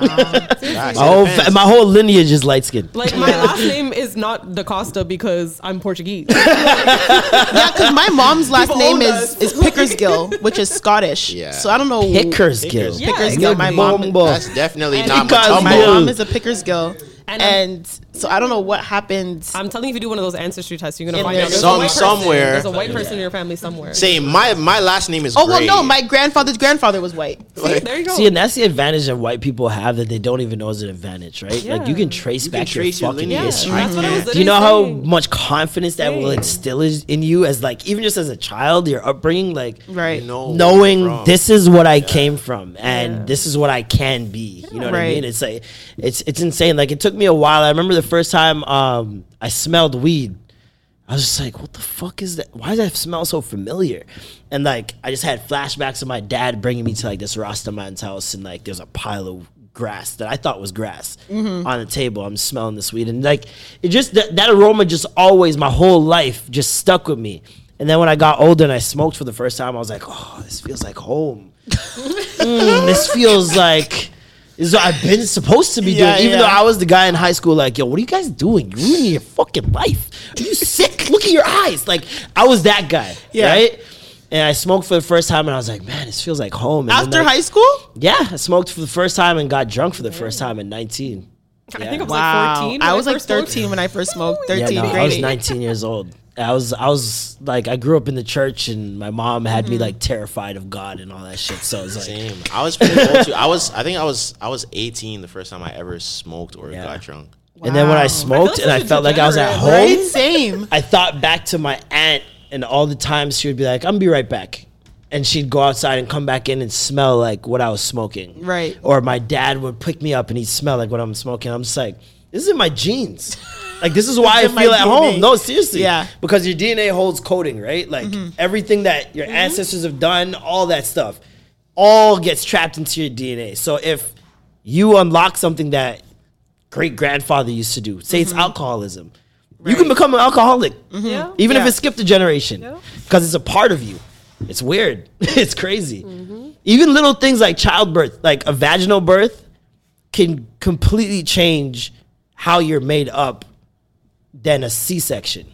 My whole, fa- Oh, my whole lineage is light skinned.
Like my last name is not Da Costa because I'm Portuguese.
[laughs] yeah, because my mom's last
People
name
own
is is
[laughs]
Pickersgill, which is Scottish. Yeah. So I don't know.
Pickersgill.
Yeah,
Pickersgill. my mom.
That's definitely not my
my
tumble.
mom is a Pickersgill, and, so I don't know what happened.
I'm telling you, if you do one of those ancestry tests, you're gonna
In
find
there.
out. There's
Some-
a white person-
somewhere.
There's a white person in your family somewhere.
Say my my last name is.
Oh well,
Gray.
no, my grandfather's grandfather was white.
there you go.
See, and that's the advantage that white people have that they don't even know is an advantage, right? Like you can trace
can
back
trace your
your fucking
lineage.
history.
Yeah, that's what I was
Do you
literally
know how much confidence that will instill is- in you as like even just as a child, your upbringing, like
right?
No,
knowing
from.
this is what I came from and this is what I can be. You know what I
Right.
mean? It's like it's it's insane. Like it took me a while. I remember the first time um, I smelled weed. I was just like, what the fuck is that? Why does that smell so familiar? And like, I just had flashbacks of my dad bringing me to like this Rasta man's house, and like, there's a pile of grass that I thought was grass
Mm-hmm.
on the table. I'm smelling this weed, and like, it just that, that aroma just always my whole life just stuck with me. And then when I got older and I smoked for the first time, I was like, oh, this feels
[laughs]
like home. Mm, this feels like. This is what I've been supposed to be doing,
Yeah,
even
yeah.
though I was the guy in high school, like, yo, what are you guys doing? You're ruining your fucking life. Are you sick? Look at your eyes. Like, I was that guy,
Yeah.
right? And I smoked for the first time, and I was like, man, this feels like home. And then,
After
like-
high school,
yeah, I smoked for the first time and got drunk for the first time at 19.
I think I was like 14. when
I was like
first moved.
13 when I first smoked.
Yeah,
13
no,
grade.
I was 19 years old. I was, I was like, I grew up in the church, and my mom had
Mm-hmm.
me like terrified of God and all that shit. So it's like,
Same. I was pretty old too. I was. I think I was. I was 18 the first time I ever smoked or got drunk.
and then when I
Wow.
smoked and I felt like I was at home,
Right? Same.
I thought back to my aunt and all the times she would be like, I'm gonna be right back. And she'd go outside and come back in and smell like what I was smoking.
Right.
Or my dad would pick me up and he'd smell like what I'm smoking. I'm just like, this is in my genes. Like
[laughs]
this is why I
It's in
feel
my
at
DNA.
home. No, seriously.
Yeah. Mm-hmm.
Because your DNA holds coding, right? Like everything that your ancestors have done, all that stuff, all gets trapped into your DNA. So if you unlock something that great grandfather used to do. Say it's alcoholism. You can become an alcoholic,
Yeah.
even if
Yeah.
it skipped a generation, because it's a part of you. It's weird. [laughs] it's crazy. Even little things like childbirth, like a vaginal birth, can completely change how you're made up than a C-section.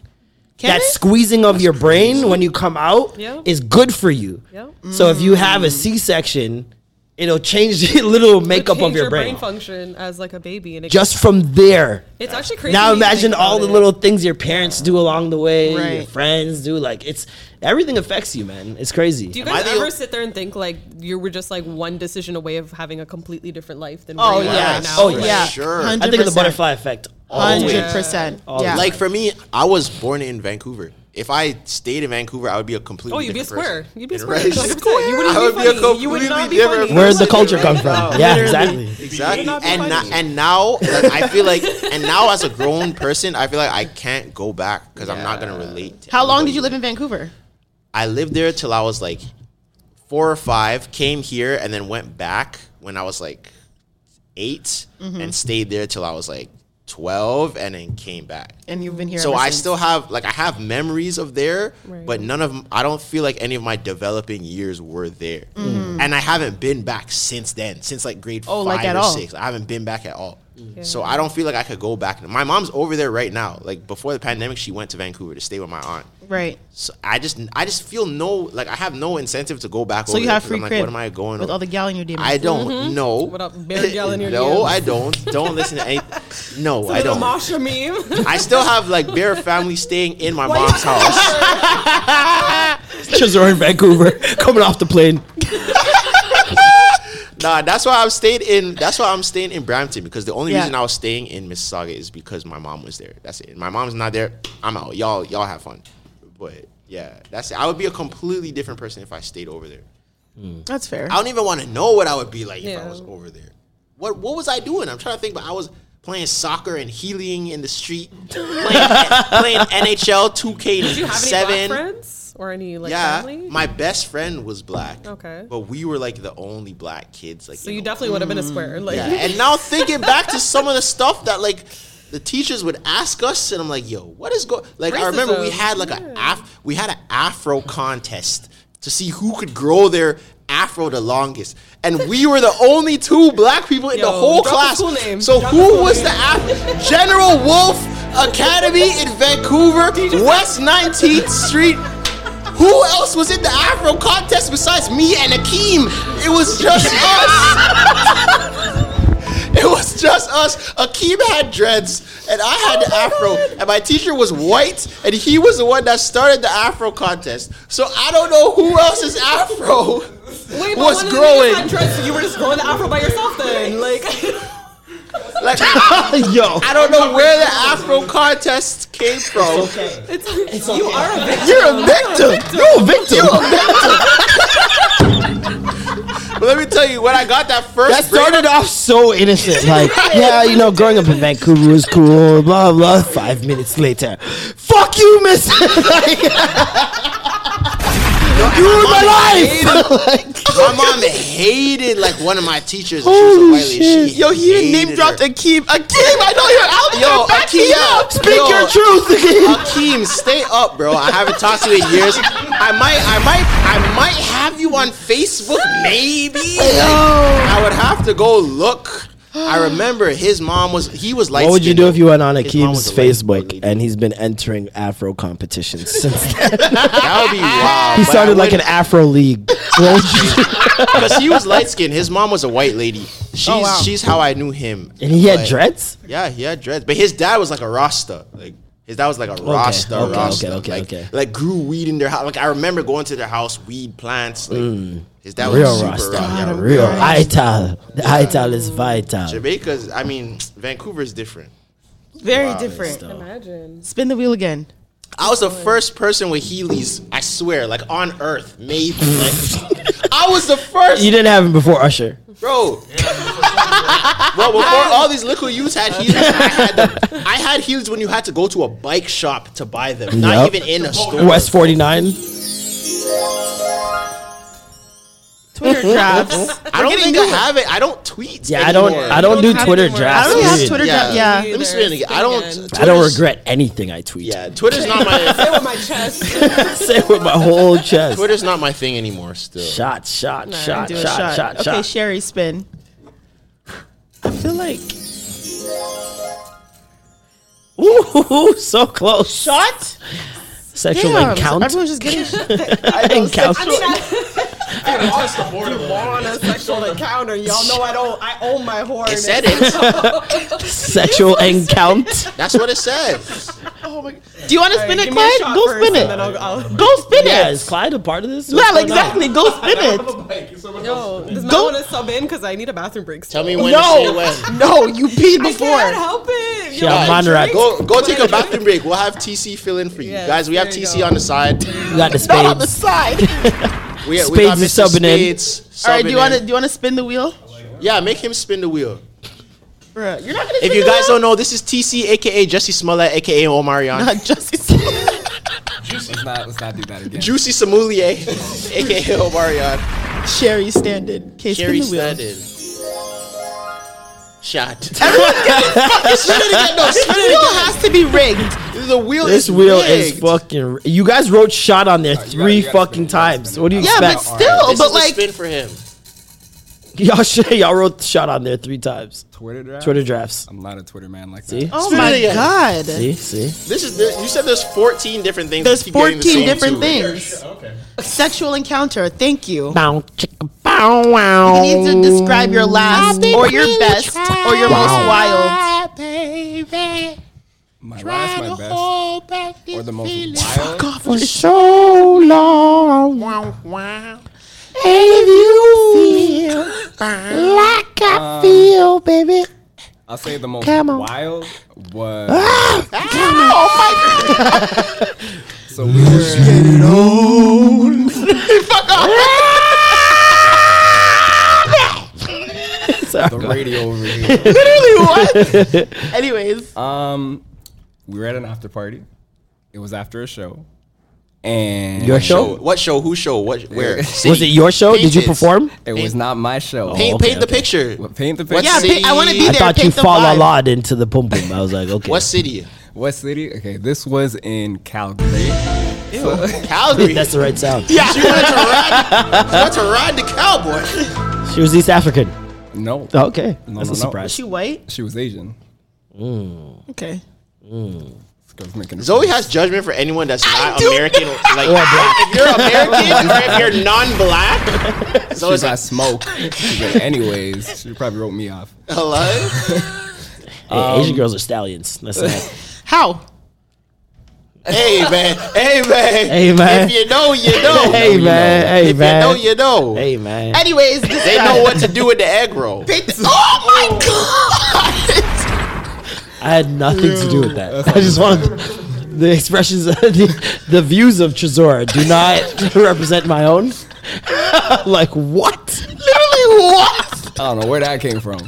that
it?
squeezing of your brain when you come out
Yeah.
is good for you.
Yeah.
So if you have a C-section, it'll change [laughs] the little makeup
Change
of your, brain.
function as like a baby, and it
Just from there,
it's actually crazy.
now
when you
imagine
think
all the
about it.
little things your parents do along the way, your
Right.
friends do. Like it's everything affects you, man. It's crazy.
Do you
Am I
guys
the-
ever sit there and think like you were just like one decision away of having a completely different life than?
Oh
where you are
yeah.
Right now?
Oh,
Like,
yeah.
Sure.
I think of the butterfly effect. always.
Hundred percent.
Always.
Yeah.
Like for me, I was born in Vancouver. If I stayed in Vancouver, I would be a completely.
Oh, you'd be a
different
square.
person.
You'd be a
And
square.
right?
100%. You
I would
wouldn't be
be a
funny. You would
completely
not be
different
funny.
person.
Where'd the culture come
Oh,
from? Yeah, exactly.
Exactly. And now, and now, like, I feel like, and now as a grown person, I feel like I can't go back because I'm not gonna relate. to
How long did
anybody.
you live in Vancouver?
I lived there till I was like four or five. Came here and then went back when I was like 8
Mm-hmm.
and stayed there till I was like twelve, and then came back.
And you've been here.
So
ever
I
since.
still have like I have memories of there, but none of 'em- I don't feel like any of my developing years were there,
Mm.
and I haven't been back since then. Since like grade
Oh,
five
like at
or
all.
six, I haven't been back at all. So I don't feel like I could go back. My mom's over there right now. Like before the pandemic, she went to Vancouver to stay with my aunt.
right.
So I just I just feel no like I have no incentive to go back.
So
over
you
there
have
'cause
free
I'm like,
crib
what am I going
with
over-
all the gal in your demons.
I don't know.
What up, Bear Gal
[laughs]
in your
No,
DMs?
I don't. Don't listen [laughs] to any. No, I
I
don't.
Masha meme.
I still have like bare family staying in my mom's house.
Just are in Vancouver, [laughs] coming off the plane.
Nah, that's why I'm staying in. That's why I'm staying in Brampton because the only
Yeah.
reason I was staying in Mississauga is because my mom was there. That's it. My mom's not there. I'm out. Y'all, y'all have fun. But yeah, that's it. I would be a completely different person if I stayed over there.
That's fair.
I don't even want to know what I would be like if I
Yeah.
was over there. What what was I doing? I'm trying to think, but I was playing soccer and healing in the street, playing, playing NHL 2K7.
Did you have any black friends or any like
yeah,
family?
my best friend was black.
Okay.
But we were like the only black kids. Like,
So
in
you
the
definitely
world.
would have been a square. Like
yeah. And now thinking back to some of the stuff that like the teachers would ask us, and I'm like, yo, what is going? Like I remember we
Racism.
had like a af- we had an afro contest to see who could grow their afro the longest, and we were the only two black people in the
Yo,
whole
Oh, drop the
class.
school name.
So
Drop the
who
school
was
name.
the afro? General Wolf Academy in Vancouver, West 19th Street. Who else was in the Afro contest besides me and Akeem? It was just us. [laughs] It was just us. Akeem had dreads, and I
Oh
had the afro. And my teacher was white, and he was the one that started the afro contest. So I don't know who else's afro
Wait, but
was
one of the niggas
growing.
had dreads, so you were just growing the afro by yourself then. Like [laughs]
Like, yo, I don't know where the afro contest came from.
it's, you are a victim.
You're a victim. You're a victim.
[laughs]
You're a victim. but let me tell you, when I got that first
That started off so innocent. Like, yeah, you know, growing up in Vancouver was cool, blah, blah. Five minutes later, fuck you, miss. [laughs] like, you ruined my [laughs] life. oh,
my mom hated like one of my teachers. and She was a white lady. She
Yo, he didn't
hated
name dropped
her.
Akeem. Akeem, I know you're out there.
Yo,
Back
Akeem,
me up. Speak
yo,
your truth.
Akeem, stay up, bro. I haven't talked to you in years. I might, I might, I might have you on Facebook, maybe.
[laughs]
I would have to go look. I remember his mom was he was like.
What would you do if you went on Akeem's Facebook and he's been entering Afro
[laughs]
competitions since then? [gasps]
That would be wild.
he
but
started
I
like an
wouldn't-
Afro
[laughs]
league. What would you do? Oh,
because he was light skinned. His mom was a white lady. She's
wow.
she's how I knew him.
And he had
But-
dreads?
Yeah, he had dreads. But his dad was like a Rasta. Like his dad was like a Rasta.
okay, okay,
Rasta.
okay,
like,
okay.
like grew weed in their house. Like I remember going to their house, weed plants. Like, His dad
Mm. real
was super
Rasta.
Rasta. Yeah,
Real Ital. The Ital is vital.
Jamaica's. I mean, Vancouver's different.
Very
Wow,
different.
Imagine.
Spin the wheel again.
I was the first person with Heelys. I swear, like on Earth, maybe. Like, [laughs] I was the first.
You didn't have him before Usher.
Bro. [laughs] Bro, before all these liquid youths had heels, I
[laughs]
had, them. I had heels when you had to go to a bike shop to buy them, not
Yep.
even in a store.
West 49.
Twitter drafts.
I don't think I have it. I don't tweet.
Yeah, I don't-
anymore.
I don't You don't do have it Twitter anymore. drafts,
I don't have Twitter draft- yeah.
Let me spin it again. I don't.
I don't
Twitter's-
regret anything I tweet.
[laughs] Yeah, Twitter's not my.
Say with my chest.
[laughs] Say it with my whole chest.
Twitter's not my thing anymore. Still.
Shot, shot, shot,
Do
shot,
a
shot,
shot.
shot,
okay, Sherry, spin. I feel like
Ooh, [laughs] so close.
shot.
Sexual
Damn,
encounter.
Everyone's just getting.
[laughs]
[laughs]
encounter.
Across the board,
on a sexual encounter. Y'all know I don't. I own my horn.
[laughs]
It said it.
Sexual encounter.
That's what it says.
Do you want to spin it, Clyde? Go spin it. Go spin
Yeah,
it.
is Clyde a part of this? What's
Yeah,
going on?
exactly. Go spin it.
Yo, does Mel
Go-
want to sub in? Cause I need a bathroom break.
[laughs] Tell
Still.
me when to say
No,
when.
no, you peed
I can't
before.
help it. Yo,
Yeah,
Guys,
Monrad.
Go, go take a bathroom break. We'll have TC fill in for you.
Yes,
Guys, we have
there you
TC
go.
on the
[laughs]
side.
You got the
Not on the
spades.
side.
[laughs]
We, we
Spades
got
is
Mr.
subbing in.
Spades
All right, do you
subbing
want to
in.
do you want to spin the wheel?
Yeah, make him spin the wheel.
Bruh, you're not gonna.
If you guys don't know, this is TC, aka Jesse Smollett, aka Omarion,
not just
[laughs]
Let's not, let's not do that again.
Juicy Sommelier, [laughs] aka Omarion,
Sherry standard. Okay, spin
Sherry
the wheel.
Standard. Shot. Spin it again, no,
This
spin
wheel
it
has to be rigged.
again. The wheel
This
is
wheel is
rigged.
fucking. You guys wrote shot on there three
gotta
fucking
spin it, you gotta
times.
spin it.
What do you
Yeah, but
expect?
still,
This
but
is the
like,
spin for him.
y'all shit, y'all wrote shot on there three times.
Twitter draft?
Twitter drafts.
I'm not a Twitter man like
See?
that.
oh
spin it
my
again.
god,
See, see.
This is the, you said there's 14 different things.
there's
Let's keep getting
14
the same
different
two.
things.
Okay.
Sexual encounter. Thank you.
Bow, chicka, bow, wow.
You need to describe your last or your best or your most wild.
My last, my best, or the most wild.
for so long. And you feel like I feel, baby.
I'll say the most
Come on.
wild was. So we were.
Ah!
Sorry.
The radio over here.
Literally, what? Anyways.
Um, we were at an after party. It was after a show. And
Your show?
What show? Who show? What? Where?
Was it your show? Did you
Paint it.
perform?
It was not my show.
Oh,
Paint, paint the picture.
Paint the
What
picture.
city?
I thought you fall a lot into the boom boom. I was like, okay.
city?
What city? Okay, this was in Calgary.
[laughs] Calgary.
That's the right sound.
Yeah. She wanted to [laughs] ride. She wanted to ride the cowboy.
She was East African.
No.
Okay.
No,
That's
no, no.
a surprise.
She white?
She was Asian.
Okay.
This girl's making a-
Zoe has judgment for anyone that's not American. Like, if you're [laughs] American or if you're non-black,
She
Zoe's
got
like,
smoke. She's like, Anyways, she probably wrote me off.
hello.
Hey, Asian girls are stallions. That's not.
[laughs] How?
Hey man, hey man,
[laughs] Hey, man.
If you know, you know.
[laughs] hey, man. Hey,
if
man.
you know, you know.
Hey, man.
Anyways, this
They know what to do with the
[laughs]
egg roll.
Oh my god!
I had nothing to do with that. I just wanted the expressions, [laughs] the, the views of Trezor do not [laughs] represent my own. like what?
Literally, what?
I don't know where that came from.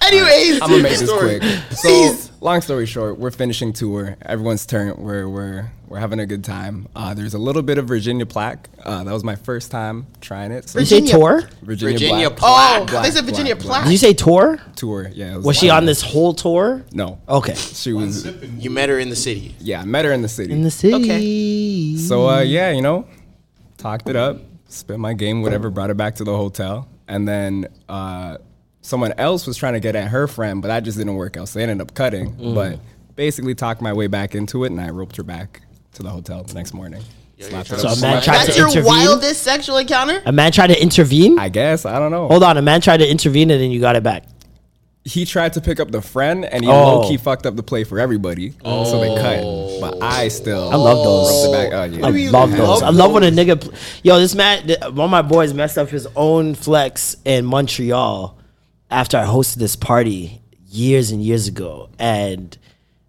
Anyways,
I'm gonna make this
story.
quick. So, long story short, we're finishing tour. Everyone's turn. We're we're we're having a good time. Uh, there's a little bit of Virginia plaque. Uh, that was my first time trying it. So
Did you say
Virginia-
tour?
Virginia,
Virginia
Black.
Oh,
Black,
they said
black,
Virginia
black.
Platt.
Did you say tour?
tour. Yeah. it
Was she
like-
on this whole tour?
No.
Okay.
She was.
You met her in the city.
Yeah, I met her in the city.
In the city.
So uh, yeah, you know, talked it up, spent my game, whatever, brought her back to the hotel, and then uh, someone else was trying to get at her friend, but that just didn't work out. So they ended up cutting, but basically talked my way back into it, and I roped her back to the hotel the next morning. Slapped her
So
up.
a man tried
That's
to
your
intervene.
wildest sexual encounter?
A man tried to intervene.
I guess I don't know.
Hold on, a man tried to intervene and then you got it back.
He tried to pick up the friend, and he
Oh.
low key fucked up the play for everybody. So they cut, but I still
I love those.
roped her back. Oh, yeah.
I love those. I love when a nigga. Pl- Yo, this man, th- one of my boys messed up his own flex in Montreal after I hosted this party years and years ago, and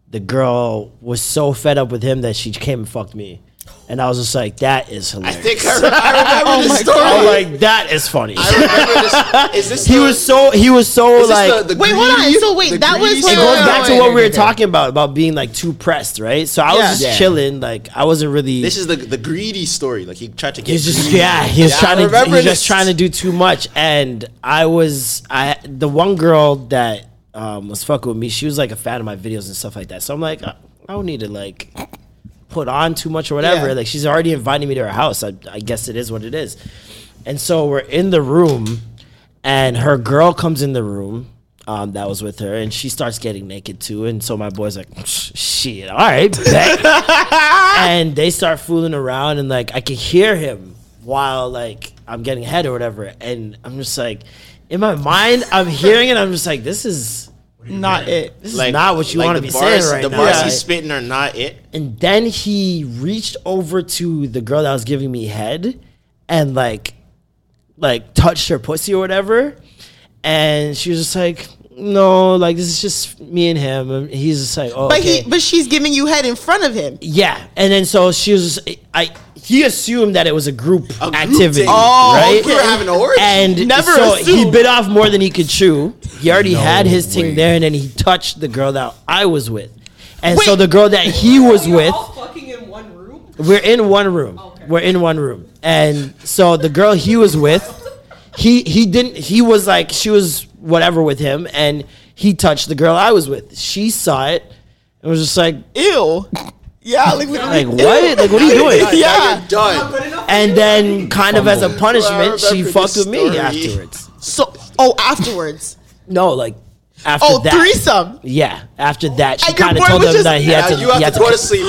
the girl was so fed up with him that she came and fucked me, and I was just like, "That is
I [laughs]
hilarious." Oh I
think I, I remember the story.
am like, "That is funny."
I remember this. Is this
[laughs] he
the-
was so he was so
is this
like.
the, the
Wait, hold on.
greedy-
So wait,
the
that was
greedy
wait,
it
story?
goes
wait,
back
wait,
to
wait,
what
wait,
we were
wait.
talking about about being like too pressed, right? So I was
Yeah.
just
Yeah.
chilling, like I wasn't really.
This is the the greedy story. Like he tried to get.
He's just
greedy.
yeah, he's
Yeah, I
trying to
remember
he's
this.
just trying to do too much. And I was I the one girl that um, was fucking with me. She was like a fan of my videos and stuff like that. So I'm like, I I don't need to like put on too much or whatever.
Yeah.
Like she's already inviting me to her house. I, I guess it is what it is. And so we're in the room, and her girl comes in the room. Um, that was with her, and she starts getting naked too. And so my boy's like, "Shit, all right, bet." and they start fooling around and like I can hear him while like I'm getting head or whatever and I'm just like in my mind I'm hearing it I'm just like this is
Not it.
this is not what you want to
the
be
bars-
saying right
the
now.
bars
right?
he's spitting are not it.
and then he reached over to the girl that was giving me head and like like touched her pussy or whatever and she was just like no like this is just me and him and he's just like oh
But
okay.
he, but she's giving you head in front of him.
Yeah, and then so she was. I he assumed that it was a group
group
activity,
date.
Oh,
right?
We were having an orgy.
And
Never
so he
assume.
bit off more than he could chew. He already
No
had his
way.
thing there, and then he touched the girl that I was with, and so
Wait.
the girl that he was with.
fucking in one room.
We're in one room. We're in one room. And so the girl he was with, he he didn't he was like she was whatever with him and he touched the girl I was with. She saw it and was just
[laughs]
like,
Ew. Yeah, like,
like what? Like what are you doing?
[laughs]
Now
Yeah.
you're done.
And then, kind of as a punishment,
remember
she
this
fucked with me
story.
afterwards.
So oh, afterwards.
No, like after
Oh,
that.
threesome.
Yeah, after that, she
And your
kind of
boy
told
was
him
just-
that he
Now
had to.
you
he
have
had
to go to sleep.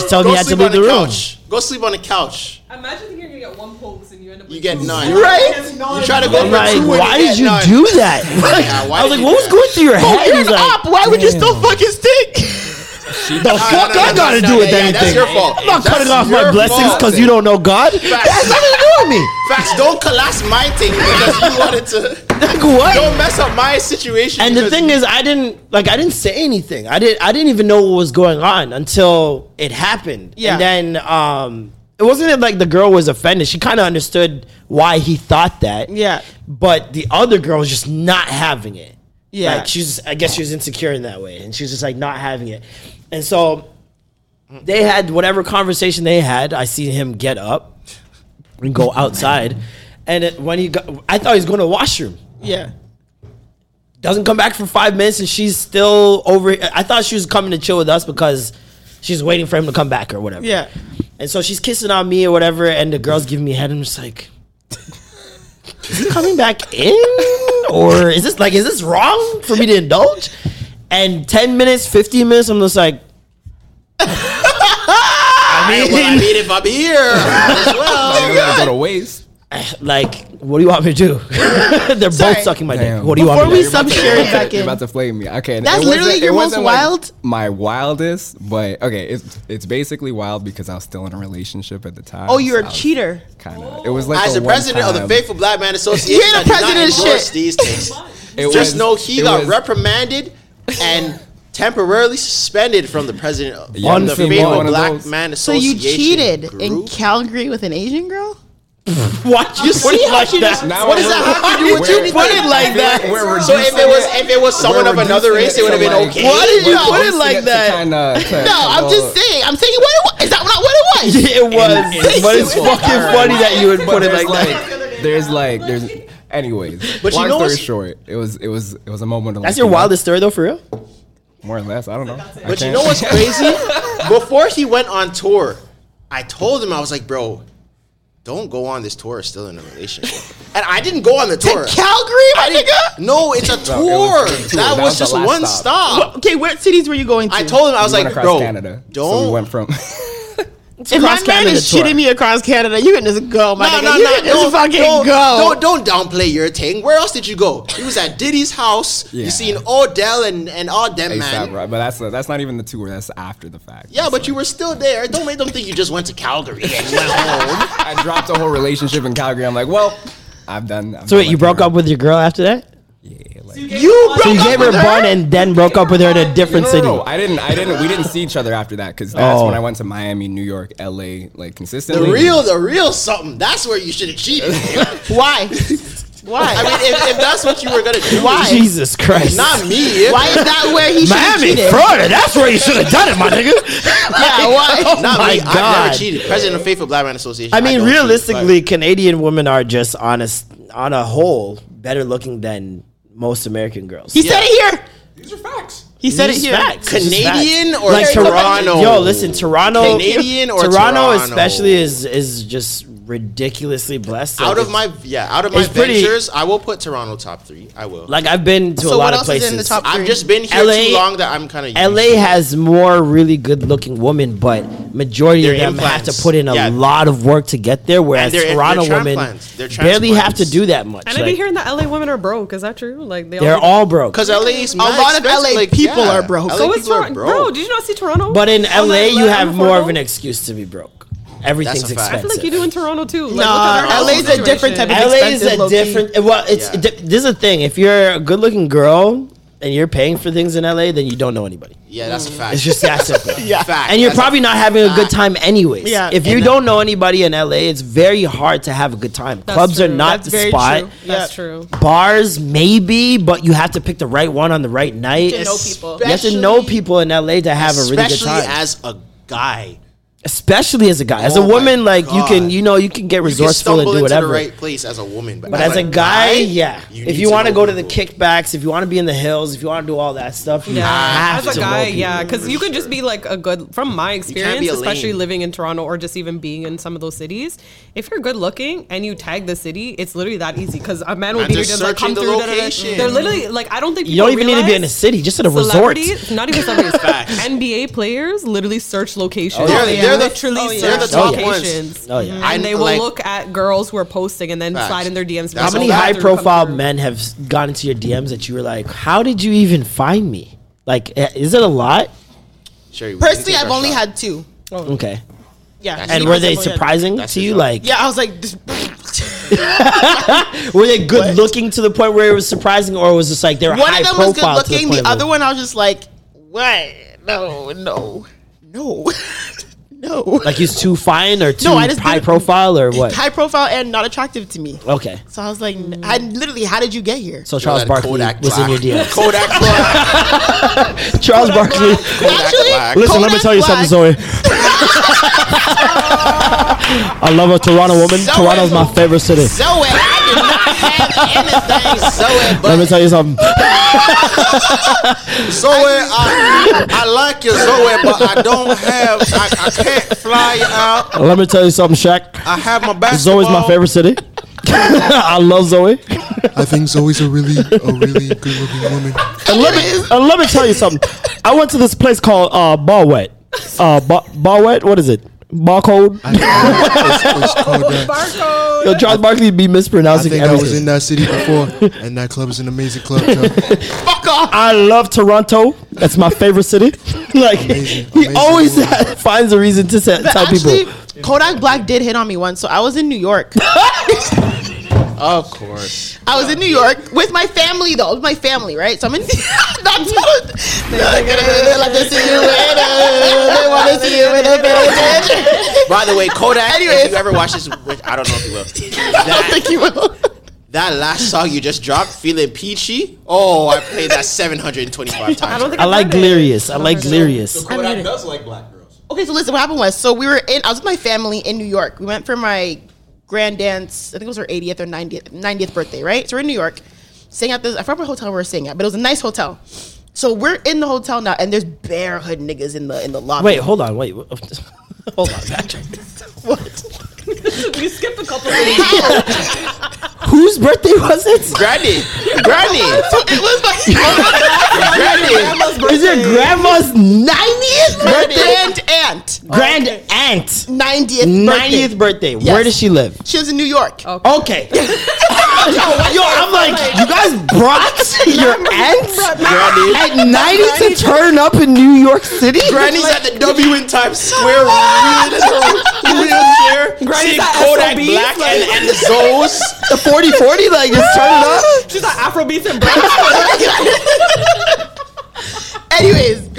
She told
Go
me he had to
sleep on
leave
the
the room.
couch. Go sleep on the couch.
Imagine you're gonna get one pose and you end up.
You get none.
Right?
You try to go
I'm
for
like,
two. and
why
you
did
get
you
none.
do that?
[laughs]
Like,
Yeah, why
I was
did
like,
you
what
do
was going through your
Oh,
head?
you're
He's
an
like,
op. Why would you still fuck his dick?
[laughs] the fuck I got to do with
yeah,
anything?
that's your fault.
I'm not
That's
cutting off
your
my blessings
fault.
because you don't know God. That's nothing to do with me.
Facts. Don't collapse my thing because you wanted to.
Like what?
Don't mess up my situation.
And the
because
thing is, I didn't like I didn't say anything. I didn't I didn't even know what was going on until it happened.
Yeah.
And then um, it wasn't that like the girl was offended. She kind of understood why he thought that.
Yeah.
But the other girl was just not having it.
Yeah.
Like she's I guess she was insecure in that way and she was just like not having it. And so they had whatever conversation they had. I see him get up and go outside. And it, when he got, I thought he was going to the washroom
Yeah.
doesn't come back for five minutes and she's still over i thought she was coming to chill with us because she's waiting for him to come back or whatever
Yeah.
and so she's kissing on me or whatever and the girl's giving me head and i'm just like [laughs] is he coming back in or is this like is this wrong for me to indulge and 10 minutes 15 minutes i'm just like
I, well, I mean, if I'm here as well.
go to waste.
[sighs] like what do you want me to do [laughs] they're both sucking my dick what do you want me
You're
to do
about to-
sub-Sherry back
You're
in.
about to flame me. Okay,
That's
it wasn't-
literally
it
your most
wasn't, like,
wild-
my wildest, but okay, it's it's basically wild because I was still in a relationship at the time.
Oh, you're
so
a
I was
cheater.
Kinda, it was like
As
the
the president of the Faithful Black Man Association,
You're the
I do not
president of
endorse
shit.
These things.
It
Just
was-
know he
it
got
was-
reprimanded and temporarily suspended from the president of
Yeah,
from the
I've seen
Faithful
one of
Black
those.
Man
So you
Association.
cheated in
group.
Calgary with an Asian girl?
Watch
You see how she just?
Now
What
we're-
does that have to do with
we're-
anything?
put it like that
We're
So if it was if it was someone of another race, it would have been okay.
Why did you put it like that?
no,
No, I'm just saying. I'm saying what it was. Is that not what it was?
[laughs] it was but it's fucking funny that [laughs] you would put it like that
There's like there's. Anyways,
But you
long
know
story
what's-
short, it was it was it was a moment. Of
That's
like,
your
you know,
wildest story though, for real?
more or less. I don't know.
[laughs]
I
But you
can't- [laughs]
know what's crazy? Before he went on tour, I told him I was like, bro, don't go on this tour still in a relationship. And I didn't go on the tour.
Calgary, my nigga.
No, it's a tour.
was a tour.
That,
That
was
was the
just
last
one
stop.
stop.
Okay, what cities were you going to?
I told him I was
we went
like,
across
bro,
Canada. So we
don't.
went from
If my
Across
man
Canada
is
tour.
cheating me across Canada, you can just go, my
No,
nigga.
no,
you
no,
can
don't,
just fucking
don't,
go.
don't, don't downplay your thing. Where else did you go? He was at Diddy's house.
Yeah.
You seen Odell and, and all them, man.
ASAP, right? But that's that's not even the tour. That's after the fact.
Yeah, but you were still there. Don't make them think you just went to Calgary and went home.
I dropped a whole relationship in Calgary. I'm like, well, I've done. I've
So wait,
done
you
my
broke
tour.
up with your girl after that?
Yeah, like-
You
So
broke
Oh you
up
gave her a
with
bun and then broke up with her in a different
No,
city.
no, no, I didn't. I didn't. We didn't see each other after that because that's
Oh.
when I went to Miami, New York, L.A. Like consistently.
The real, the real something. That's where you should have cheated.
[laughs]
[laughs]
Why? Why?
I mean, if, if that's what you were gonna do,
Why?
Jesus Christ.
Not me.
why is that where he should have
Miami,
cheated?
Florida. That's where you should have done it, my nigga.
[laughs]
oh
Yeah, why?
Not
my
me. I've
God.
never cheated. President of Faithful Black Man Association.
I mean,
don't cheat,
realistically, Canadian women are just honest on a whole better looking than most American girls.
He said it here.
These are facts.
He said it
It's
here.
facts. It's just
Canadian
facts.
or Toronto?
Yo, listen, Toronto,
Canadian or
Toronto,
Toronto?
especially is is just ridiculously blessed.
but
Like,
out of
it's-
my yeah, out of my
It's pretty-
ventures, I will put Toronto top three. I will.
like I've been to
So
a lot
what
of
else is
places.
in the top
I've just been here
LA
too long that I'm kind of
LA has more really good looking women, but majority
They're
of them have
implants.
to put in a
Yeah.
lot of work to get there. Whereas
And they're- they're
Toronto women
transplants. They're
barely have to
transplants.
do that much.
And I
Like,
be hearing that LA women are broke. Is Oh, that true? Like they
they're
all.
all broke.
because LA is
A lot of LA people are broke.
LA
so oh, it's
people are
Toronto, bro.
broke.
Did you not see Toronto? Oh,
But in
On
LA,
that
you
le-
have
on
more
Toronto?
of an excuse to be broke. Everything's
a fact.
expensive.
I
I feel like you do in Toronto too. Like,
Nah,
look at
LA 's a
Toronto's
different
situation.
type of-
LA is
expensive,
a
low-key.
different. Well, it's
Yeah.
di- this is the thing. If you're a good-looking girl and you're paying for things in LA, then you don't know anybody.
Yeah, that's a fact.
It's just that simple.
Yeah. Fact.
And you're
That's a
probably not having a good time anyways.
Yeah.
If you
And
don't know anybody in LA, it's very hard to have a good time. Clubs are
true.
not
That's
the
very
spot.
true.
That's true.
Bars maybe, but you have to pick the right one on the right night.
to know people.
You have to know people in LA to have a really good
especially
time.
as a guy.
especially as a guy. As
Oh
a
my
woman, like you can,
God.
you know, you can get
You can
resourceful
stumble
and do
into
whatever.
the right place as a woman,
But as a guy, yeah. if
need
you want to
know
go to the
people.
kickbacks, if you want to be in the hills, if you want to do all that stuff, you
Yeah,
have
as
to
a guy,
know people.
yeah, because you could just be like a good. From my
be
experience,
a
especially
lame.
living in Toronto or just even being in some of those cities, if you're good looking and you tag the city, it's literally that easy. Because a man will
And
be here
they're
just like come
searching the
through. da, da, da.
location.
They're literally like I don't think
You don't
people
even need to be in a
realize
city, just at a resort.
Celebrities, not
[laughs]
even celebrities. NBA players literally search locations.
yeah. They're- they're the-
literally
oh, yeah.
search
They're the top
locations.
ones.
Oh, yeah.
Mm-hmm.
And
I-
they will
like-
look at girls who are posting and then
Facts.
slide in their DMs.
That's
How many
all that
high profile men have s- gone into your DMs that you were like, how did you even find me? Like, eh, is it a lot?
Sherry, we can
Personally,
take
I've
our
only
shot.
had two.
Okay.
Yeah.
And
he
were
personally
they
had-
surprising
That's
to you?
just-
Like,
Yeah, I was like, [laughs] this-
[laughs]
were they good looking to the point where it was surprising, or was just like they were
one
high
of them was good
profile? to
looking.
the,
The,
point where-
other one, I was just like, what? No, no, no.
No.
Like he's too fine or too
I just
high
didn't-
profile or what?
High profile and not attractive to me.
Okay.
So I was like, n- I literally, how did you get here?
So Charles Barkley was in your
[laughs]
DMs.
[laughs] Kodak
Charles Barkley.
Black.
Listen, let me
Kodak
tell you
Black. [laughs]
something, Zoe. I love a Toronto woman. Toronto's my favorite city.
Zoe, I did not have anything. Zoe,
Let me tell you something.
Zoe, I, I like you, Zoe, but I don't have, I, I can't fly you out.
Let me tell you something, Shaq.
I have my basketball.
Zoe's my favorite city. [laughs] I love Zoe.
I think Zoe's a really, a really good-looking woman.
And let me and let me tell you something. I went to this place called uh, Ball Wet. Uh, ba- Ball Wet. What is it? Barcode. Yo, Charles Barkley be
I
mispronouncing
think I was
everything.
in that city before, and that club is an amazing club. Chuck.
I love Toronto. That's my favorite city. [laughs] like he always [laughs] finds a reason to sa-
But
tell
actually,
people.
Kodak Black did hit on me once. So I was in New York.
Of course.
I was in New York with my family, though. With my family, right? So I'm in. [laughs] That's what. They're like, to see you later. They want to see you in a bit.
By the way, Kodak,
Anyways.
if you ever watch this, which I don't know if you
[laughs]
will. That, That last song you just dropped, Feeling Peachy, oh, I played that 725 times.
I like Glirius. I like Glirius.
Kodak does like black girls.
Okay, so listen, what happened was, so we were in, I was with my family in New York. We went for my grand dance, I think it was her 80th or 90th, 90th birthday, right? So we're in New York, staying at this, I forgot what hotel we were staying at, but it was a nice hotel. So we're in the hotel now, and there's bare hood niggas in the in the lobby.
Wait, hold on. Wait, [laughs] hold on,
[laughs]
Patrick.
you skipped a couple.
Whose birthday was it?
Granny, Granny.
[laughs] so it was like
Is your grandma's ninetieth
my
birthday?
grand aunt,
Grand aunt.
ninetieth,
Ninetieth birthday. Where does she live?
She was in New York.
Okay. [laughs] Yo, I'm like, you guys brought your aunts
Granny.
at 90 to turn up in New York City?
Granny's at the W in Times Square wheeling in her wheelchair,
[laughs] Granny's
seeing
at
Kodak
SOBs,
Black
like-
and, and the Zoes.
The 40 40? Like, just turn it up?
[laughs] She's like Afrobeats and black.
[laughs] Anyways, [laughs]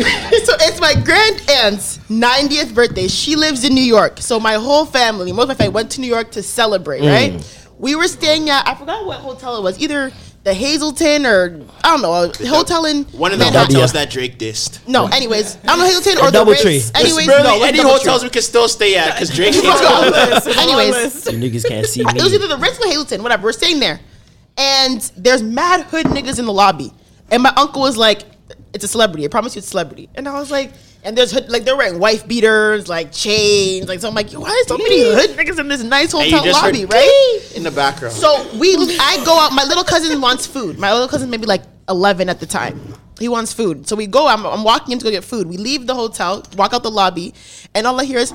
so it's my grand uh, aunt's 90th birthday. She lives in New York. So my whole family, most of my family went to New York to celebrate,
Mm.
right? We were staying at, I forgot what hotel it was, either the Hazelton or, I don't know, a hotel in.
One of the
Manhattan.
hotels that Drake dissed.
No, anyways, I don't know, Hazelton or the
Doubletree.
Ritz.
There's
Anyways,
barely
no, it
any
was
hotels we can still stay at because Drake hates
Doubletree.
hotels.
Anyways,
You niggas can't
[laughs]
see
it was
me.
either the Ritz or Hazelton, whatever. We're staying there, and there's mad hood niggas in the lobby, and my uncle was like, "It's a celebrity. I promise you, it's a celebrity." And I was like, "And there's hood, like they're wearing wife beaters, like chains, like so." I'm like, "Why is so many hood niggas in this nice
And you
hotel
just heard
lobby, right?"
in the background.
So we, I go out. My little cousin wants food. My little cousin maybe like eleven at the time. He wants food, so we go. I'm, I'm walking in to go get food. We leave the hotel, walk out the lobby, and all I hear is,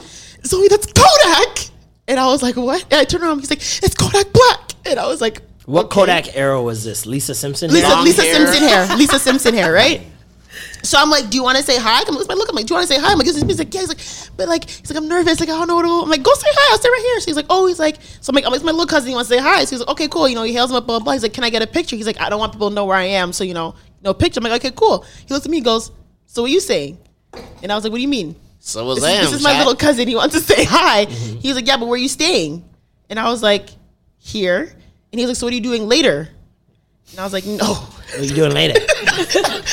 "Zoe, that's Kodak." And I was like, "What?" And I turn around. He's like, "It's Kodak Black." And I was like,
What Kodak era was this? Lisa Simpson?
Lisa,
era?
Lisa Simpson hair. Lisa
[laughs]
Simpson hair, right? So I'm like, do you want to say hi? I'm like, look, I'm like, do you want to say hi? I'm like, this is he's like, yeah. He's like, but like, he's like, I'm nervous. Like, I don't know what to do. I'm like, go say hi. I'll stay right here. She's like, oh, he's like, so I'm like, I'm like, it's my little cousin. He wants to say hi. So he's like, okay, cool. You know, he hails him up, blah, blah, blah. He's like, can I get a picture? He's like, I don't want people to know where I am. So, you know, no picture. I'm like, okay, cool. He looks at me, he goes, so what you saying? And I was like, what do you mean?
So was
this, is-
I. Mm-hmm.
this is my little cousin. He wants to say hi. He's like, yeah, but where are you staying? And I was like, here. And he was like, so what are you doing later? And I was like, no. [laughs]
What you doing later?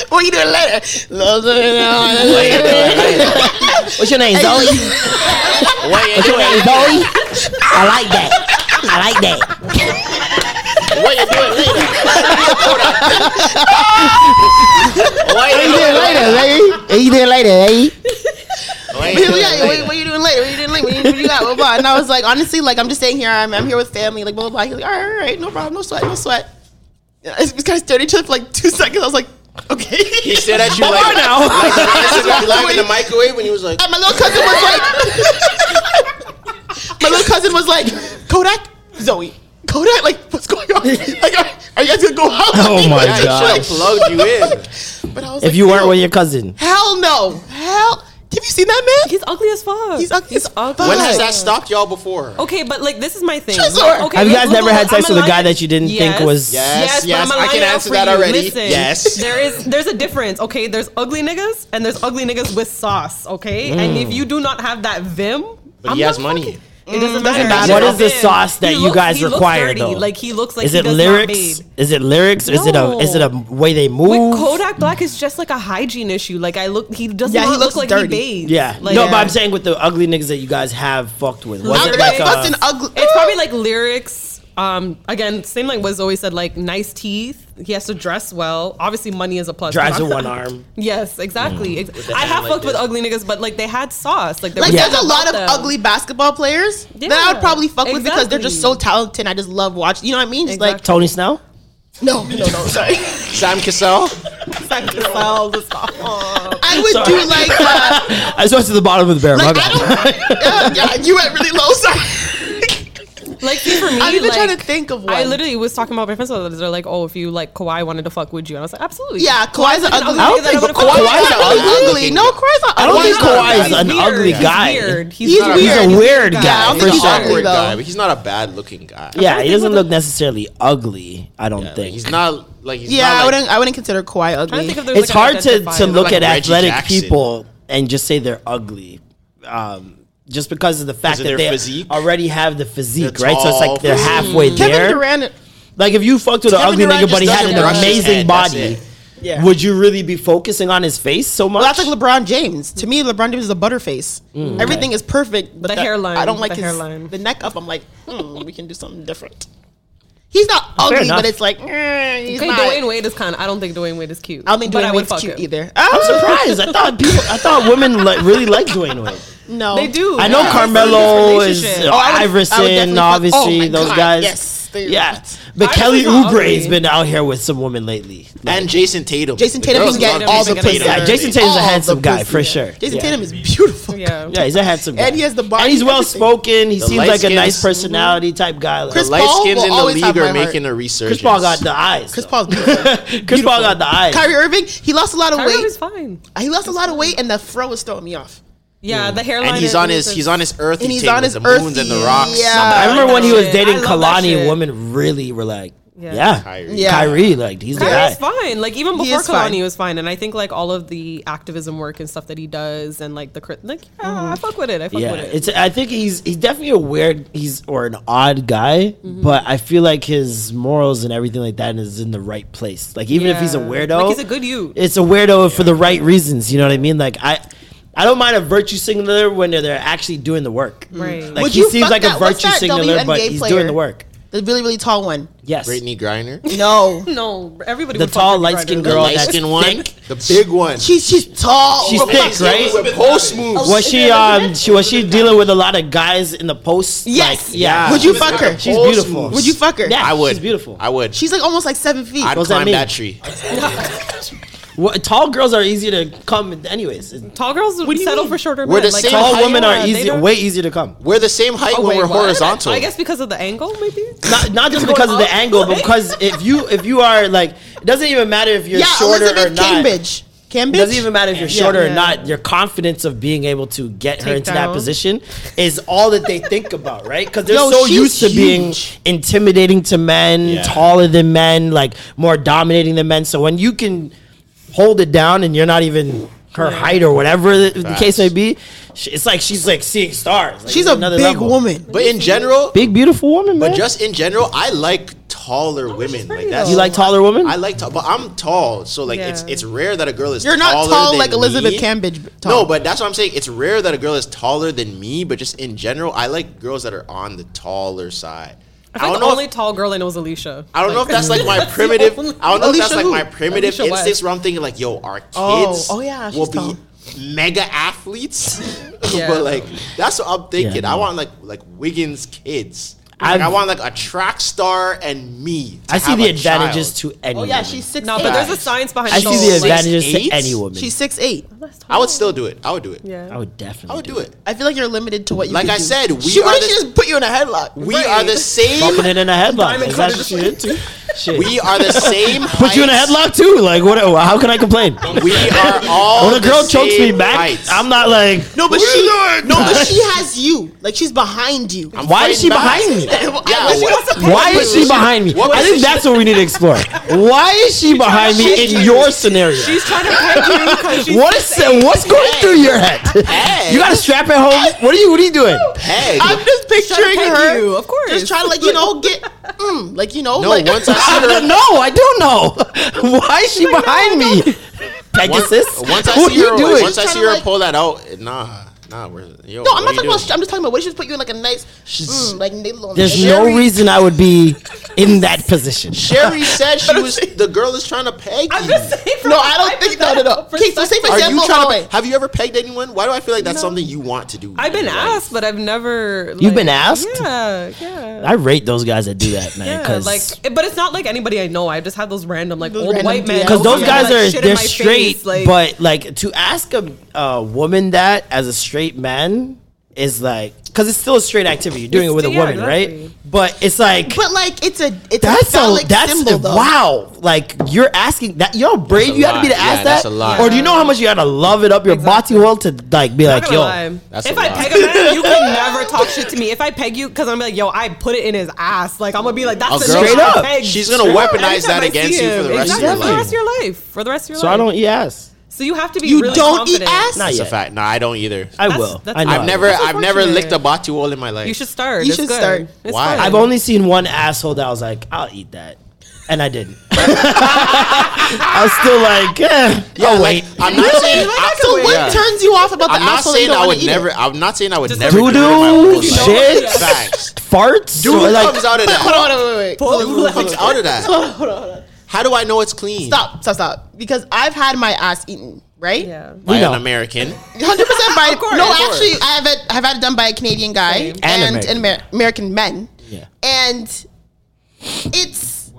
What are you doing later? [laughs]
[laughs] What's your name, Zoe? What's your name, Zoe? I like that. I like that.
What you doing later?
[laughs]
What
What you doing later, lady? What you doing later, lady?
But he was like, yeah, what, what you doing later? What you doing later? What you, what you got? Blah, blah. And I was like, honestly, like I'm just staying here. I'm, I'm here with family. Like blah blah. blah. He's like, all right, all right, no problem, no sweat, no sweat. Yeah, We kind of stared at each other for like two seconds. I was like, okay.
He stared
[laughs]
at you
I'm
like,
hard now.
[laughs] like the innocent would be live
[laughs]
in the microwave when he was like,
And my little cousin was like, my little cousin was like, Kodak, Zoe, Kodak, like what's going on? Like, are, are you guys gonna go out?
Oh my
Like,
God.
I plugged you in.
But I
If
was like,
you
no.
weren't with your cousin,
Hell no. Hell. Have
you seen that man?
He's ugly as fuck.
He's ugly. He's
ugly.
When has that stopped y'all before?
Okay, but like this is my thing.
Chizor!
Okay,
Have you
look,
guys
look,
never
look,
had
look,
sex
I'm
with a
a
guy
liar.
that you didn't
Yes.
think was?
Yes,
but
yes,
I'm a
I can
liar
answer
for
that
you.
already.
Listen,
Yes.
[laughs] there is there's a difference. Okay, there's ugly niggas and there's ugly niggas with sauce. Okay, and if
Mm.
you do not have that vim,
But he has money. Mm.
it doesn't
doesn't
matter.
matter. What is the sauce that
He
you
looks-
guys
he looks
require,
dirty.
though?
Like he looks like
is
he
it
does
lyrics?
Not bathe.
Is it lyrics? Is it a is it a way they move?
With Kodak Black is just like a hygiene issue. Like I look, he does
Yeah,
not
he
look
looks
like
dirty.
he bathes.
Yeah,
like,
no, but I'm saying with the ugly niggas that you guys have fucked with. Was it like uh,
ugly.
It's probably like lyrics. Um, again, same like was always said, like nice teeth. He has to dress well. Obviously, money is a plus.
drives with one arm?
Yes, exactly. Ex-
the
I
hand
have
like
fucked with
this.
ugly niggas, but like they had sauce. Like, there
Mm. Like
was
there's a
something
lot of
about them.
ugly basketball players that I
Yeah,
would probably fuck with because they're just so
exactly.
talented. and I just love watching. You know what I mean? Just like
Tony Snell.
no, no, no, sorry.
Sam Cassell.
Fuck yourselves, it's not- Aw.
[laughs] I would
Sorry.
do like uh,
I just went to the bottom of the barrel. my bad.
yeah, [laughs] yeah, you went really low. Sorry.
Like see, for me,
I'm even
like,
trying to think of one.
I literally was talking about my friends about this. They're like, "Oh, if you like Kawhi wanted to fuck, would you?" And I was like, "Absolutely."
Yeah, Kawhi's an
like
ugly.
I don't
nigga that
think
would've
Kawhi's
fucked.
Kawhi's
not
ugly.
ugly. No, Kawhi's not ugly.
I don't think
He's
Kawhi is
ugly.
an ugly
He's
guy.
weird. He's,
He's
not a
weird.
He's a weird
Yeah, I
guy.
don't
for
think
He's
he's
an
sure.
ugly,
awkward
though.
guy, but he's not a bad looking guy.
Yeah, he doesn't look necessarily ugly. I don't
Like,
think.
he's not like he's
Yeah,
not,
I
like-
wouldn't. I wouldn't consider Kawhi
trying to
ugly.
think if there's,
it's
like, an
hard to, to
identifier.
look
Like
at
Reggie
athletic
Jackson.
people and just say they're ugly, um, just because of the
of
fact that
their
they
physique?
already have the physique,
They're
right? So it's
tall,
like they're
physique.
halfway there.
Kevin Durant.
Like if you fucked with an
Kevin
ugly
Durant
nigga, but he
just
had an
doesn't brush his
amazing
head, that's
body,
it.
Yeah.
would you really be focusing on his face so much?
Well, that's like LeBron James. To me, LeBron James is a butterface.
Mm,
Everything is perfect, but
The
that-
hairline,
I don't like
the
his
hairline.
the neck up. I'm like, hmm, we can do something different. He's not ugly,
enough.
but it's like, eh, he's
Okay,
not.
Dwayne Wade is kind. of I don't think Dwayne Wade is cute.
I don't think
but
Dwayne
I would
Wade's
fuck
cute
him.
either. Ah,
I'm surprised. I thought people, I thought women li- really like Dwayne Wade.
No,
They do.
I know
Yeah.
Carmelo
It's a
is
relationship.
uh,
Oh, I would- I would definitely
Iverson,
fuck-
obviously
oh my
those
God,
guys.
yes, they-
yeah, but
Iverson's
Kelly
not
Oubre has
ugly.
been out here with some women lately.
And Jason Tatum.
Jason
The
Tatum
girls
can get
love
all
Jason
the pussy.
Tatum.
Yeah, Jason Tatum's a
All the
handsome guy
pussy.
for sure.
Jason
yeah.
Tatum is
Oh,
beautiful.
Yeah.
Yeah, he's a handsome guy.
And he has the body
And he's
and
well
everything.
spoken. He
The
seems
light
like a
skins-
nice personality type guy. Like,
The
Chris
Chris,
light
Paul
skins
will
in the
always have
league are
my heart.
making a resurgence.
Paul got the eyes.
Chris
though.
Paul's beautiful.
Chris Paul got the eyes.
Kyrie Irving, he lost a lot of
Kyrie is
weight.
fine.
He lost a lot of weight, and the fro is throwing me off.
Yeah, the hairline.
and he's
is-
on
is
his he's on his earthy
And he's
thing
on
with
his
the moons and
earthy-
the rocks.
yeah.
I remember
like
when
that
he was
shit. I
dating
love
Kalani,
that shit.
women really were like,
Yeah.
yeah,
Kyrie.
Kyrie,
Yeah.
like he's the guy.
Kyrie's fine. Like even before
is fine.
Kalani was fine, and I think like all of the activism work and stuff that he does, and like the cri- like yeah,
Mm-hmm.
I fuck with it. I fuck
Yeah,
with it.
it's. I think he's he's definitely a weird he's or an odd guy,
Mm-hmm.
but I feel like his morals and everything like that is in the right place. Like even if he's a
Yeah.
weirdo,
Like, he's a good youth.
It's a weirdo for the right reasons. You know what I mean? Like I, I don't mind a virtue signaler when they're, they're actually doing the work.
Right.
Like
Would
he
you
seems
fuck
like
that-
a
what's
virtue
that
signaler,
WNBA
but he's
player?
doing the work.
The really, really tall one.
Yes.
Brittany Griner.
No,
no, everybody.
The
would fuck
tall,
Brittany
light skinned
Griner.
girl
light
that's
skin one.
thick.
The big one.
she's she's tall. Oh,
She's thick, right?
post moves.
Was she um? She was she dealing with a lot of guys in the post?
Yes.
Like, yeah.
Would you fuck her?
uh, She's
Post
beautiful.
moves.
Would you fuck her?
Yeah,
I would.
She's beautiful.
I would.
She's like almost like seven feet.
I'd
What does that
climb
mean?
that tree.
What, tall girls are easier to come. Anyways,
Tall girls would settle for shorter.
We're
men.
the
Like,
same
tall
tall
height.
women
yeah,
are
they
easy,
don't-
way easier to come.
We're the same height
Oh,
when
wait,
we're
what?
horizontal.
I guess because of the angle, maybe.
Not, not just because of the angle, but because if you if you are like, it doesn't even matter if you're
yeah,
shorter
Elizabeth
or not.
Cambridge.
It
Cambridge.
doesn't even matter if you're shorter
Yeah.
or not. Your confidence of being able to get her
Take
into
down.
that position is all that they think about, right? Because they're
Yo,
so
she's
used to being
huge.
intimidating to men,
Yeah.
taller than men, like more dominating than men. So when you can hold it down and you're not even her height or whatever the, the case may be, sh- it's like she's like seeing stars. Like,
She's
it's
a big
level.
woman.
But in general,
big beautiful woman, man.
but just in general, I like taller women. Like that's
you like taller women?
I like tall, but I'm tall, so like it's
Yeah.
it's rare that a girl is.
You're not
taller
tall
than
like Elizabeth
me.
Cambridge, but tall.
No, but that's what I'm saying. It's rare that a girl is taller than me, but just in general, I like girls that are on the taller side.
I
I,
feel
don't
like the
know.
only
If,
tall girl I know is Alicia.
I don't know if that's like my primitive. I don't know if that's
Alicia
like
who?
my primitive
Alicia West.
instincts where I'm thinking like, yo, our kids
Oh, oh yeah, she's
will be
tall.
mega athletes.
[laughs]
Yeah.
but like that's what I'm thinking.
Yeah,
I
no.
want like like Wiggins kids. Like, I
I've-
want like a track star and me. to
I see
have
the
a
advantages
child.
to any.
Oh yeah,
woman.
she's six.
No, but there's a science behind
I
it.
see the
Six,
advantages
eight?
to any woman.
She's six eight.
I would still do it. I would do it.
Yeah.
I would
[laughs]
definitely.
I would do it.
I feel like you're limited to what you.
Like
can
I
do.
said, we
she,
are
Why did
the-
she just put you in a headlock?
We are the
Bumping
same.
it in a headlock.
Diamond
That's what
cutter
she did too. Shit.
We are [laughs] the same.
Put you in a
height.
headlock too. Like what? How can I complain?
We
[laughs]
are all.
When a girl
the
chokes me
same
back,
heights.
I'm not like.
No, but
What are
she.
you doing?
No,
[laughs]
but she has you. Like she's behind you.
I'm
Why
fighting
is she
[laughs]
behind me?
Yeah,
she
what-
wasn't
Why is she
position-
behind me?
what
I think
position-
that's what we need to
[laughs]
explore. Why is she behind me in your scenario?
She's trying to peg you because she's.
What is what's going through your head? You got a strap at home. What are you? What are you doing?
Peg.
I'm just picturing
Trying to peg
her.
you, of course.
Just trying to like you know get,
Um,
mm, like you know,
No,
like
[laughs] once I see
I
her,
don't know. I don't know. [laughs] Why is she behind me?
once,
Pegasus.
once I
what
see
are you
her,
doing?
once I
She's trying
see
to,
her
like-
pull that out, nah, nah. We're, yo,
No, I'm
what are
not
you
talking about.
doing?
I'm just talking about what if she just put you in like a nice, mm, like nail on
There's
the-
no
Very-
reason I would be in that
[laughs]
position.
Sherry said she was the girl is trying to peg you.
I'm just saying. from
No,
a
I don't think no, no, no.
[laughs] hypothetical
Okay, so say for
perspective.
Are you
example,
trying
okay.
to? Have you ever pegged anyone? Why do I feel like that's something you want to do?
I've been
Like,
asked, but I've never.
You've been asked?
Yeah,
oh,
yeah.
I rate those guys that do that, man.
Yeah,
Because
like, it- but it's not like anybody I know. I've just had those random, like, old
random
white men.
DMs.
Because those
who
Yeah,
guys
have, like,
are
shit in
they're
my face,
straight,
like-
but like to ask a, a woman that as a straight man is like because it's still a straight activity. You're doing it
It's-
with a
yeah,
woman,
exactly.
right? But it's like
But like it's a it's
that's
a phallic
a that's
symbol
a-
though.
wow. Like you're asking that yo brain
a
you had to be to
lot.
ask
Yeah,
that,
that's a lot.
or do you know how much you had to love it up your body hole to like be
I'm
like
not
yo?
gonna lie.
That's
if
a
I
lot.
peg a man, you can never talk shit to me. If I peg you, because I'm like, yo, I put it in his ass. Like, I'm gonna be like, that's
A
the
girl-
nigga
Straight
I
Oh, up.
pegged.
She's gonna
Straight up.
weaponize
Anytime
that
I
against
see
you for the
him.
rest of
Exactly,
your
For the
life.
rest of your life. For the rest of your
So
life.
I don't eat ass.
So you have to be
You
really
don't
confident.
eat ass.
Not
That's a
yet.
fact. No, I don't either.
I
That's-
will.
that's
I know
fine.
I
I've never,
That's
I've never licked
unfortunate.
a batiwol in my life.
You should start.
You
It's
should
good.
start.
It's
Why?
fine.
I've only seen one asshole that I was like, I'll eat that. And I didn't. [laughs] I was still like, eh,
Yeah,
I'll
like,
wait.
I'm not saying.
Like,
I-
so what
Yeah.
turns you off about the
I'm not
asshole? you
saying
don't
I
wanna
would
eat it?
never. I'm not saying I would
Just
never. do it in my
Doo-doo,
whole life.
shit.
Facts.
Farts?
Dude
or like,
comes out of that.
Hold on, wait, wait, wait.
Dude comes out of that. How do I know it's clean?
Stop, stop, stop. Because I've had my ass eaten, right?
Yeah. [laughs]
By
know.
an American.
Hundred percent by
course,
no,
of course.
actually, I have it. I've had it done by a Canadian guy
Same.
And
and,
American.
an Amer- American men.
Yeah.
and it's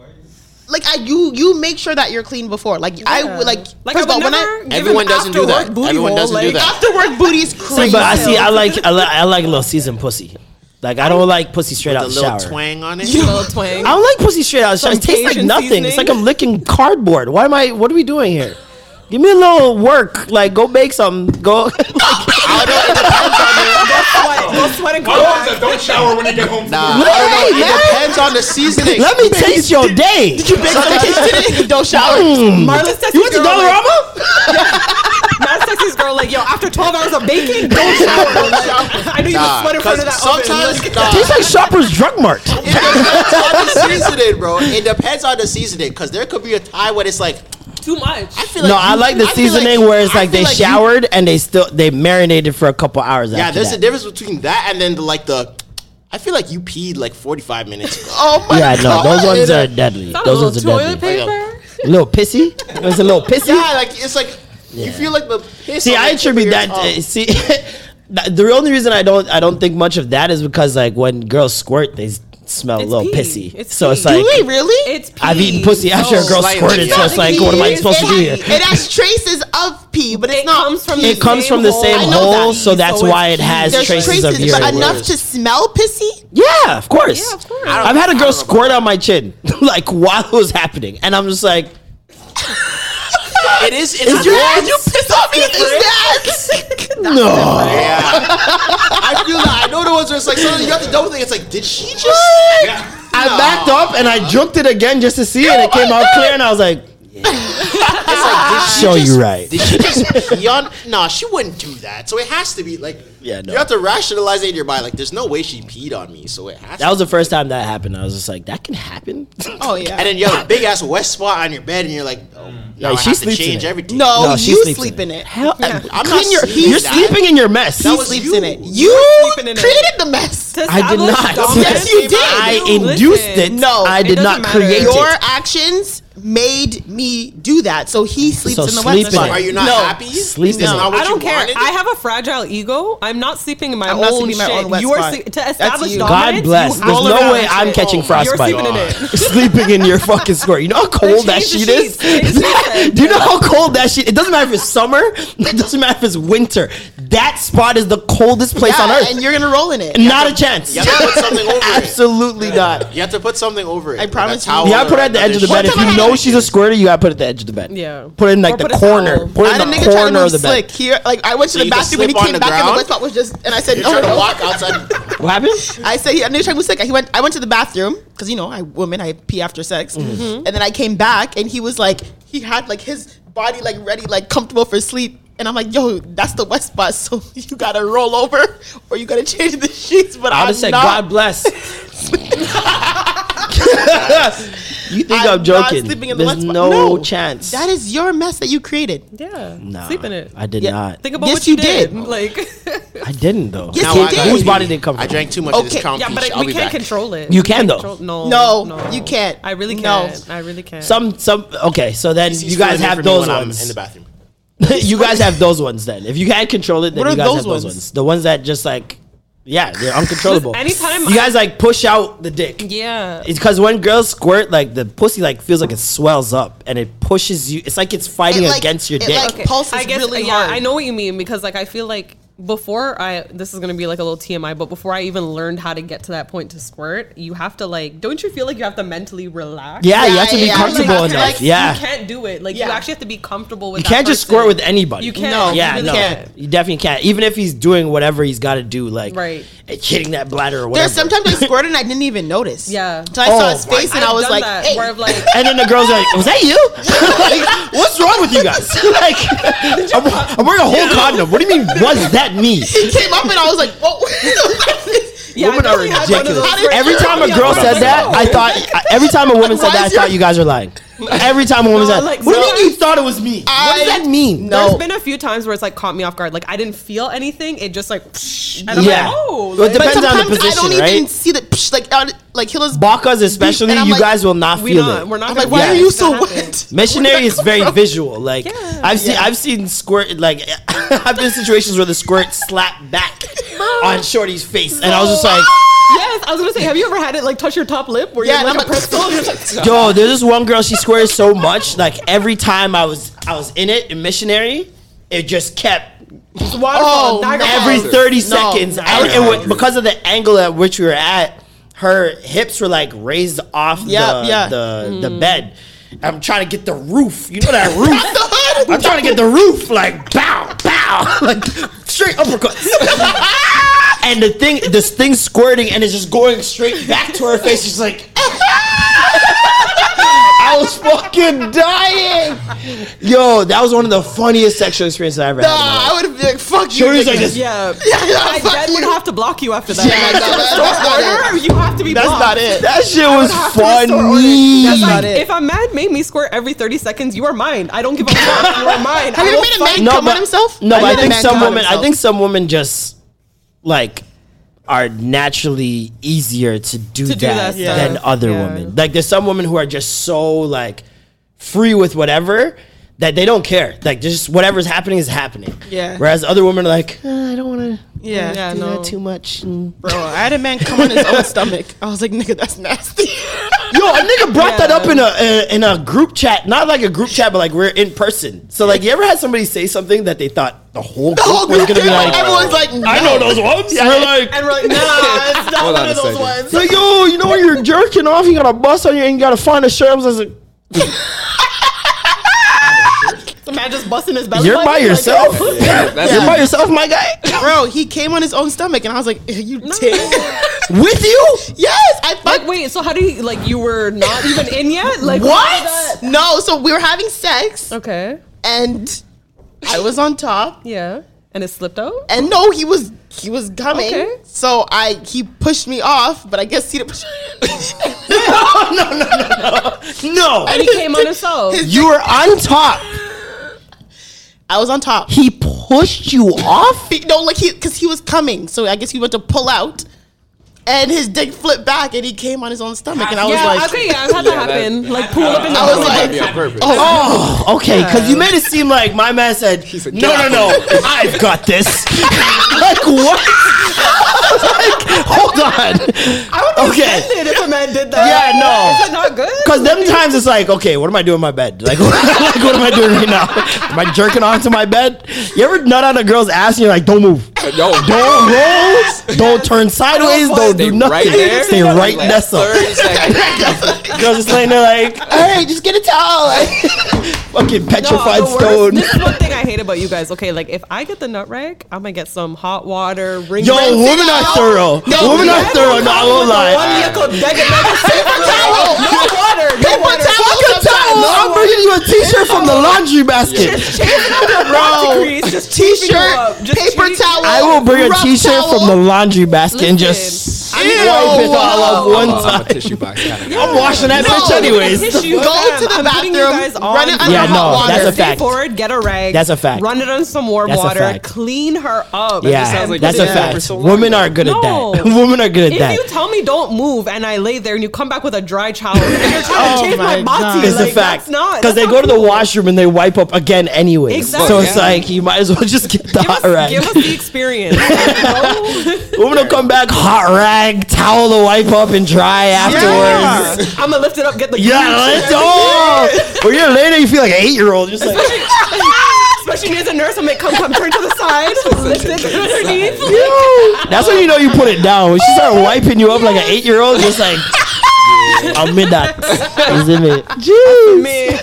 like I you you make sure that you're clean before. Like I
Yeah.
would like,
like
first of
I
all
would
when
never
I
give
Everyone
him
doesn't do
after-work
that.
booty
Everyone
hole,
doesn't do
like-
that.
after work
[laughs]
booty's
See,
crazy. [laughs]
but I see, I like, I like, I like a little seasoned pussy. Like, I don't like pussy straight
The
out the
little
shower.
twang on it.
Little twang.
I don't like pussy straight out of the shower. It tastes like
Cajun
nothing. It's like
seasoning.
I'm licking cardboard. Why am I? What are we doing here? Give me a little work. Like, go bake something. Go.
I don't, it depends on the,
sweat. Don't sweat and
My
come
mom said,
back.
don't shower when you get home. from
nah,
work."
I don't know.
Hey,
It depends on the
[laughs]
seasoning.
Let me taste your day. Did you bake
today? Don't shower.
Marla's texting
You went to
girl, like,
Dollarama?
Marla's texting girl like, yo, after 12 hours of baking, don't shower. Like, I know you
Nah,
nah, sweat in front of
'cause
that
sometimes
oven.
nah,
Tastes like Shoppers Drug Mart.
it depends on the seasoning, bro. It depends on the seasoning because there could be a time when it's like
Too much.
I feel like
No, I
you-
like the
I feel
seasoning
like-
where it's
I
like
feel
they
you-
showered and they still they marinated for a couple hours.
Yeah,
after
there's
that.
a difference between that and then the, like the. I feel like you peed like 45 minutes ago.
Oh my
Yeah, no,
god.
those ones are deadly.
Not a
Those
little
ones are deadly.
deadly.
paper.
A little pissy. It was a little pissy.
Yeah, [laughs] like it's like you feel like the piss.
See,
on
I
the tip of
attribute
your
Oh.
that.
tongue.
uh, see, [laughs] th- the only reason I don't I don't think much of that is because like when girls squirt, they s- smell
It's
a little
pee.
pissy.
It's
so it's
pee.
like
Wait, really?
It's pee. Oh,
I've eaten pussy after a girl
Slightly.
squirted, so it's like, what am I
It
supposed to do
has-
here?
It has traces of pee, but it's
It
not.
comes from
pee.
It comes from the same
I know
hole,
that.
so that's
So
why it
it's
has
There's
traces,
traces,
of urine.
but enough to smell pissy.
Yeah, of course.
Yeah, of course. I don't-
I've had a girl squirt on my chin, [laughs] like while it was happening, and I'm just like,
it is. It's
your
warm.
ass- you
piss off me.
[laughs]
Is that?
no.
Yeah. I feel that. I know the ones where it's like sometimes you have to double think. It's like, did she just?
I backed up and I jerked it again just to see it. and It came out clear, and I was like,
It's like, did she
Show
just,
you right.
Did she just pee on? Nah, she wouldn't do that. So it has to be like.
Yeah, no.
You have to rationalize it in your mind. Like, there's no way she peed on me. So it has.
that
to
was the first time that happened. I was just like, that can happen.
Oh yeah.
And then you have a big ass wet spot on your bed, and you're like, oh, now
Like,
I
she
have to
sleeps in
change
it.
everything.
No,
No, she
you
sleeps
sleep
in
in it.
Hell,
I'm
clean
not
your,
sleeping
you're
that.
sleeping in your mess.
That
He
was
sleeps
you.
in it. You
sleeping in it.
created the mess.
To
I did
establish
not.
dominance,
Yes, you did.
I
Listen,
induced it.
No,
I
it
did
doesn't
not
matter.
create
You're
Your
it.
actions made me do that. So he sleeps
So
in the wet
sleeping.
spot.
Are you not No. happy? Sleeping. Is this not what
I
you
don't care.
wanted?
I have a fragile ego. I'm not sleeping in my
I'm
own
not sleeping in my
shit.
own wet
you are
spot.
sleep- to
That's
establish
you.
dominance.
God bless.
you
There's
roll
no
around
way
in
I'm
shit.
catching frostbite.
You're sleeping
[laughs]
in [laughs] it.
sleeping in your fucking square. You know how cold that
change
shit
the
is? [laughs] Do you know how cold that shit? It doesn't matter if it's summer. [laughs] It doesn't matter if it's winter. That spot is the coldest place
Yeah,
on earth.
and you're gonna roll in it.
Not a chance.
You have to put something over it.
Absolutely not.
You have to put something over it. I promise
You gotta put it at the edge of the bed. If you know she's a squirter, you gotta put it at the edge of the bed.
Yeah.
Put it in like the corner. Put it
I
in
had a
the
nigga trying to
corner
move
of the bed.
slick here. Like I went to
So
the
you can
bathrow and he
slip on
came
the
back and the
ground?
wet spot was just and I said
You're
no,
trying
no.
to walk outside.
What happened?
I said, "I'm trying to move sick." He went. I went to the bathroom because you know, I woman, I pee after sex,
Mhm.
and then I came back, and he was like, he had like his body like ready, like comfortable for sleep, and I'm like, "Yo, that's the wet spot, so [laughs] you gotta roll over or you gotta change the sheets." But
I
I
would
am
have said,
not.
God bless.
[laughs]
you think I'm,
not
joking?
sleeping in the
There's
wet spot.
no,
No.
chance.
That is your mess that you created.
Yeah,
Nah,
sleep in it.
I did
Yeah.
not.
Think about
Yes,
what you,
you
did.
did.
[laughs] Like,
I didn't though.
Yes,
Now you I did. gotta
Whose
pee.
body didn't come
I
from?
drank too much of this
yeah, but
I'll
we
be
can't
back.
control it.
You
We
can
can't
though.
control- No,
No, you can't.
I really
No.
can't. I really can't.
Some some okay. So then
He's
you guys
filling in
have
for me
those
when I'm
ones [laughs]
in the bathroom.
Oh, you guys have those ones then. If you can't control it, then
What are
you guys
those
have
ones?
those ones. The ones that just like, yeah,
[laughs]
they're uncontrollable.
anytime
you guys like push out the dick,
yeah.
it's because when girls squirt, like the pussy like feels like it swells up and it pushes you. It's like it's fighting against your dick.
I guess, yeah, I know what you mean because like I feel like before I this is gonna be like a little TMI, but before I even learned how to get to that point to squirt, you have to like don't you feel like you have to mentally relax?
Yeah, you Yeah, have to be yeah, yeah. comfortable
Like,
in that.
like,
Yeah.
you can't do it. Like you actually have to be comfortable with.
You
that
can't just
person.
squirt with anybody.
You can't. No, you
yeah,
really
no,
can't.
you definitely can't. Even if he's doing whatever he's got to do, like
Right.
hitting that bladder or whatever.
There's sometimes I
[laughs]
squirted and I didn't even notice.
Yeah.
So I
Oh,
saw his face and
I've
I was
done
like,
that,
"Hey,
where
[laughs]
I'm like,
And then the girls are like, "Was that you? [laughs] like, what's wrong with you guys? like, [laughs] I'm, I'm wearing a whole condom. What do you mean? Was that me?
he came up and I was like,
[laughs]
whoa.
Women are
definitely had one of
ridiculous.
those where-
Every time a
Yeah,
girl
but
said
I'm
that,
like,
I thought. I- Every time a woman said
Why
that, I
is
thought
your-
you guys were lying. Every time a woman
No,
said,
like,
"What do
no.
you mean you thought it was me? what does
I-
that mean?"
There's been a few times where it's like caught me off guard. Like I didn't feel anything. It just like, [laughs] and I'm
Yeah.
like, oh,
Well, it
like-
depends on the
sometimes
position,
I don't even
right?
see the psh, like out, like Hilla's
Bakas especially,
and I'm
you
like,
guys will not
we
feel
not-
it.
we're not [laughs]
I'm
gonna
like, why
Yeah.
are you so
That
wet?
Missionary is very visual. Like I've seen, I've seen squirt. Like [laughs] I've been in situations where the squirt slapped
[laughs]
back on Shorty's face, and I was just like,
Yes, I was gonna say, have you ever had it like touch your top lip where
Yeah,
you're
and
like
I'm [laughs]
a pretzel? You're just like,
Yo, there's this one girl. She squares so much. Like every time I was, I was in it in missionary. It just kept
waterfall, Niagara
every
Falls.
30
Oh, No,
seconds,
no.
and it was, because of the angle at which we were at, her hips were like raised off
Yep,
the
yeah.
the, the bed. I'm trying to get the roof. You know [laughs] that roof. I'm trying to get the roof. Like bow, bow, [laughs] like straight [laughs] uppercuts. and the thing, this thing squirting, and it's just going straight back to her face. She's like. [laughs] I was fucking dying. Yo, that was one of the funniest sexual experiences I ever
Nah,
had. in my life.
I would be like, fuck you.
Shorty's
[laughs]
like
nigga.
this.
Yeah,
Yeah, yeah,
I
fuck
then would
you.
have to block you after that.
Yeah,
Like,
no, that's-
restore
that's not it.
order, You have to be.
That's
blocked.
not it.
That shit
I would
was
have to restore order.
funny.
That's
not
like,
it.
If a man made me squirt every 30 seconds, you are mine. I
[laughs]
don't give a fuck. You are mine.
Have
I
you ever
will
made a
fuck-
man come on himself?
No,
I
but I
made a
think
man
some
come on
women. I
himself.
think some women just like are naturally easier to do
To do
that,
that stuff.
than
Yeah.
other
Yeah.
women. Like there's some women who are just so like free with whatever that they don't care. Like just whatever's happening is happening.
Yeah.
Whereas other women are like, "Uh, I don't want to
Yeah,
Yeah,
do
no.
that too much. And-
bro. I had a man come on his own
[laughs]
stomach. I was like, nigga, that's nasty.
Yo, a nigga brought that up in a in a group chat, not like a group chat, but like we're in person. So like, you ever had somebody say something that they thought the whole group
whole
was
group
gonna be
came up,
like,
everyone's like,
I know those ones.
Yeah.
We're like,
And
[laughs]
[laughs]
we're like, nah, it's not
Hold
one
on
of
a
those
second.
ones.
it's like yo, you know when you're jerking off, you got a bust on you and you gotta find a shirt. I was like,
The man just busting his belly.
you're
button,
by
like,
[laughs] yourself.
that's-
You're by yourself, my guy.
bro, he came on his own stomach, and I was like, "Eh, you [laughs] dick.
With you?
yes, I fucked.
Like, wait, so how do you, like, you were not even in yet? Like, how did that-
what? No, so we were having sex,
Okay.
and I was on top,
Yeah. And it slipped out?
and no, he was he was coming.
Okay.
So I he pushed me off, but I guess he didn't. [laughs]
[laughs] No,
And he came on himself.
you were on top.
I was on top.
He pushed you off.
He- no, like he because he was coming, so I guess he went to pull out. and his dick flipped back, and he came on his own stomach, and I was
Yeah,
like,
okay, yeah, I've had that Yeah, that- happen. Like, pull up in the
I was
pool.
like,
Yeah, purpose.
Oh, okay. Because you made it seem like my man said, "No, no, no, [laughs] I've got this." like what? [laughs] like, hold on. Okay.
offended if a man did that.
Yeah, no.
Is that not
[laughs]
good?
Cause
[laughs]
them times it's like, okay, what am I doing in my bed? Like, [laughs] like what am I doing right now? Am I jerking onto my bed? You ever nut on a girl's ass and you're like,
[laughs]
don't move,
Yo,
don't roll, don't turn sideways, don't do nothing.
right there.
Stay right
Like,
next [laughs] up. Girls just laying there like, all right, just get a towel. [laughs] Fucking petrified
the worst-
stone.
This is one thing I hate about you guys. Okay, like if I get the nut rag, I'm gonna get some hot water. Ring
Yo,
rinse it
women are
out.
thorough. Women are
men
thorough,
come
no, I won't
with the
lie.
One nickel dagger,
[laughs]
dagger,
Paper towel.
No water. No
Paper
water.
towel, paper towel. I'm bringing you a t-shirt from the laundry basket.
Just chafing up
[laughs]
your
Bro.
degrees. Just chafing you up. Just
paper
chafing-
towel.
I will bring a
rough
t-shirt
towel.
from the laundry basket and just
I
wipe
mean, no.
it all up one time.
tissue
[laughs]
box.
I'm washing that
No,
bitch
I'm gonna
[laughs] anyways.
kiss you,
Go to
fam.
the
I'm putting you
bathroom,
guys
run it
on
under
Yeah,
hot
no,
water.
that's a
Stay
fact.
forward, get a rag.
That's a fact.
Run it on some warm
That's a
water.
fact.
Clean her up.
Yeah, that's a fact. Women are good at that.
No.
[laughs] Women are good at
if
that.
you tell me don't move and I lay there and you come back with a dry
[laughs]
towel and you're trying
Oh
to change my,
my God.
body,
It's
like,
a fact.
that's not
Because they
that's
go
not
to the
cool.
washroom and they wipe up again anyways.
Exactly.
So it's
Yeah.
like you might as well just get the hot rag.
Give us the experience.
[laughs] Women will come back, hot rag, towel to wipe up and dry afterwards.
I'm gonna lift it up, get the [laughs]
Yeah, let's go. Or you're laying there, you feel like an eight year old. Just like,
Especially me as a nurse, I'm like, come, come, turn to the
[laughs]
side, lift it underneath.
Yo. [laughs] That's when you know you put it down. When she started wiping you up like an eight year old, just [laughs] like, I'm in that. Isn't it? Jeez.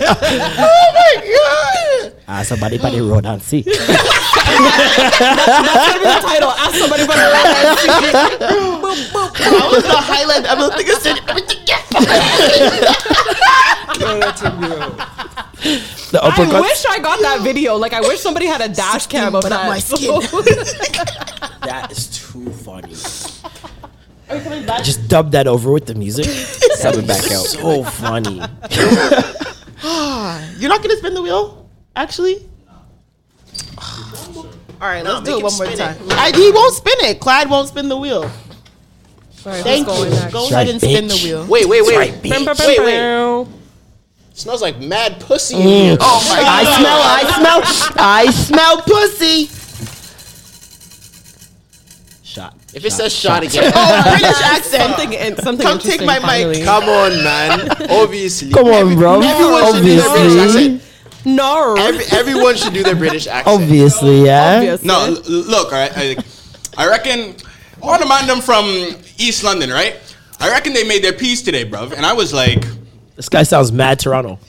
oh my god.
Ah, somebody, buddy, roll and [laughs] see.
That's gonna be the title. Ask somebody about the
That was the highlight. I'm gonna think I said everything.
The
I
uppercut.
wish I got that video. Like, I wish somebody had a dash cam of
but
that.
on my skin.
[laughs]
[laughs]
That is too funny. Just dub that over with the music. [laughs] Sub it back out. So [laughs] funny.
You're not gonna spin the wheel, actually. All right, let's do it one more time. I, he won't spin it. Clyde won't spin the wheel. Thank you. Go
That's
ahead
right,
and spin the
bitch.
wheel.
Wait, wait, wait.
right, bitch.
Wait, wait. Smells like mad pussy in here. Oh my
I
god.
smell, I smell, I smell pussy. Shot.
If it says shot again.
Oh, British accent.
Something, in- something
Come take [laughs]
interesting,
my
finally.
mic.
Come on, man. Obviously.
Come on, bro.
Everyone should do their British
Obviously.
accent.
No.
Every, everyone should do their British accent.
Obviously, yeah.
Obviously.
No, l- look, all right, I, I reckon all the man them from East London, right? I reckon they made their peace today, bruv. And I was like,
This guy sounds mad Toronto.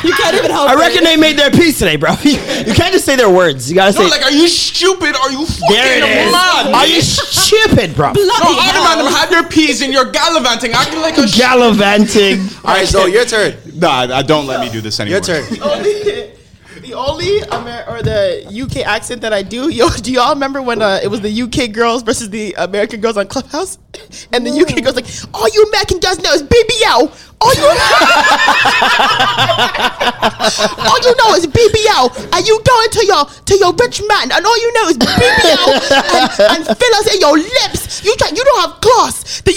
You can't even help
I
it.
reckon they made their peace today, bro. [laughs] you can't just say their words. You gotta
no,
say,
like, are you stupid? Are you fucking
there it is.
mad?
Are you stupid, bro?
No, all the man them had their peas and you're gallivanting, acting like a sh-
Gallivanting.
All right, so your turn.
Nah, nah, don't let me do this anymore.
Your turn.
only- [laughs] the only Amer- or the UK accent that I do, [laughs] yo, do y'all remember when uh, it was the UK girls versus the American girls on Clubhouse, [laughs] and the UK girls like, all you American girls know is baby yo, all you, [laughs] all you know is baby yo, and you going to your to your rich man, and all you know is baby yo, and, and fillers in your lips, you try, you don't have class,
[laughs]
the,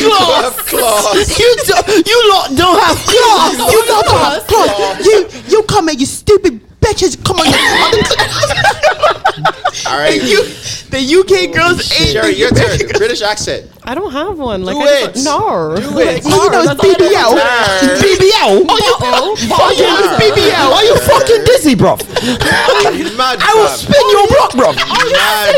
Claws.
You don't, [laughs] you lot don't have claws.
you know what? Class. You you come here, you stupid bitches. Come on, you
[laughs]
All right.
you, the UK girls ain't
Sherry,
the
your turn.
American girls.
British accent.
I don't have one. Like,
Do
I
it.
just, no.
Do
[laughs]
it.
All you know is
That's all I Oh, know.
BBL.
[laughs]
BBL.
All you
Uh-oh.
all you know is BBL.
Are you fucking dizzy, bro?
[laughs]
Mad
I will
fam.
spin your block, bro.
Mad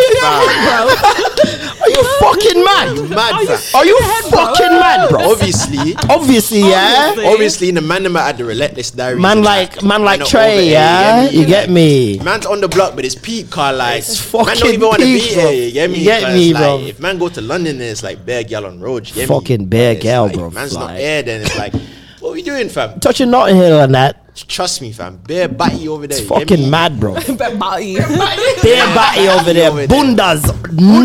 fam.
Are you fucking mad?
Mad fam.
Are you fucking mad, bro?
Obviously.
Obviously, yeah.
Obviously, the man them at the relentless diary.
Man like man like
And
Trey,
over
yeah.
here,
You get me?
Man's on the block, but it's Pete car like
It's
man
fucking
don't even want to be
peak, bro.
here. You get me?
You get
'Cause,
me,
like,
bro.
If man go to London, then it's like
[laughs]
bare gal on road. You get
Fucking
me?
bare
And it's
gal,
like,
bro,
if Man's not
like-
there, then it's like, what we doing, fam?
Touching Notting Hill and that.
Trust me, fam. Bare batty over there.
It's
you get me?
fucking
[laughs]
mad, bro.
But bye.
Bare body over there,
Over there.
bundas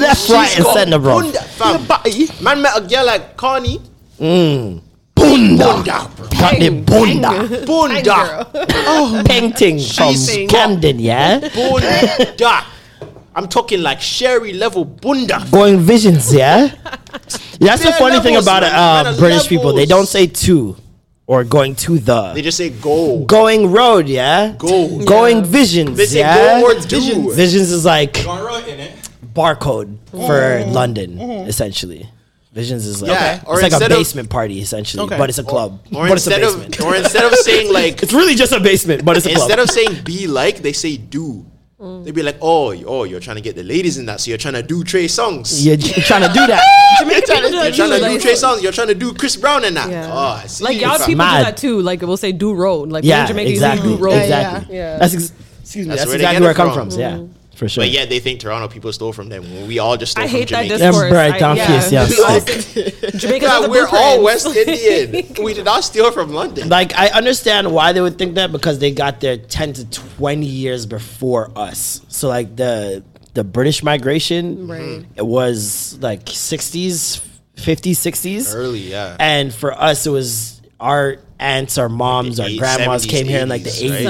left,
She's
right, and
got
center, bro.
bunda, fam. Man met a girl like Connie.
Mm. Bunda,
Bunda, bro.
got the bunda,
Bunda. Oh,
[laughs]
painting from
She's got
Camden, yeah.
Bunda. I'm talking like Sherry level bunda.
Going visions, yeah. That's the
Man,
funny thing
levels,
about
man.
uh,
Man,
British people. They don't say to or going to the.
They just say go.
Going road, yeah. Go. Going visions,
They say
yeah.
go or do.
Visions. Visions is like
Going road in it.
barcode for
Mm-hmm.
Mhm.
London,
Mhm.
essentially. Visions is like
Yeah, or
it's like a
instead of-
basement party essentially,
Okay.
but it's a
Or-
club.
or
but it's a
instead of-
basement.
or instead of saying, like-
it's really just a basement, but it's a
Instead of
club.
saying be like, they say do. They'd be like, oh, y- oh, you're trying to get the ladies in that, so you're trying to do Trey songs.
you're, you're trying to do
[laughs]
that.
you're trying to,
people do that
you're trying
too,
to do
like-
Trey songs. You're trying to do Chris Brown and that. Oh, I see.
Like y'all people do that too. Like we'll say do road. Like
Yeah,
in Jamaica
exactly,
you say do road.
exactly.
Yeah.
That's ex- excuse me.
That's
That's,
where they
exactly
get
where
it
I come
from.
from. Yeah, for sure.
But yeah, they think Toronto people stole from them. when We all just stole
I
from
hate that
Jamaica.
discourse.
Right,
I-
down
yeah.
fierce, yeah,
[laughs]
sick.
[laughs]
Jamaica's
God,
not the
we're all
blueprint.
West Indian.
[laughs]
we did not steal from London.
Like I understand why they would think that because they got there ten to twenty years before us. So like the the British migration
Right.
it was like sixties, fifties, sixties.
Early, yeah.
And for us it was our aunts, our moms, our
eight-
grandmas
70s,
came here in like the
80s, right?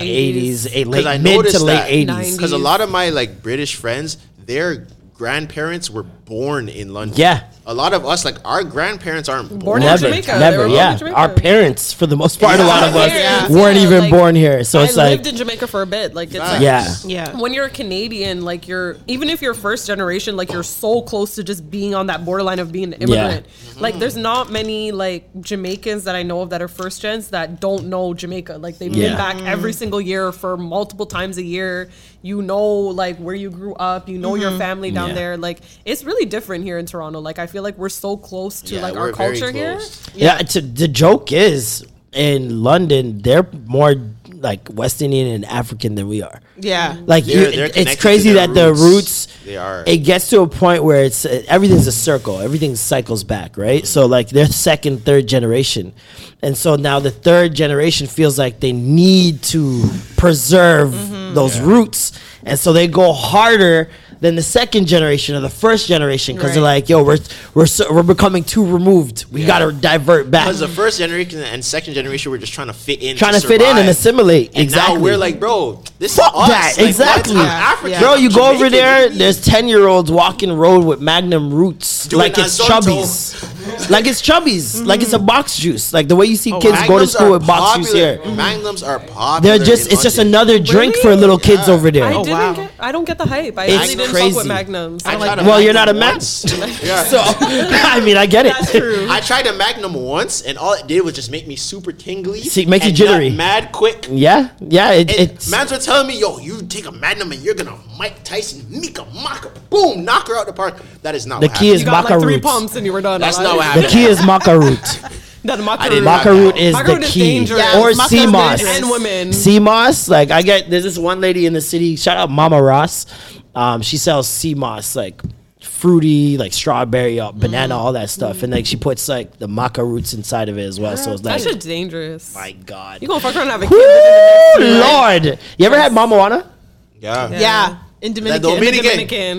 eighties,
70s, Yeah.
eighties,
Because I
late mid to
noticed
late
that.
eighties.
Because a lot of my like British friends, their grandparents were born in London.
Yeah.
A lot of us, like our grandparents, aren't born,
never, never, yeah. Our parents, for the most part, a lot of us
Yeah.
weren't even
Like,
born here. So
I
it's like
lived in Jamaica for a bit. Like it's like,
Yeah.
yeah.
When you're a Canadian, like you're even if you're first generation, like you're so close to just being on that borderline of being an immigrant. Like there's not many like Jamaicans that I know of that are first gens that don't know Jamaica. Like they've
Yeah.
been back every single year for multiple times a year. You know like where you grew up, you know your
Mhm.
family down
Yeah.
there. Like it's really different here in Toronto. Like I feel like we're so close to like our
we're very
culture here.
Yeah, it's a, the joke is in London they're more like West Indian and African than we are.
Yeah.
Like you,
They're- they're
it's
connected
crazy
to
that
their
the
roots.
roots
They are.
It gets to a point where it's uh, everything's a circle. Everything cycles back, right? So like they're second, third generation, and so now the third generation feels like they need to preserve those roots, and so they go harder than the second generation or the first generation because they're
Right.
like, yo, we're we're so, we're becoming too removed. We gotta divert back.
Because the first generation and second generation were just trying to fit in,
Trying to fit in and
survive.
assimilate.
And
exactly.
now we're like, bro, this
Oh,
is
Fuck
us.
that.
Like,
exactly.
What? I'm African.
Bro,
I'm
you go over
Jamaican.
there, there's 10 year olds walking road with magnum roots.
Doing
like it's
Azonto. [laughs]
chubbies. like it's chubbies. Like
Mm-hmm.
it's a box juice. Like the way you see kids
Oh,
go to
Magnums
school
are
with box juice
popular.
here.
Magnums are popular.
They're just,
in
it's just
London.
another drink for little kids over there.
Oh,
I didn't get I don't get the hype. I
It's
really didn't fuck with
crazy.
Magnums. I,
I
don't like
tried a
Well,
[laughs]
you're not a
Magnum
man.
once.
[laughs] So, I mean, I get it. [laughs]
I tried a Magnum once, and all it did was just make me super tingly.
See, it makes you
and nut
jittery.
mad quick.
Yeah, yeah, it,
And
it's.
mans were telling me, "Yo, you take a Magnum and you're gonna Mike Tyson, Mika, Maka, boom, knock her out the park." That is not
The
what
key
happened.
is
you got like three
Macaroons.
pumps and you were done.
That's
I
not what
like-
The key is maca root.
That
I
macaroon.
didn't
Maca root is
Macaroon
the
is
key.
dangerous.
or
Macaroon's
sea moss.
dangerous. And women.
Sea moss. Like I get there's this one lady in the city, shout out Mama Ross. Um, she sells sea moss, like fruity, like strawberry, uh, banana, all that stuff. And like she puts like the maca roots inside of it as well. So it's
That
like
shit's dangerous.
my God.
You gonna fuck around and have a
Woo,
kid?
Lord. You ever had Mama Wana?
Yeah,
Yeah. In
That
Dominican.
Dominican.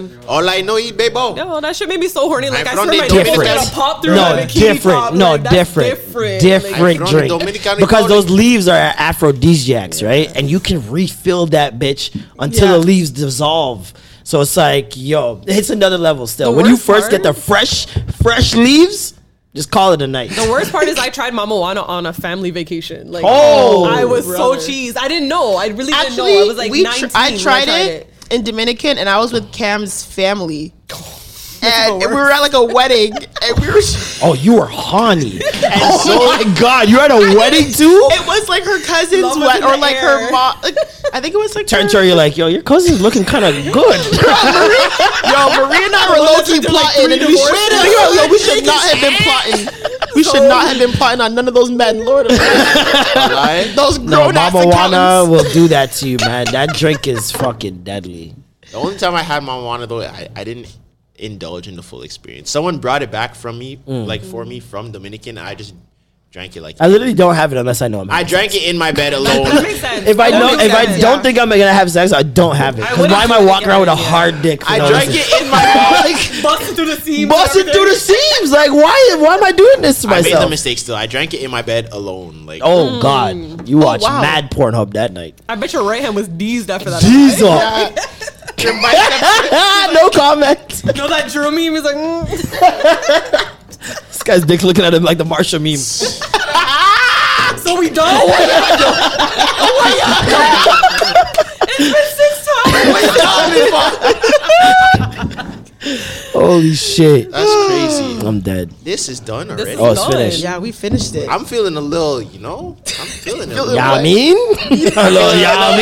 Dominican.
All I know is babo.
No, that shit made me so horny. Like I,
I'm
swear
from
my
the
nipple
Dominican.
gonna pop through. my
No,
bikini top.
different. No,
Like, that's
different.
Different.
Different
Like,
drink.
Dominican
Because those
Republic.
leaves are aphrodisiacs, right? And you can refill that bitch until
Yeah.
the leaves dissolve. So it's like, yo, it's another level still.
The
when you
worst
first get the
part-
fresh, fresh leaves, just call it a night.
The worst part is I tried Mama Wana on a family vacation. Like,
Oh.
I was
Brother.
so cheesed. I didn't know. I really didn't
Actually,
know. I was like
we tr-
19.
I
when
tried it in Dominican, and I was with Cam's family. And we were at like a wedding, and we were.
Oh, you were honey. oh my god, you're at a wedding too?
It was like her cousin's
Love was
wed
in
or
the
like
air.
her mom. I think it was like
Turn
her-
to her, you're like, yo, your cousin's looking kind of good.
Yo, Marie and I were low key plotting, and we should, yo, yo, we should not have been plotting.
[laughs]
We should not have been plotting on none of those men, Lord. [laughs] of- those
no,
grown ass
Mama Wana
accountants.
will do that to you, man. That drink is fucking deadly.
The only time I had marijuana though, I, I didn't indulge in the full experience. Someone brought it back from me,
Mm.
like for me from Dominican. and I just drank it like
I literally don't have it unless I know I'm.
I drank it in my bed alone.
If I
That
know,
makes
if I
sense,
don't
yeah.
think I'm gonna have sex, I don't have it.
I
'Cause
wouldn't
why am I
think
walking around with a
about it,
hard dick? for
I
no
drank
reason?
it in [laughs] my bed.
busting through the seams.
busting through the seams. Like, why? Why am I doing this to
I made the
myself?
mistake still. I drank it in my bed alone. Like
Oh God! You watched
wow.
mad Pornhub that night.
I bet your right hand was deezed after that.
Jesus.
your biceps.
[laughs] no comment.
No, that drew me. He was like, mm.
This guy's dick looking at him like the Marshall meme.
so
[laughs]
we don't. Oh my god!
Holy shit.
That's crazy.
I'm dead.
This is done already.
is Oh, it's done. finished.
Yeah, we finished it.
I'm feeling a little, you know,
[laughs]
I'm feeling it.
Y'all mean? [laughs] a little y'all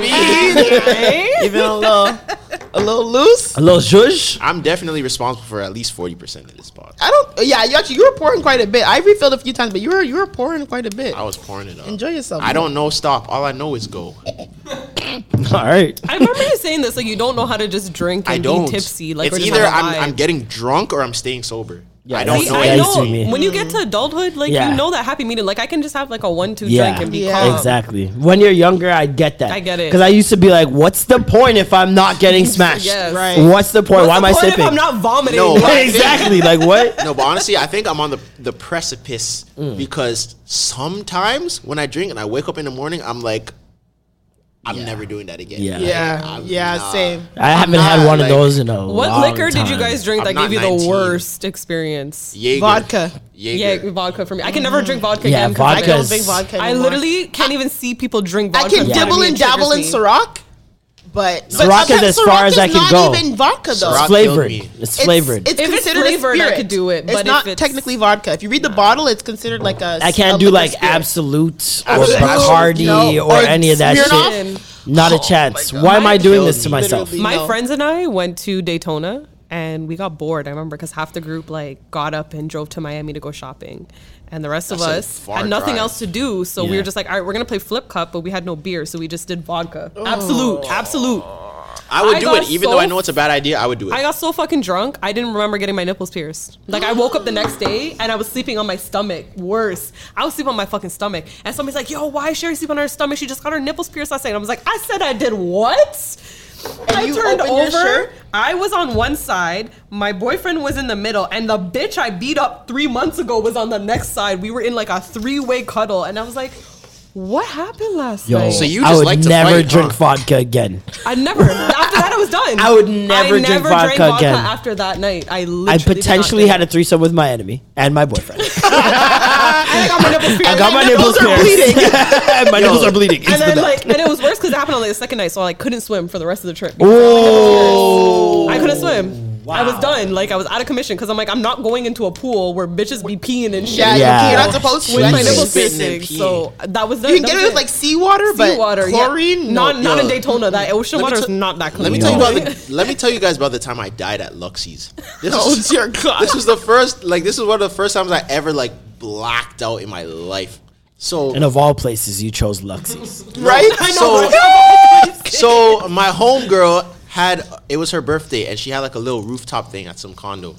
mean? [laughs]
eh?
Even a little,
[laughs] a little loose.
A little [laughs] zhuzh?
[laughs] I'm definitely responsible for at least forty percent of this pod.
I don't. Yeah, you actually you were pouring quite a bit. I refilled a few times, but you were you were pouring quite a bit.
I was pouring it up.
Enjoy yourself.
I don't know. Stop. All I know is go.
All right.
I remember you saying this. Like you don't know how to just drink and
I don't.
be tipsy. Like
it's
or just
either
have a
I'm,
vibe.
I'm getting drunk or I'm staying sober. Yeah, I don't
See,
know.
I
used
know.
to be.
When you get to adulthood, like
Yeah.
you know that happy medium. Like I can just have like a one-two drink
Yeah,
and be calm.
exactly. When you're younger, I get that.
I get it.
Because I used to be like, "What's the point if I'm not getting smashed?
[laughs] Yes.
Right.
What's the point?
What's
Why am
the
I
point if
sipping?
I'm
[laughs]
not vomiting.
No, but I think-
exactly. like what?
No, but honestly, I think I'm on the the precipice
Mm.
because sometimes when I drink and I wake up in the morning, I'm like, I'm never doing that again.
Yeah.
Yeah,
I'm
yeah,
not-
same.
I haven't had
not,
one
like-
of those in a
What
long
liquor did you
time.
guys drink
I'm
that
not
gave you
19.
the worst experience?
Jaeger.
Vodka.
Yeah,
Jaeger.
vodka for me. I can never drink vodka
Yeah,
again. 'cause
I
I,
vodka.
don't
Because-
drink vodka.
I
anymore.
literally can't even see people drink
I
vodka.
can
in front of
dibble
me.
and
It triggers
dabble in
me.
Ciroc, but
Ciroc
but
is as far as
is
I can
not
go.
Even vodka though.
It's
Ciroc
flavored.
killed me.
It's flavored.
It's,
If it's
considered
flavored,
a
I
spirit.
could do it,
It's
but if
not
it's-
technically vodka. If you read the bottle, it's considered like a.
I can't
a
do
liquor
like
spirit.
absolute or
Absolute.
Bacardi
No.
or,
Or
any of that
Smirnoff?
shit. Not a chance. Why am I doing this to myself?
Literally.
My
No.
friends and I went to Daytona and we got bored. I remember because half the group like got up and drove to Miami to go shopping, and the rest of
That's a
us
far
had nothing
drive.
else to do. So we
Yeah.
were just like, all right, we're gonna play flip cup, but we had no beer, so we just did vodka.
Oh.
Absolute, absolute.
I would
I
do
got
it, even
so
though I know it's a bad idea. I would do it.
I got so fucking drunk, I didn't remember getting my nipples pierced. Like I woke up the next day and I was sleeping on my stomach. Worse, I was sleeping on my fucking stomach. And somebody's like, "Yo, why is Sherry sleeping on her stomach? She just got her nipples pierced last night." And I was like, "I said I did what?" I
you
turned
opened your
over.
shirt?
I was on one side. My boyfriend was in the middle, and the bitch I beat up three months ago was on the next side. We were in like a three-way cuddle, and I was like, "What happened last night?"
So you
I
just
would
like to
never
fight,
drink
huh?
vodka
[laughs]
again.
I never. After that, I was done.
I would never drink vodka again.
After that night, I literally
I
did not
potentially
drink.
had a threesome with my enemy and my boyfriend.
[laughs] I got my
[laughs]
nipples
I
pierced.
got my nipples
are
pierced.
bleeding.
[laughs] my nipples are bleeding. It's
And
the
then
best.
like, and it was worse because it happened on like the second night, so I like couldn't swim for the rest of the trip.
Oh.
I couldn't swim. I was done. Like I was out of commission because I'm like I'm not going into a pool where bitches be peeing and shit.
Yeah,
Yeah.
you're not supposed to.
With
with my
Jesus.
nipples
Spitting and
piercing. So that was
You can get it with like seawater, but
seawater, yeah.
chlorine.
Not
no.
not in
Yo.
Daytona. That ocean
Let me
water is
tell-
not that clean.
Let me tell you
[laughs]
about the, let me tell you guys about the time I died at Luxie's. This oh is, dear God! This was the first like this was one of the first times I ever like blacked out in my life. So
And of all places, you chose Luxie's.
right? I know. So, so my homegirl had it was her birthday and she had like a little rooftop thing at some condo.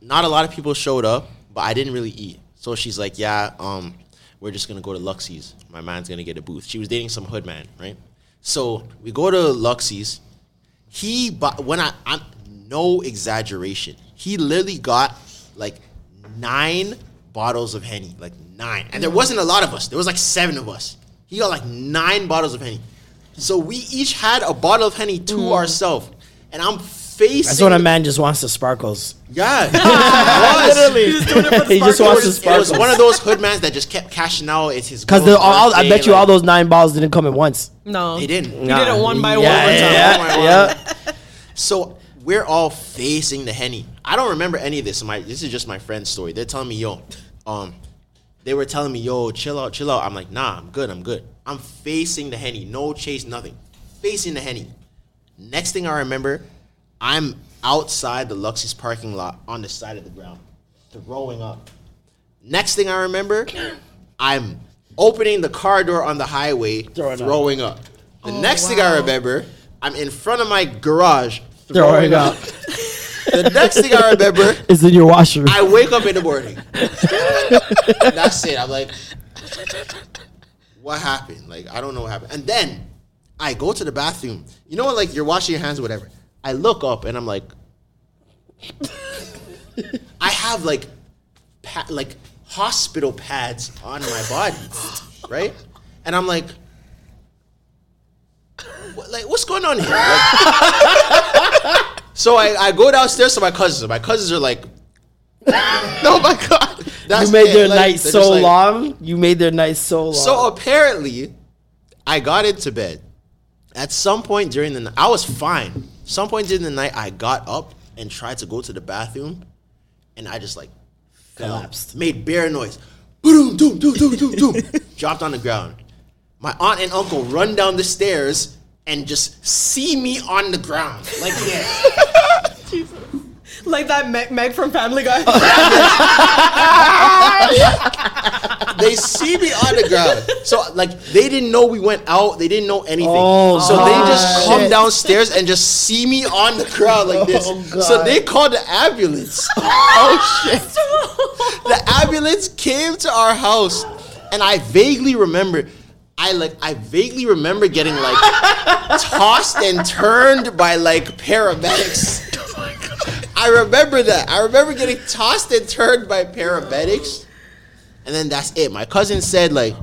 Not a lot of people showed up, but I didn't really eat. So she's like, "Yeah, um, we're just gonna go to Luxie's. My man's gonna get a booth." She was dating some hood man, right? So we go to Luxie's. He, but when I, I'm no exaggeration, he literally got like nine bottles of henny, like nine, and there wasn't a lot of us. There was like seven of us. He got like nine bottles of henny, so we each had a bottle of henny to ourselves, and I'm facing.
That's when a man just wants the sparkles.
[laughs]
Yeah, it was.
[laughs] he just
It
wants the
was, it was
sparkles.
one of those hood mans that just kept cashing out. It's his
Because
girl's
all, I
birthday,
bet you all
like-
those nine balls didn't come at once.
no.
They didn't.
You did it one by one.
Yeah,
over time.
yeah, [laughs] yeah.
So we're all facing the henny. I don't remember any of this. My this is just my friend's story. They're telling me, yo, um, they were telling me, yo, chill out, chill out. I'm like, nah, I'm good, I'm good. I'm facing the henny, no chase, nothing. Facing the henny. Next thing I remember, I'm outside the Luxus parking lot on the side of the ground, throwing up. Next thing I remember, [clears throat] I'm opening the car door on the highway, throwing, up. The
Oh,
next thing I remember, I'm in front of my garage, throwing,
Throwing
up.
up.
the next thing I remember,
[laughs]
It's in your washroom.
I wake up in the morning. That's it. I'm like, what happened? Like, I don't know what happened. And then I go to the bathroom. You know what? Like, you're washing your hands or whatever. I look up and I'm like, I have like, pa- like hospital pads on my body, right? And I'm like, what- like, what's going on here? Like- so I, I go downstairs to my cousins. My cousins are like, [laughs] no, my God.
you made
it.
their
Like,
night
they're
so
just like-
long. You made their night so long.
So apparently, I got into bed. At some point during the night, I was fine. Some point during the night, I got up and tried to go to the bathroom, and I just like collapsed, made bear noise, boom, doom, doom, doom, doom, doom, dropped on the ground. My aunt and uncle run down the stairs and just see me on the ground, like yeah.
Like that Meg, Meg from Family Guy.
they see me on the ground. So like they didn't know we went out. They didn't know anything.
Oh,
so they just
God.
come
Shit.
downstairs and just see me on the ground like this.
Oh,
so
God.
they called the
[laughs]
ambulance. oh shit. [laughs] the ambulance came to our house and I vaguely remember I like I vaguely remember getting like tossed and turned by like paramedics. I remember that. I remember getting tossed and turned by paramedics. And then that's it. My cousin said like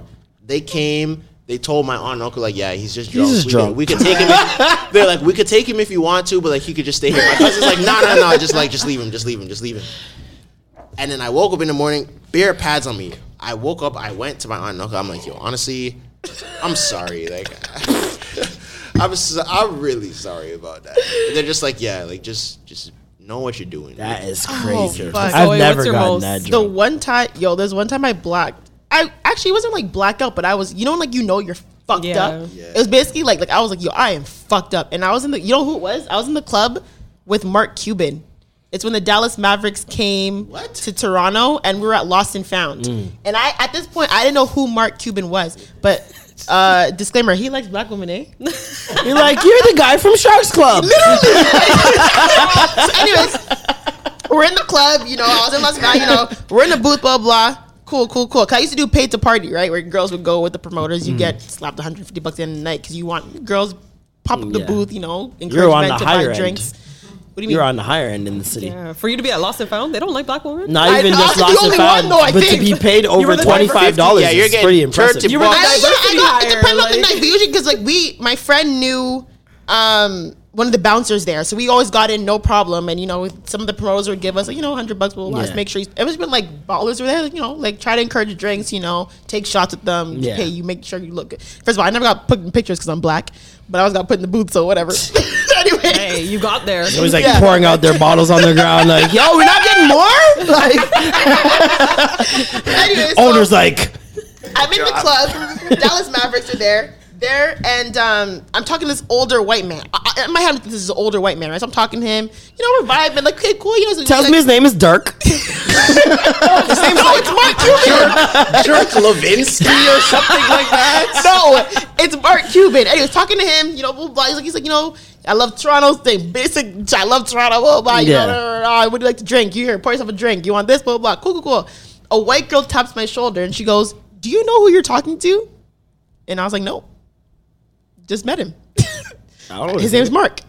they came, they told my aunt and uncle like, yeah, he's just drunk.
just
we
drunk.
Could, we could
[laughs]
take him. If, they're like, we could take him if you want to, but like he could just stay here. My cousin's like, no, no, no, just like just leave him, just leave him, just leave him. And then I woke up in the morning, bear pads on me. I woke up, I went to my aunt and uncle. I'm like, yo, honestly, I'm sorry. Like, [laughs] I'm so, I'm really sorry about that. And they're just like, yeah, like just just know what you're doing. That
is
crazy. fuck.
I've never gotten that
The
drunk.
one time, yo, there's one time I blacked. I actually it wasn't like blacked out, but I was, you know, like you know you're fucked
Yeah.
up. It was basically like, like I was like, yo, I am fucked up, and I was in the, you know who it was? I was in the club with Mark Cuban. It's when the Dallas Mavericks came to Toronto, and we were at Lost and Found.
Mm.
And I, at this point, I didn't know who Mark Cuban was, but. Uh, disclaimer: He likes black women, eh?
You're like, you're the guy from Sharks Club. Literally.
so anyways, we're in the club, you know, I was in Las Vegas, you know, we're in the booth, blah, blah. Cool, cool, cool. 'Cause I used to do paid to party, right? Where girls would go with the promoters, you
Mm.
get slapped 150 bucks in the night because you want girls pop up the
Yeah.
booth, you know,
You're on
encourage
the
men to buy
higher end.
drinks. What do you mean?
You're on the higher end in the city.
Uh,
[laughs] yeah, for you to be at Lost and Found, they don't like black women.
Not even just
I- I was the
lost and
only
found,
one, though, I
but to
think.
be paid
You
over
were the
twenty five dollars
Yeah, you're
is
getting
pretty impressive.
30 You were the bucks.
I,
diversity
I got, it
hire,
depends on the
like-
night, but usually because like we, my friend knew um, one of the bouncers there, so we always got in no problem. And you know, some of the promoters would give us like, you know 100 bucks, blah blah. blah just
Yeah.
make sure you, it was been like ballers were there, like, you know, like try to encourage drinks, you know, take shots with them,
Yeah.
pay you, make sure you look good. First of all, I never got put in pictures because I'm black, but I was got put in the booth, so whatever. [laughs] anyway,
hey, you got there.
It was like pouring out their bottles on the ground, like, [laughs] yo, we're not getting more. Like,
Anyway, so-
[laughs] owner's like,
I'm in the club. [laughs] Dallas Mavericks are there. There and um, I'm talking to this older white man. I, I, in my head, this is an older white man, right? So I'm talking to him. You know, we're vibing. Like, okay, cool. You know, so
tells
like,
me his name is [laughs] Dirk.
his name's no, it's Mark Cuban.
Dirk Levinsky or something like
[laughs]
that.
No, it's Mark Cuban. Anyways, talking to him. You know, blah, blah, blah. He's like, he's like, you know, I love Toronto. Thing basic. I love Toronto. Blah blah. You
Yeah.
know, blah, blah, blah, would you like to drink? You here? Pour yourself a drink. You want this? Blah blah. blah. Cool, cool, cool. A white girl taps my shoulder and she goes, "Do you know who you're talking to?" And I was like, "No, just met him." [laughs]
Oh,
His name's
[laughs]
Mark.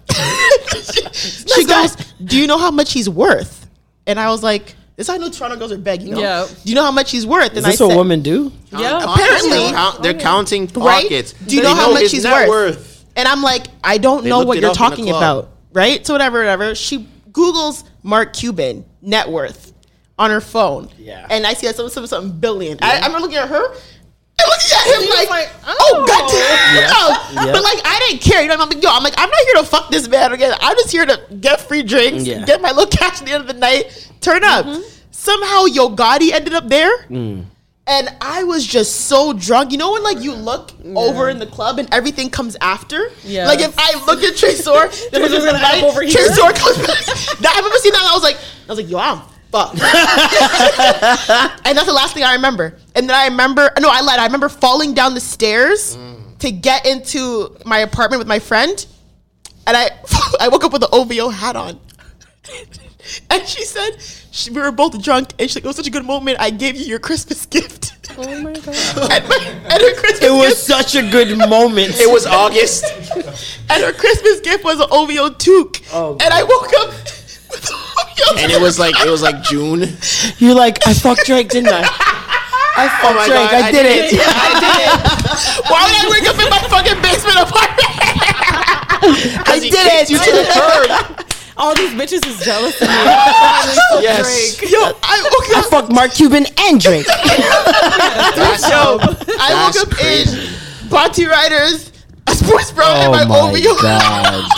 she goes, Do you know how much he's worth? And I was like, This is how I know Toronto girls are beg, you know?
Yeah.
Do you know how much he's worth?
Is
and
this
I
what women do?
Yeah.
Apparently.
Count- they're counting
Oh, Right?
pockets.
Do you
They
know how much
his
he's
net
worth? And I'm like, I don't
They
know
looked
what
it
you're
up in the
talking
club.
about. Right? So whatever, whatever. She Googles Mark Cuban net worth on her phone.
Yeah.
And I see that something, something, something billion. I, I'm looking at her. and Looking at him like, oh, god damn. [laughs]
Yeah.
But like I didn't care. You know, I'm like, yo, I'm like, I'm not here to fuck this man again. I'm just here to get free drinks,
Yeah.
get my little [laughs] cash at the end of the night, turn up.
Mm-hmm.
Somehow Yo Gotti ended up there.
Mm.
And I was just so drunk. You know when like you look over in the club and everything comes after?
Yeah.
Like if I looked at
[laughs]
Tresor, there was
Tresor's gonna
right,
hop over here.
Tresor comes back. That- I've ever seen that and I was like, I was like, yo, I'm
[laughs]
fucked. and that's the last thing I remember. And then I remember no, I lied. I remember falling down the stairs
Mm.
to get into my apartment with my friend. And I [laughs] I woke up with an OVO hat on. [laughs] And she said, she, we were both drunk, and she's like, it was such a good moment. I gave you your Christmas [laughs] gift.
Oh my god.
[laughs] and, my, and her Christmas
It was
gift,
such a good moment.
It was August.
[laughs] and her Christmas gift was an OVO toque. and I woke up with an OVO
And it was like it was
[laughs]
like June.
You're like, I fucked Drake, didn't [laughs] I? I fucked
my
Drake.
God,
Oh I,
I
did,
did
it.
[laughs]
Why would I wake up in my [laughs] fucking basement apartment?
it.
You to the
[laughs]
curb.
All these bitches is jealous of me.
Yes.
Yo, I, okay. I fucked Mark Cuban and [laughs] Drake.
Yo, I woke up in Bonte Riders, a sports bra, and my, OVO.
Oh
[laughs]
god.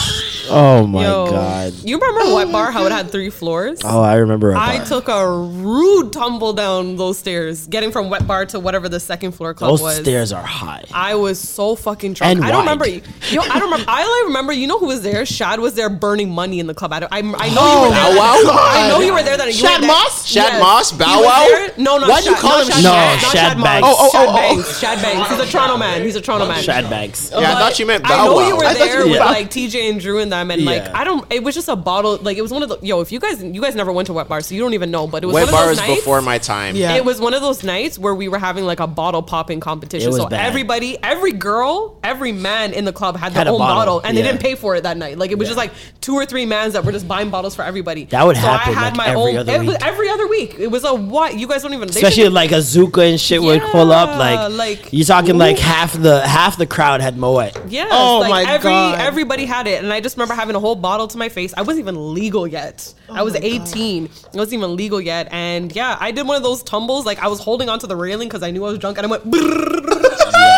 Oh my god.
You remember
Oh
what bar? How it had three floors?
Oh, I remember. a
I
bar.
took a rude tumble down those stairs, getting from wet bar to whatever the second floor club
Those
was.
stairs are high.
I was so fucking drunk.
And
I don't
wide.
remember. Yo, I don't remember. I only remember. You know who was there? Shad was there burning money in the club. I, don't, I, I know you
Oh,
were there.
Bow Wow?
I know you were there. That you
Shad
weren't there.
Moss? Shad
Yes.
Moss?
He
Bow
was
Wow?
there? No, no.
Why'd you call him
Shad?
No,
Moss,
Shad
not Shad
Banks.
Moss.
Oh, oh,
Shad
oh, oh.
Banks. Shad Banks. He's a Toronto man. He's a Toronto man.
Shad Banks.
Yeah, I
But
thought you meant
I
Bow
Oh,
know
Wow.
you were
I thought
there
you-
with
Yeah.
like TJ and Drew and them, and like
Yeah.
I don't. It was just a bottle. Like it was one of the yo. If you guys, you guys never went to wet bar, so you don't even know. But it was
Wet
one of
bar
those
was
nights-
before my time.
It was one of those nights where we were having like a bottle popping competition.
It was
So
bad.
everybody, every girl, every man in the club had their
Had a
own
bottle,
bottle, and
yeah.
they didn't pay for it that night. Like it was just like two or three mans that were just buying bottles for everybody.
That would
so
happen,
I
like,
had my
every
own
other
it was
week.
every other week. It was a what? You guys don't even they
Especially
should-
like Azuka and shit would pull up. Like,
like-
you're talking like half the half the crowd had Moet.
Yes.
Oh
like,
my
every,
God.
Everybody had it, and I just remember having a whole bottle to my face. I wasn't even legal yet. I was 18. I wasn't even legal yet, and yeah, I did one of those tumbles. Like I was holding onto the railing because I knew I was drunk, and I went.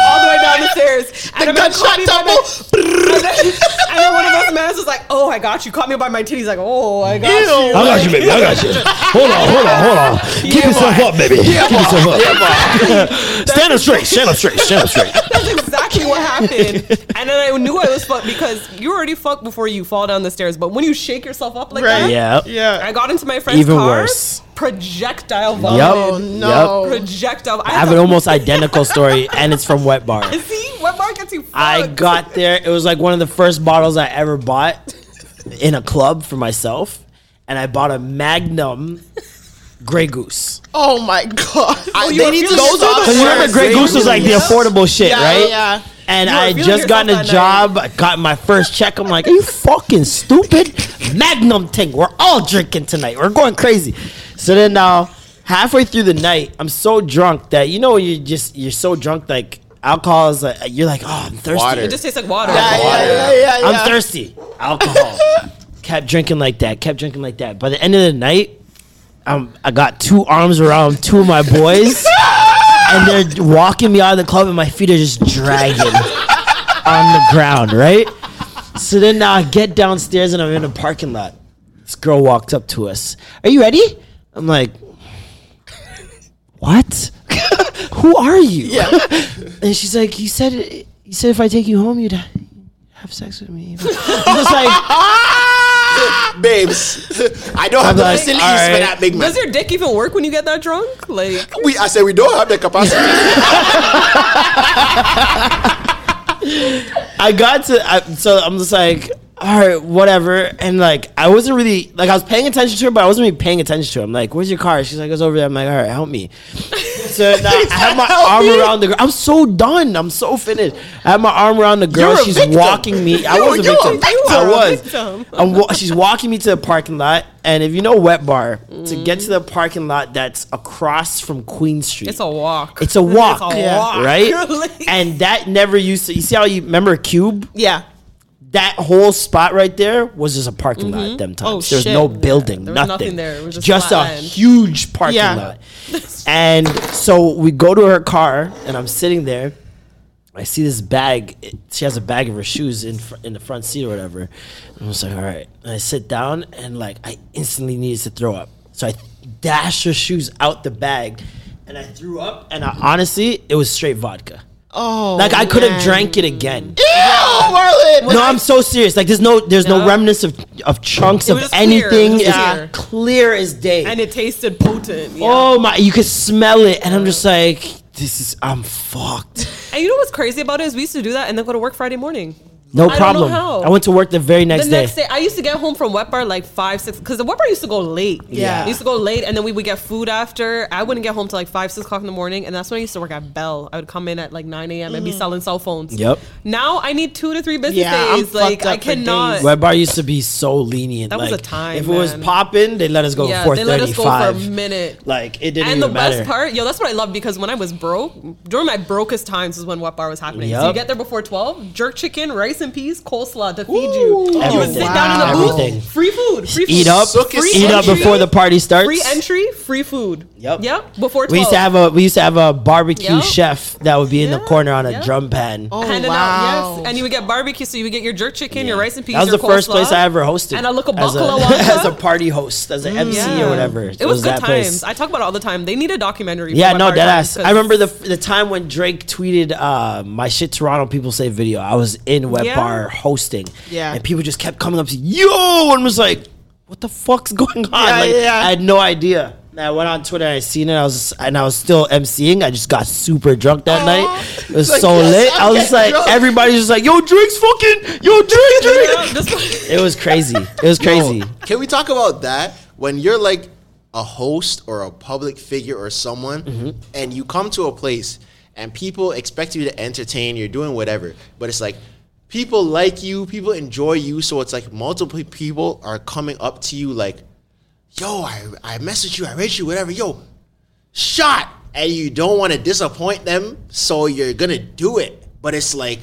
All the way down the stairs. The gunshot tumble. and, then, and then one of those men was like, "Oh, I got you." Caught me by my titties. Like, "Oh, I got you."
I got you, baby. I got you.
[laughs]
Hold on, hold on, hold on. Keep yourself up, baby. Keep yourself up.
[laughs]
stand up straight. Stand up straight. Stand up straight.
That's exactly what happened. And then I knew I was fucked because you already fucked before you fall down the stairs. But when you shake yourself up like
Right.
that,
Yep.
yeah. I got into my friend's
Even
car.
worse.
Projectile
Yep.
vomit.
Oh, no. Yep.
Projectile.
I have an
[laughs]
almost identical story, and it's from Wet Bar.
See what markets you.
I got there. It was like one of the first bottles I ever bought in a club for myself, and I bought a Magnum Grey Goose.
Oh my god!
Oh,
I,
they need to stop. Because remember, Grey Goose was like the affordable shit,
Yeah,
right?
yeah.
And
You were
I
feeling
just gotten a
yourself that
job. I got my first check. I'm like, are you fucking stupid? Magnum thing. We're all drinking tonight. We're going crazy. So then now, halfway through the night, I'm so drunk that you know when you just you're so drunk like alcohol is like you're like oh I'm thirsty.
It just tastes like water.
I'm thirsty. Alcohol. kept drinking like that. Kept drinking like that. By the end of the night, um, I got two arms around two of my boys, and they're walking me out of the club, and my feet are just dragging on the ground. Right. So then now I get downstairs and I'm in a parking lot. This girl walked up to us. Are you ready? I'm like, what? [laughs] Who are you? [laughs] and she's like, you said you said if I take you home, you'd have sex with me. I'm just
Ah!
like,
babes, [laughs] I don't have the facilities for that big man.
Does your dick even work when you get that drunk? Like,
We, I said we don't have the capacity.
I got to, I, so I'm just like, all right, whatever. And like, I wasn't really, like, I was paying attention to her, but I wasn't really paying attention to her. I'm like, where's your car? She's like, it's over there. I'm like, all right, help me. So now I have my arm around the girl. I'm so done. I'm so finished. I have my arm around the girl.
You're a
She's
victim.
walking me. I
You-
was a
you're a
victim. I
victim.
was.
Victim.
I'm wa- she's walking me to the parking lot. And if you know Wet Bar, to get to the parking lot that's across from Queen Street,
it's a walk.
it's a walk,
It's a walk. [laughs]
right? and that never used to. You see how you remember Cube? Yeah. That whole spot right there was just a parking lot at them times.
Oh,
there was
shit.
no building,
There was
nothing.
nothing there. It was
just
just
a
flat land.
huge parking
Yeah. [laughs]
lot. and so we go to her car, and I'm sitting there. I see this bag. It- She has a bag of her shoes in fr- in the front seat or whatever. And I was like, all right. And I sit down, and like I instantly needed to throw up. So I dashed her shoes out the bag, and I threw up. And I, honestly, it was straight vodka.
Oh,
like I could have
man.
drank it again.
Ew, Marlon.
No, I'm so serious. Like there's no there's no, remnants of of chunks
It
of
was clear. It
anything.
was
It's
clear.
clear as day.
And it tasted potent. yeah.
Oh my! You could smell it, and I'm just like, this is I'm fucked.
And you know what's crazy about it is we used to do that and then go to work Friday morning. I
No
don't know
problem.
how.
I went to work the very next
the
day.
next day, I used to get home from wet bar like five, six, because the wet bar used to go late.
Yeah.
I used to go late, and then we would get food after. I wouldn't get home till like five, six o'clock in the morning, and that's when I used to work at Bell. I would come in at like nine a.m. and be selling cell phones.
Yep.
Now I need two to three business
Mm. Yeah, I'm
days. Like
fucked
I
up for
cannot.
Web bar used to be so lenient.
That was
like,
a time,
If it was
man.
popping, they let us go
yeah,
four
they let us go for a
thirty-five.
minute.
Like it didn't
and
even
the
matter.
best part, yo, that's what I love because when I was broke, during my brokest times is when what bar was happening. So
Yup.
you get there before twelve, jerk chicken, rice rice and peas, coleslaw to feed you. You would
Everything.
sit down in the booth,
Everything.
free food, free food.
Eat up,
Free
eat up
entry,
before the party starts.
Free entry, free food. Yep. Yep. Before 12.
We used to have a we used to have a barbecue
Yep.
chef that would be in the corner on a
yeah. Oh,
drum pan.
Handed out,
wow.
yes. And you would get barbecue, so you would get your jerk chicken, your rice and peas.
That was
your
the first
coleslaw,
place I ever hosted
And a look of
as a- [laughs]
baklava.
as a party host, as an MC or whatever.
Mm, It was, good
that
times.
place.
I talk about it all the time. They need a documentary.
Yeah,
for
no,
my
dead
party
ass. I
because-
remember
[laughs]
the the time when Drake tweeted uh, my shit Toronto people say video. I was in Web
Yeah.
Bar hosting.
Yeah.
And people just kept coming up to yo and was like, What the fuck's [laughs] going on?
Yeah,
Like,
yeah.
I had no idea. And I went on Twitter and I seen it. I was just, and I was still MCing. I just got super drunk that
[laughs]
night. It was
Like,
so
yes,
lit.
I'm
I was just
getting
like,
drunk.
everybody's just like, yo, Drake's fucking,
[laughs]
yo, Drake, [laughs] Drake. it was crazy. It was crazy.
Can we talk about that when you're like a host or a public figure or someone and you come to a place and people expect you to entertain, you're doing whatever, but it's like people like you, people enjoy you, so it's like multiple people are coming up to you like, yo, I, I messaged you, I read you, whatever, yo, shot. And you don't want to disappoint them, so you're gonna do it. But it's like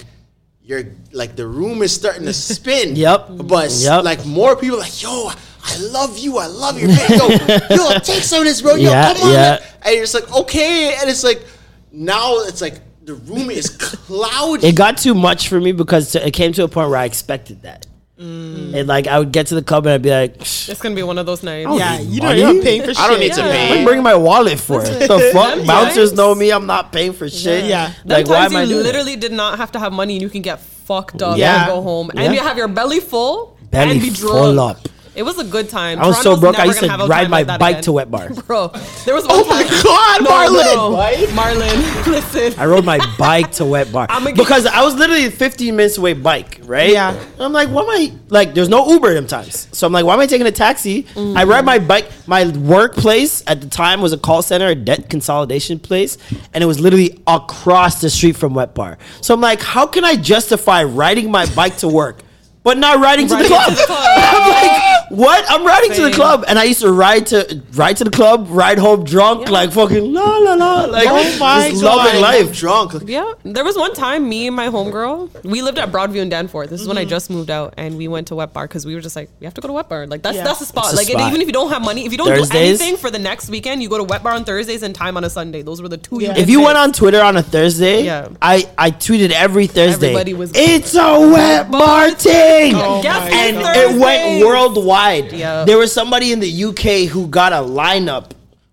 you're like the room is starting to spin. yep. But it's
Yep.
like more people are like, yo, I love you, I love your man. Yo, yo, take some of this, bro. Yo,
Yeah,
come on.
yeah.
And you're just like, okay. And it's like now it's like the room is cloudy.
It got too much for me because it came to a point where I expected that. And like I would get to the club and I'd be like,
It's gonna be one of those nights.
Yeah, you don't- you're not paying for
I don't need to pay.
I'm bringing my wallet for it. The fuck,
Them
bouncers know me. I'm not paying for shit. Yeah, like
Like,
why am I
you
doing that?
literally did not have to have money and you can get fucked up
Yeah.
and go home.
Yeah.
And you have your belly full
Belly
and be drunk.
full up.
It was a good time.
I was so
Toronto's
broke. I
never
used to
gonna have a
ride
time
my
like that
bike
again.
to Wet Bar.
[laughs] Bro, there was Oh my
god,
Marlon.
Marlon, [laughs] listen.
I rode my bike to Wet Bar
I'ma get-
because I was literally 15 minutes away bike, right? Yeah. I'm like, why am I like? There's no Uber them times, so I'm like, why am I taking a taxi? I ride my bike. My workplace at the time was a call center, a debt consolidation place, and it was literally across the street from Wet Bar. So I'm like, how can I justify riding my bike to work? But not [laughs] riding to the club. I'm like, what? I'm riding to the club, and I used to ride to ride to the club, ride home drunk, like fucking la la la, like
Oh
just loving life.
drunk.
[laughs] Yeah, there was one time me and my homegirl, we lived at Broadview and Danforth. This is when I
Mhm.
just moved out, and we went to Wet Bar because we were just like, we have to go to Wet Bar. Like that's
Yeah.
that's the spot.
It's a
like and
spot.
even if you don't have money, if you don't do
Thursdays?
anything for the next weekend, you go to Wet Bar on Thursdays and time on a Sunday. Those were the two. You
If
did
you
miss.
went on Twitter on a Thursday,
Yeah.
I, I tweeted every Thursday.
Everybody was-
it's a wet bar thing,
Oh Guess my
and
God.
it
Thursdays.
went worldwide.
Yeah.
There was somebody in the UK who got a lineup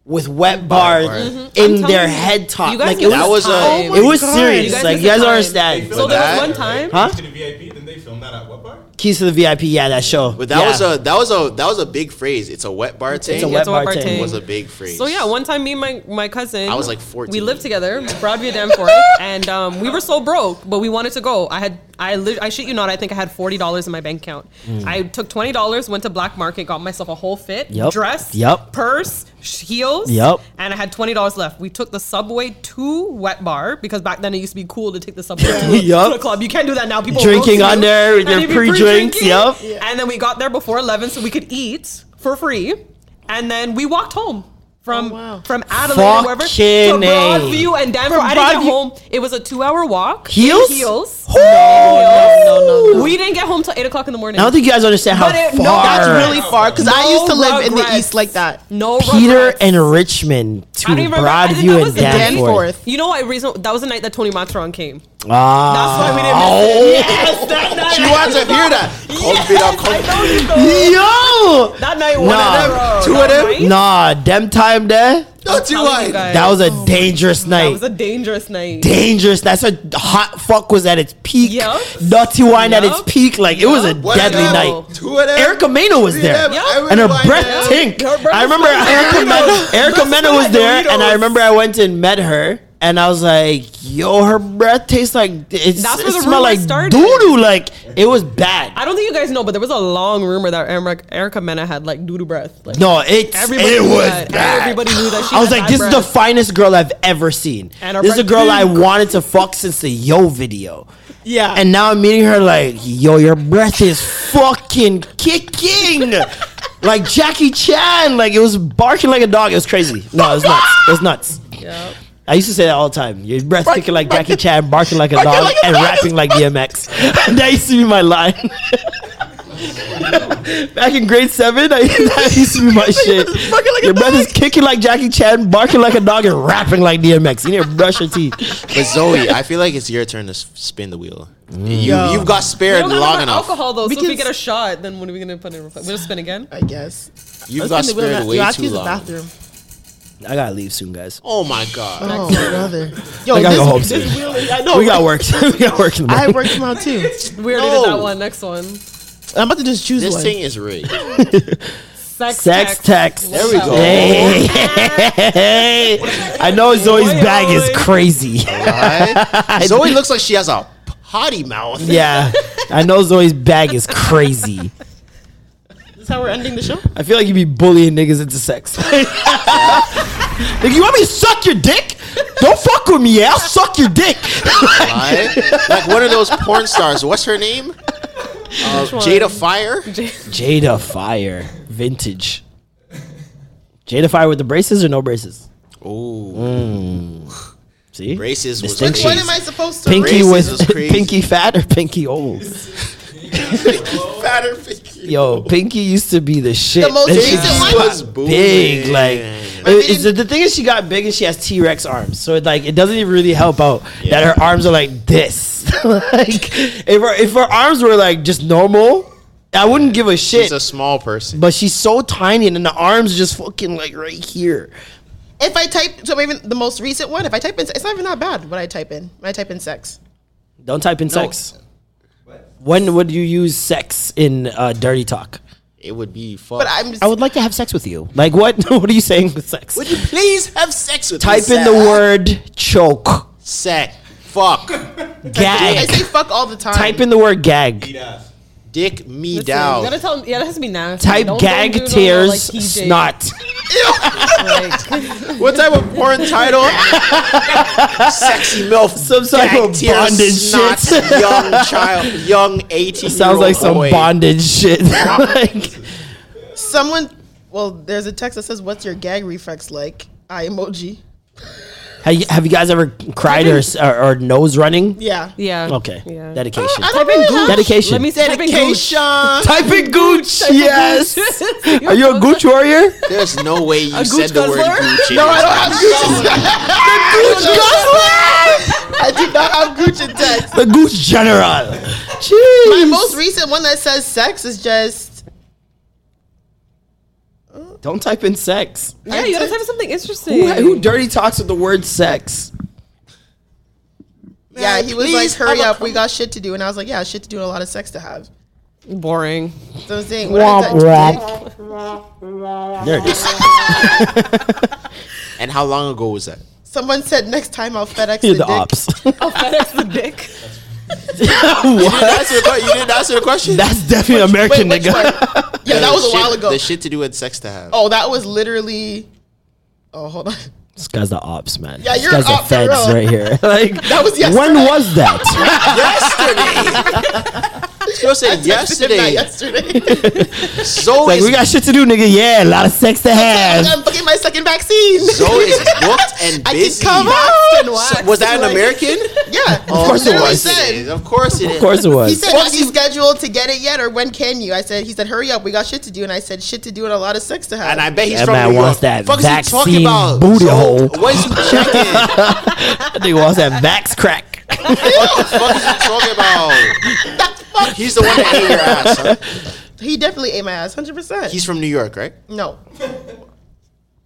with wet bar
Bar. Mhm.
in
I'm
their
telling you.
head top.
You guys
Like it
missed
was,
That was a- time.
it was
Oh my God.
serious.
You guys
like
missed
you guys
the
don't
time.
understand.
So there was one time.
Huh?
They filmed that at what bar?
Keys to the VIP. Yeah, that show.
But that was a that was a that was a big phrase. It's a wet bar
a
thing.
wet It's a wet bar bar
thing.
Was a big phrase.
So yeah, one time me and my, my cousin
I was like 14.
We lived together, Broadview Danforth, [laughs] and um, we were so broke, but we wanted to go. I had I li- I shit you not, I think I had forty dollars in my bank account.
Mm.
I took twenty dollars, went to Black Market, got myself a whole fit,
Yep.
dress,
Yep.
purse, sh- heels,
Yep.
and I had twenty dollars left. We took the subway to Wet Bar because back then it used to be cool to take the subway
[laughs]
to, a,
Yep.
to a club. You can't do that now. People
[laughs] Drinking
roast you,
on there with
and
your
they'd be
pre-drinks,
pre-drinking.
yep.
And then we got there before 11 so we could eat for free. And then we walked home from from Adelaide or wherever
Fucking
to
A.
Broadview and Danforth.
From
I didn't get
Broadview-
home. It was a two-hour walk. in
Heels?
Heels.
No, no, no, no.
We didn't get home till eight o'clock in the morning.
I don't think you guys understand how
But it-
far.
no, that's
really far because I used to live in the
regrets.
east like that.
No,
Peter and Richmond to
I don't even remember. I think that
Broadview
was
and
the night-
Danforth.
You know what reason? That was the night that Tony Matron came.
Ah. Oh.
That's why we didn't miss it. [laughs] Yes, that night.
She wants to hear that.
[laughs] Yo!
That night,
one nah. of them, two of them. Nah, them time there.
Don't you telling you lie. guys.
That was a dangerous
That
night.
was a dangerous night.
dangerous. That's a hot fuck was at its peak.
Yup.
Naughty wine at
Yup.
its peak. Like it was a
Yup.
deadly
Yup.
night.
Two of them.
Erica Mena was
Three
there,
of them. Yup.
and her
Everybody
breath
there.
tink.
Her breath
I remember
smelled like
Erica Mena.
Doritos.
Erica
Breath
Mena
smelled
was
like
there,
Doritos.
and I remember I went and met her. And I was like, "Yo, her breath tastes like it's,
That's
it
where the rumor
smelled like
started.
doo doo. Like it was bad.
I don't think you guys know, but there was a long rumor that Erica, Erica Mena had like doo doo breath. Like,
No, it's
Everybody
it
knew
was
that.
bad.
Everybody knew that she
I was
had
like,
bad
this is the
breath.
finest girl I've ever seen.
And her
This is a
breath
girl I
stink.
wanted to fuck since the yo video.
Yeah.
And now I'm meeting her like, yo, your breath is fucking
[laughs]
kicking. like Jackie Chan. Like it was barking like a dog. It was crazy. No, it was nuts. It was nuts. I used to say that all the time. Your breath
Bark-
sticking like Jackie Chan, barking like a
barking
dog,
like a
and
dog.
rapping like DMX. [laughs] that used to be my line. [laughs] Back in grade seven, I, [laughs] that used to be my shit. your breath is kicking like Jackie Chan, barking like a dog, and rapping like DMX. You need to brush your teeth.
But Zoe, I feel like it's your turn to s- spin the wheel. Mm. You,
Yo.
you've got spared
We don't have
long
enough
enough.
alcohol though, so if we
Because-
get a shot, then what are we gonna put in? We'll just spin again.
I guess.
You've got spared way too long.
[laughs] I gotta leave soon, guys.
Oh my god! [laughs]
Oh, brother.
I gotta go home
this
soon.
really- I know.
We got work. [laughs] we got work in the
I
morning.
worked them out too.
We already did that one. Next one.
I'm about to just choose
This
one.
thing is rigged.
Sex,
Sex text.
There we go.
[laughs] Hey. I know Zoe's bag is crazy.
[laughs] Right? Zoe looks like she has a potty mouth.
Yeah, I know Zoe's bag is crazy.
This is how we're ending the show.
I feel like you be bullying niggas into [laughs] sex. like you want me to suck your dick? Don't fuck with me. Yeah, I'll suck your dick.
Right? like one of those porn stars. What's her name? Uh,
one?
Jada Fire.
[laughs] Jada Fire, vintage. Jada Fire with the braces or no braces? Mm.
Oh,
see,
braces was
Distinctions.
crazy.
What am I supposed to?
Pinky
Braces
with
was crazy.
[laughs] pinky fat or pinky old?
fatter pinky.
[laughs] Yo, Pinky used to be the shit.
most
That shit
recent
just
one?
got
Was booming.
big. Like it- it's- the thing is, she got big and she has T Rex arms, so it, like it doesn't even really help out that her arms are like this. [laughs] like if her if her arms were like just normal, I wouldn't give a shit.
She's a small person.
but she's so tiny, and then the arms just fucking like right here.
If I type, so even the most recent one. If I type in, it's not even that bad. What I type in? When I type in sex.
Don't type in sex. When would you use sex in uh, dirty talk?
It would be fuck.
But I'm.
I would like to have sex with you. Like what? [laughs] what are you saying with sex?
Would you please have sex with
Type
me,
in the
Sarah?
word choke.
Sex. Fuck.
I
Gag.
say fuck all the time.
Type in the word gag.
Dick me
Listen,
down.
You gotta tell. Yeah, that has to be nasty.
Type
Don't- don't
gag
do no,
tears
like, PJ.
snot.
[laughs] What type of porn title?
[laughs]
Sexy milf.
Some type
gag
of
tears,
bondage
snot,
shit.
young
[laughs]
child. Young 18
Sounds like some
[laughs]
bondage shit. [laughs] like,
Someone. Well, there's a text that says, "What's your gag reflex like?" I emoji.
have, you, have you guys ever cried or, s- or, or nose running?
Yeah.
Yeah.
Okay.
Yeah.
Dedication.
I don't
Type in
really
gooch.
know.
Dedication.
Let me say
Dedication.
Type in gooch.
Type in
Yes.
gooch.
[laughs] Are you a gooch warrior?
There's no way you
A
said
gooch
the word
guzzler?
Gucci.
No, I don't
gooch guzzler.
have Gucci. I do not have Gucci
[laughs]
text.
The gooch general.
My
Jeez.
most recent one that says sex is just.
Don't type in sex.
Yeah, you gotta type in something interesting.
Who, who dirty talks with the word sex?
Yeah, he was
please
like, "Hurry
have a
up, we got shit to do," and I was like, "Yeah, shit to do, and a lot of sex to have."
Boring.
So I'm saying, when I typed
There
dick,
it is.
And how long ago was that?
someone said, "Next time I'll FedEx the,
You're the
dick."
ops. [laughs]
Oh, FedEx the dick.
You didn't answer the, que- you didn't answer the question.
That's definitely an American
Wait, which
nigga.
one?
[laughs]
Yeah, that was a
Shit-
while ago.
The shit to do and sex to have.
Oh, that was literally. Oh, hold on. [laughs]
This guy's the ops, man.
Yeah,
this
you're
guy's
an
the
op for
feds
real.
right
[laughs]
here. Like
That was
when
yesterday.
was
[laughs]
that?
This girl said
Not
yesterday. [laughs]
yesterday.
Zoe
like
is,
we got shit to do, nigga. Yeah, a lot of sex to have.
I'm booking my second vaccine.
Zoe
[laughs]
is booked and
I
busy.
can come out.
So- was that an American?
[laughs]
Oh
Yeah,
Of
course it
literally
was.
Oh, Said,
Of course it is.
Of course it
he
was.
said, "Have you scheduled to get it yet, or when can you?" I said, "He said, hurry up, we got shit to do," and I said, "Shit to do and a lot of sex to have."
And I bet he's
That
from
man
New York.
wants that
Fuck is he
vaccine
talking about?
booty
So,
hole.
What is he checking?
That nigga wants that vax crack.
[laughs]
fuck is he talking about? He's the one that ate your ass. Huh?
he definitely ate my ass, hundred percent.
He's from New York, right?
No.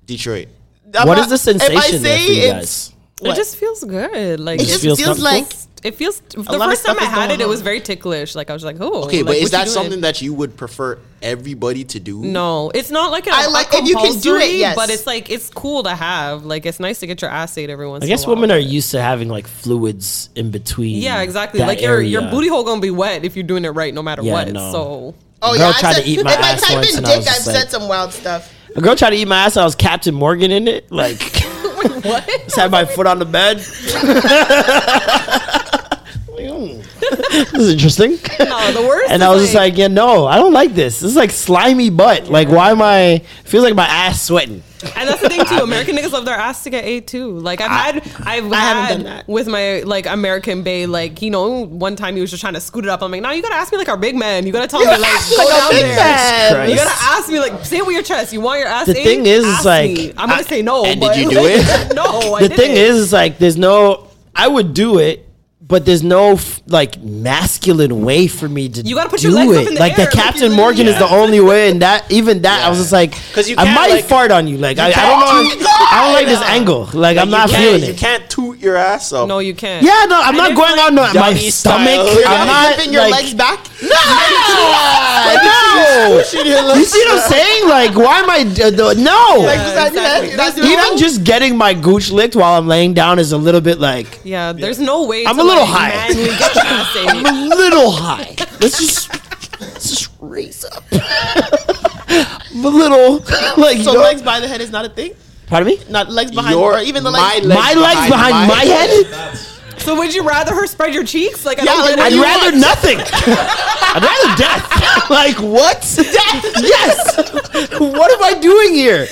Detroit.
I'm
What
not-
is the
If I
sensation there
say
for you
it's,
guys?
It just feels good. Like
it
just
just
feels
feels,
something.
like
It feels the
lot of
first time
stuff
I
is
had
going
it, it was
on.
very ticklish. Like I was like, "Oh,
Okay,
like,
but
what
is that
you doing?
something that you would prefer everybody to do?
No, it's not like a,
I
I
like-
like
if you can do it, yes.
but it's like it's cool to have. Like it's nice to get your ass ate every once.
I
in
guess
a while.
women are used to having like fluids in between.
Yeah, exactly.
Mm. that
Like your your
area.
booty hole gonna be wet if you're doing it right, no matter
Yeah,
what.
no.
So
Oh
Girl
yeah,
tried
I
to
said,
eat
if
my
I
ass
type
once
in
and I was
dick, I've
just like-
said some wild [laughs] stuff.
A girl tried to eat my ass. I was Captain Morgan in it. Like,
[laughs]
what?
just had my foot on the bed. [laughs] Like, hmm. [laughs] this is interesting.
no, the worst.
And
is
I was just like, yeah, no, [laughs] I don't like this. This is like slimy butt. Like, why am I? Feels like my ass sweating.
And that's the thing too. American niggas love their ass to get A too. Like I've had, I've
I haven't
had
done that.
with my like American Bay. Like you know, one time he was just trying to scoot it up. I'm like, no, you gotta ask me like our big man. You gotta tell me like,
ask
go
like a
down
big
there.
man.
You gotta ask me like, say it with your chest. You want your ass?
The
ate?
thing is, is
Ask
like,
me. I'm gonna
I-
say no.
and
but, [laughs]
did you do it?
no, I
the thing
didn't.
is, is like there's no. I would do it, but there's no f- like masculine way for me to.
You gotta put
do
your legs
it.
up in the
like
air,
the
like you
Captain Morgan is the only way, and that even that I was just like,
'Cause you
I
can't,
might
like-
fart on you. Like
You
I, I don't
can't-
know. I don't like this angle. Like, I'm
you
not
can't-
feeling
You
it.
can't toot your ass up.
No, you can't.
Yeah, no, I'm not going out no my
Doggy
stomach.
style. You're not
I'm not
flipping your
like-
legs
back? [laughs]
No, no. You see what I'm saying? Like, why am I? d- d- no.
Like, just that- Exactly. that's- that's
Even
normal.
just getting my gooch licked while I'm laying down is a little bit like
Yeah, there's no way.
I'm
to,
a little
like,
high.
manly get your
[laughs]
ass ate.
I'm a little high. Let's just let's just raise up. [laughs] I'm a little like
so
you know-
legs by the head is not a thing.
Pardon me.
Not legs behind,
Your-
or even the
my
legs.
legs My legs behind behind my my head?
So would you rather her spread your cheeks? Like I
Yeah,
don't
like,
get it.
I'd
[laughs]
rather nothing. I'd rather death. [laughs] like what? Death. Yes. what am I doing here?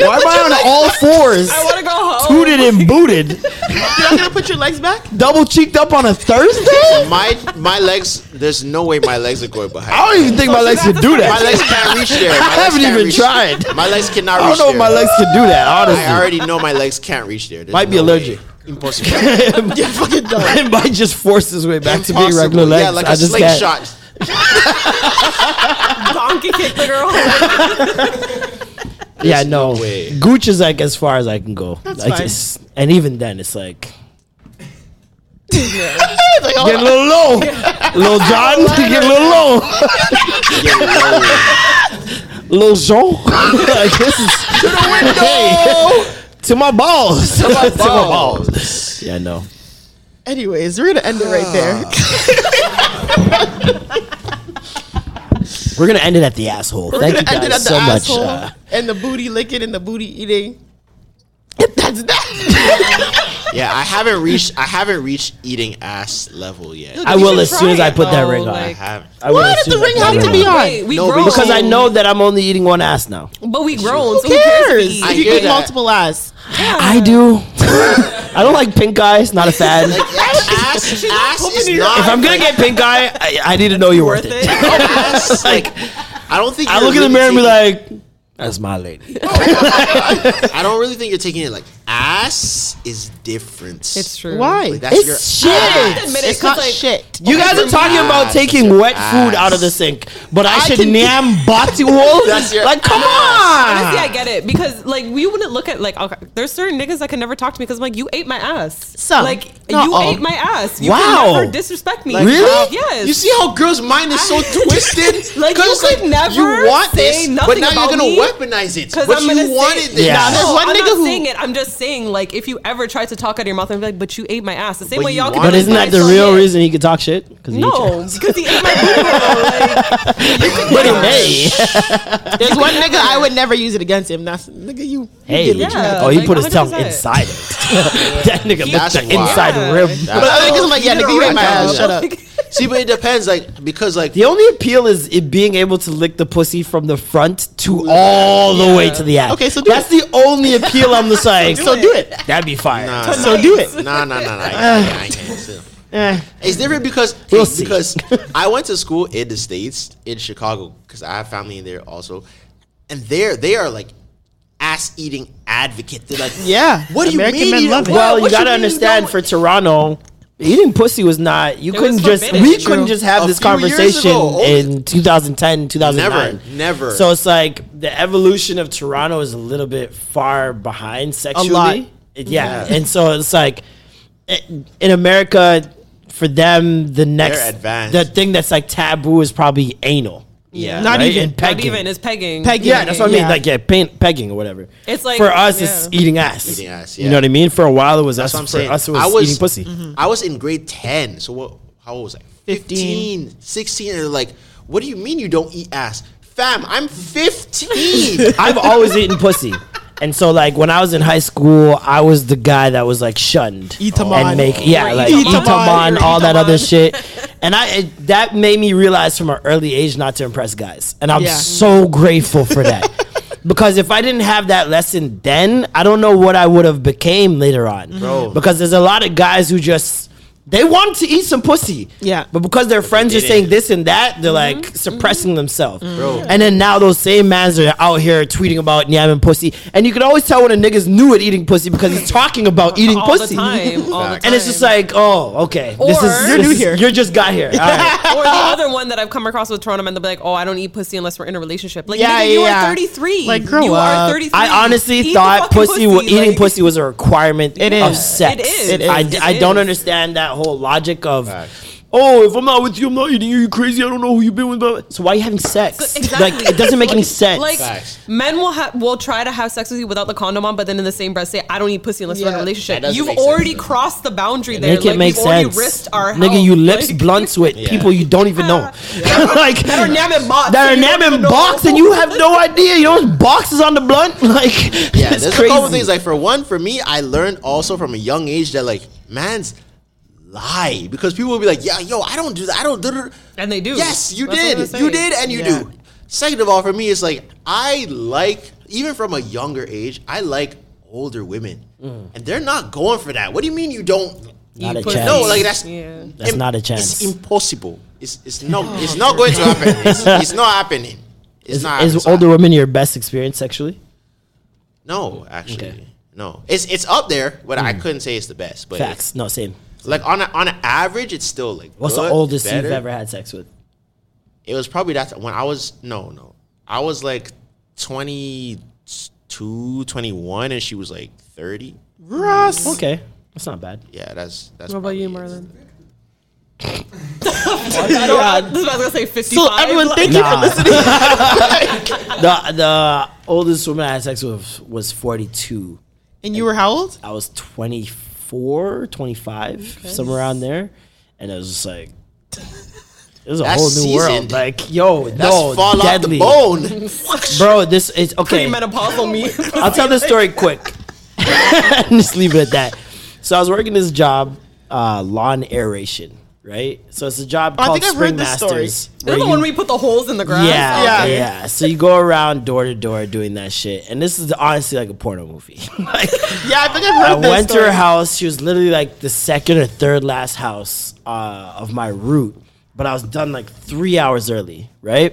Why am
put
I
your
on
legs-
all fours?
I
[laughs]
wanna go home.
Tooted and booted.
You're not gonna put your legs back?
double cheeked up on a Thursday?
My my legs. There's no way my legs are going behind.
I don't even think my legs could do that.
My legs can't reach there. My
I
legs
haven't
can't
even
reach-
tried.
My legs cannot.
I don't
reach
know if
there.
my legs could do that, honestly.
I
[laughs]
[laughs]
already know my legs can't reach there. There's
Might be
no way.
allergic.
Impossible.
[laughs] it might just force its way back to being regular
Impossible.
legs.
Yeah, like
I
a
just can't.
slingshot.
donkey kick the girl.
Yeah, no. Gooch is like as far as I can go.
That's
Like,
fine.
it's- and even then, it's like
It's [laughs] like, oh,
get a little
[laughs]
low, little John, get a little low, little Jean. [laughs] like this is to the window, [laughs] to my balls, [laughs] to my balls. Yeah, no.
[laughs] Anyways, we're gonna end it right there.
Ah, We're gonna end it at the asshole.
We're
Thank
gonna
you
end it
guys
at the
so much.
asshole
uh,
and the booty licking and the booty eating. [laughs] That's that.
Yeah, I haven't reached. I haven't reached eating ass level yet.
I will as soon as I put that ring on.
I haven't.
I will
Why
as
does
soon
the
as I
ring
put
have
that
to be
on.
on?
we
No,
grown.
because I know that I'm only eating one ass now.
But we grown.
Who
so
cares?
Who cares?
If you get multiple eyes.
I do. [laughs] I don't like pink eye. It's not a fan. if
ass, ass is not.
I'm gonna get pink eye, I, I need to know you're worth
[laughs]
it. [laughs]
ass, like, I don't think.
I
you're
look in the
really
mirror and be
taking-
like, "That's my lady."
I don't really think you're taking it like ass is different.
It's true.
Why?
Like, that's
It's
your
shit.
ass.
Admit it,
It's
'cause,
not
like,
shit.
You guys are talking about taking wet food out of the sink, but I, should nam bati wool.
That's your
Like, come
Honestly, I
Ah.
on.
get it because like we wouldn't look at like okay, there's certain niggas that can never talk to me because I'm like you ate my ass.
Some.
like you
Uh-oh.
ate my ass. You
Wow.
can never disrespect me.
oh. Like,
Really?
Yes.
You see how girls' mind is
[laughs]
so twisted?
[laughs] Like, you
'Cause,
could never say
but
nothing
now
about
you're gonna
me
weaponize it.
'Cause
But
I'm gonna
you
say-
wanted this.
Yeah. Nah,
No,
[laughs]
there's
one
I'm
nigga
not
who-
saying it. I'm just saying, like, if you ever try to talk out of your mouth, I'm like, but you ate my ass. The same
But
way
you
y'all. can
But
wanted
just
isn't that
lie
the
so
real
much.
reason he could talk shit? Because he
No, [laughs] because he ate my booty. hole, Like,
but hey,
[laughs] There's one nigga I would never use it against him. That's nigga you.
hey,
what you had to
oh, he
do.
put his tongue
100%.
inside it. [laughs] that nigga licked
That's
the
wild.
inside
Yeah.
rib.
But other niggas are like, yeah, nigga, you ate my ass. Shut up.
See, but it depends, like because like
The only appeal is it being able to lick the pussy from the front to all the way to the ass.
Okay, so do
that's the only appeal I'm the side.
[laughs] So do it.
That'd be fire.
Nah.
So do it.
Nah, nah, nah, nah. I can't, I can't. still. It's different because
We'll
it's
see.
because I went to school in the states in Chicago because I have family in there also, and there they are like ass eating advocate. They're like,
Yeah,
what do
American
you mean?
men
you don't-
love it.
what-
Well, you
what
gotta
mean
understand
don't-
for Toronto, eating pussy was not. You
It
couldn't
was
just.
forbidden.
We
True.
couldn't just have
A
this
few years
conversation
ago, oh,
in 2010, 2009.
Never, never.
So it's like the evolution of Toronto is a little bit far behind sexually. It- yeah. and so it's like i- in America, for them, the next
advanced.
the thing that's like taboo is probably anal.
Yeah.
Not
right?
even.
And
Not
pegging.
even is pegging.
Pegging.
Yeah, that's what I mean.
Yeah.
Like yeah, pain, pegging or whatever.
It's like-
for us, it's
yeah.
eating ass.
Eating ass,
You
yeah.
know what I mean? For a while, it was
That's
us.
what I'm
for
saying.
us, it was,
I was
eating pussy.
I was in grade ten. So what? How old was I?
15.
15, 16. And they're like, what do you mean you don't eat ass? Fam, I'm
[laughs]
15.
I've always eaten pussy. And so, like when I was in high school, I was the guy that was like shunned
Itaman.
and make yeah,
Right,
like
Itaman.
itaman,
You're
all that other
Itaman.
shit. And I it, that made me realize from an early age not to impress guys, and I'm
Yeah.
so grateful for that. Because if I didn't have that lesson then, I don't know what I would have became later on.
Bro.
Because there's a lot of guys who just they want to eat some pussy. Yeah. But because their friends are
didn't.
saying this and that, they're
Mm-hmm.
like suppressing themselves.
Bro.
And then now those same mans are out here tweeting about yamming pussy. And you can always tell when a nigga's new at eating pussy because he's talking about eating
[laughs] All the
pussy.
time, all the
[laughs] And it's just like, oh, okay. this
Or-
is
You're
this
new [laughs]
is-
here.
You just got here. All right.
or the other one that I've come across with Toronto men, they'll be like, "Oh, I don't eat pussy unless we're in a relationship." Like,
Yeah,
nigga, you
yeah.
are 33.
Like, grow
you
up.
Are 33.
I honestly
Eat the
thought
fucking
pussy, wa-
pussy,
eating
like-
pussy was a requirement
It
of
is.
sex.
It is. It
I,
is.
I
It
don't
is.
understand that whole logic of. Oh, if I'm not with you, I'm not eating you. You crazy? I don't know who you've been with. blah, blah." So why are you having sex? Like it doesn't make any sense.
Like men will ha- will try to have sex with you without the condom on, but then in the same breath say, "I don't eat pussy unless we're in a
Yeah.
relationship."
That doesn't
You've
make sense,
already crossed the boundary there.
Make
like,
it make
we've already
sense,
risked our
nigga.
health.
you lips blunts [laughs] with people you don't even
[laughs]
know, [laughs] like
That are nabbing bots
That
and
are
you don't
nabbing
even know.
box, and you have no idea. You know, boxes on the blunt, [laughs] like
Yeah,
it's
there's
crazy.
a couple things. Like for one, for me, I learned also from a young age that like man's lie because people will be like, yeah, yo, I don't do that. I don't do that.
And they do.
Yes, you
That's what I'm
did.
saying.
You did, and you
Yeah.
do. Second of all, for me, it's like I like even from a younger age, I like older women,
Mm.
and they're not going for that. What do you mean you don't?
Not a
put-
chance.
No, like that's
That's not a chance.
It's impossible. It's it's not
[laughs]
it's not going to happen. It's, it's not happening. It's
is,
not.
is
happening.
older women your best experience sexually?
No, actually, no. It's it's up there, but I couldn't say it's the best. But
Hmm. Facts. No, same.
Like on a, on an average, it's still like.
What's the
good,
oldest
better.
you've ever had sex with?
It was probably that when I was no no, I was like 22, 21, and she was like thirty.
Russ. Okay, that's not bad.
Yeah, that's that's.
What about you, Marlon?
Yeah.
[laughs] I don't, I, this is what I was gonna say 55.
Nah. [laughs] the the oldest woman I had sex with was forty two.
And you were how old?
I was 24, 25,
Okay.
somewhere around there, and it was just like. It was a
That's
whole new world.
seasoned.
Like, yo,
That's
no,
fall off the
deadly.
bone.
Bro, this is okay.
Premenopausal me.
I'll tell the story quick. [laughs] Just leave it at that. So I was working this job, uh, lawn aeration, right? So it's a job
Oh, I
called
think I've
Spring
heard this story.
Masters.
Is
where
that the
you-
one where you put the holes in the grass?
yeah, yeah,
Okay.
So you go around door to door doing that shit, and this is honestly like a porno movie. [laughs]
Yeah, I think I've
I
heard this
went to
story.
her house. She was literally like the second or third last house uh, of my route, but I was done like three hours early, right?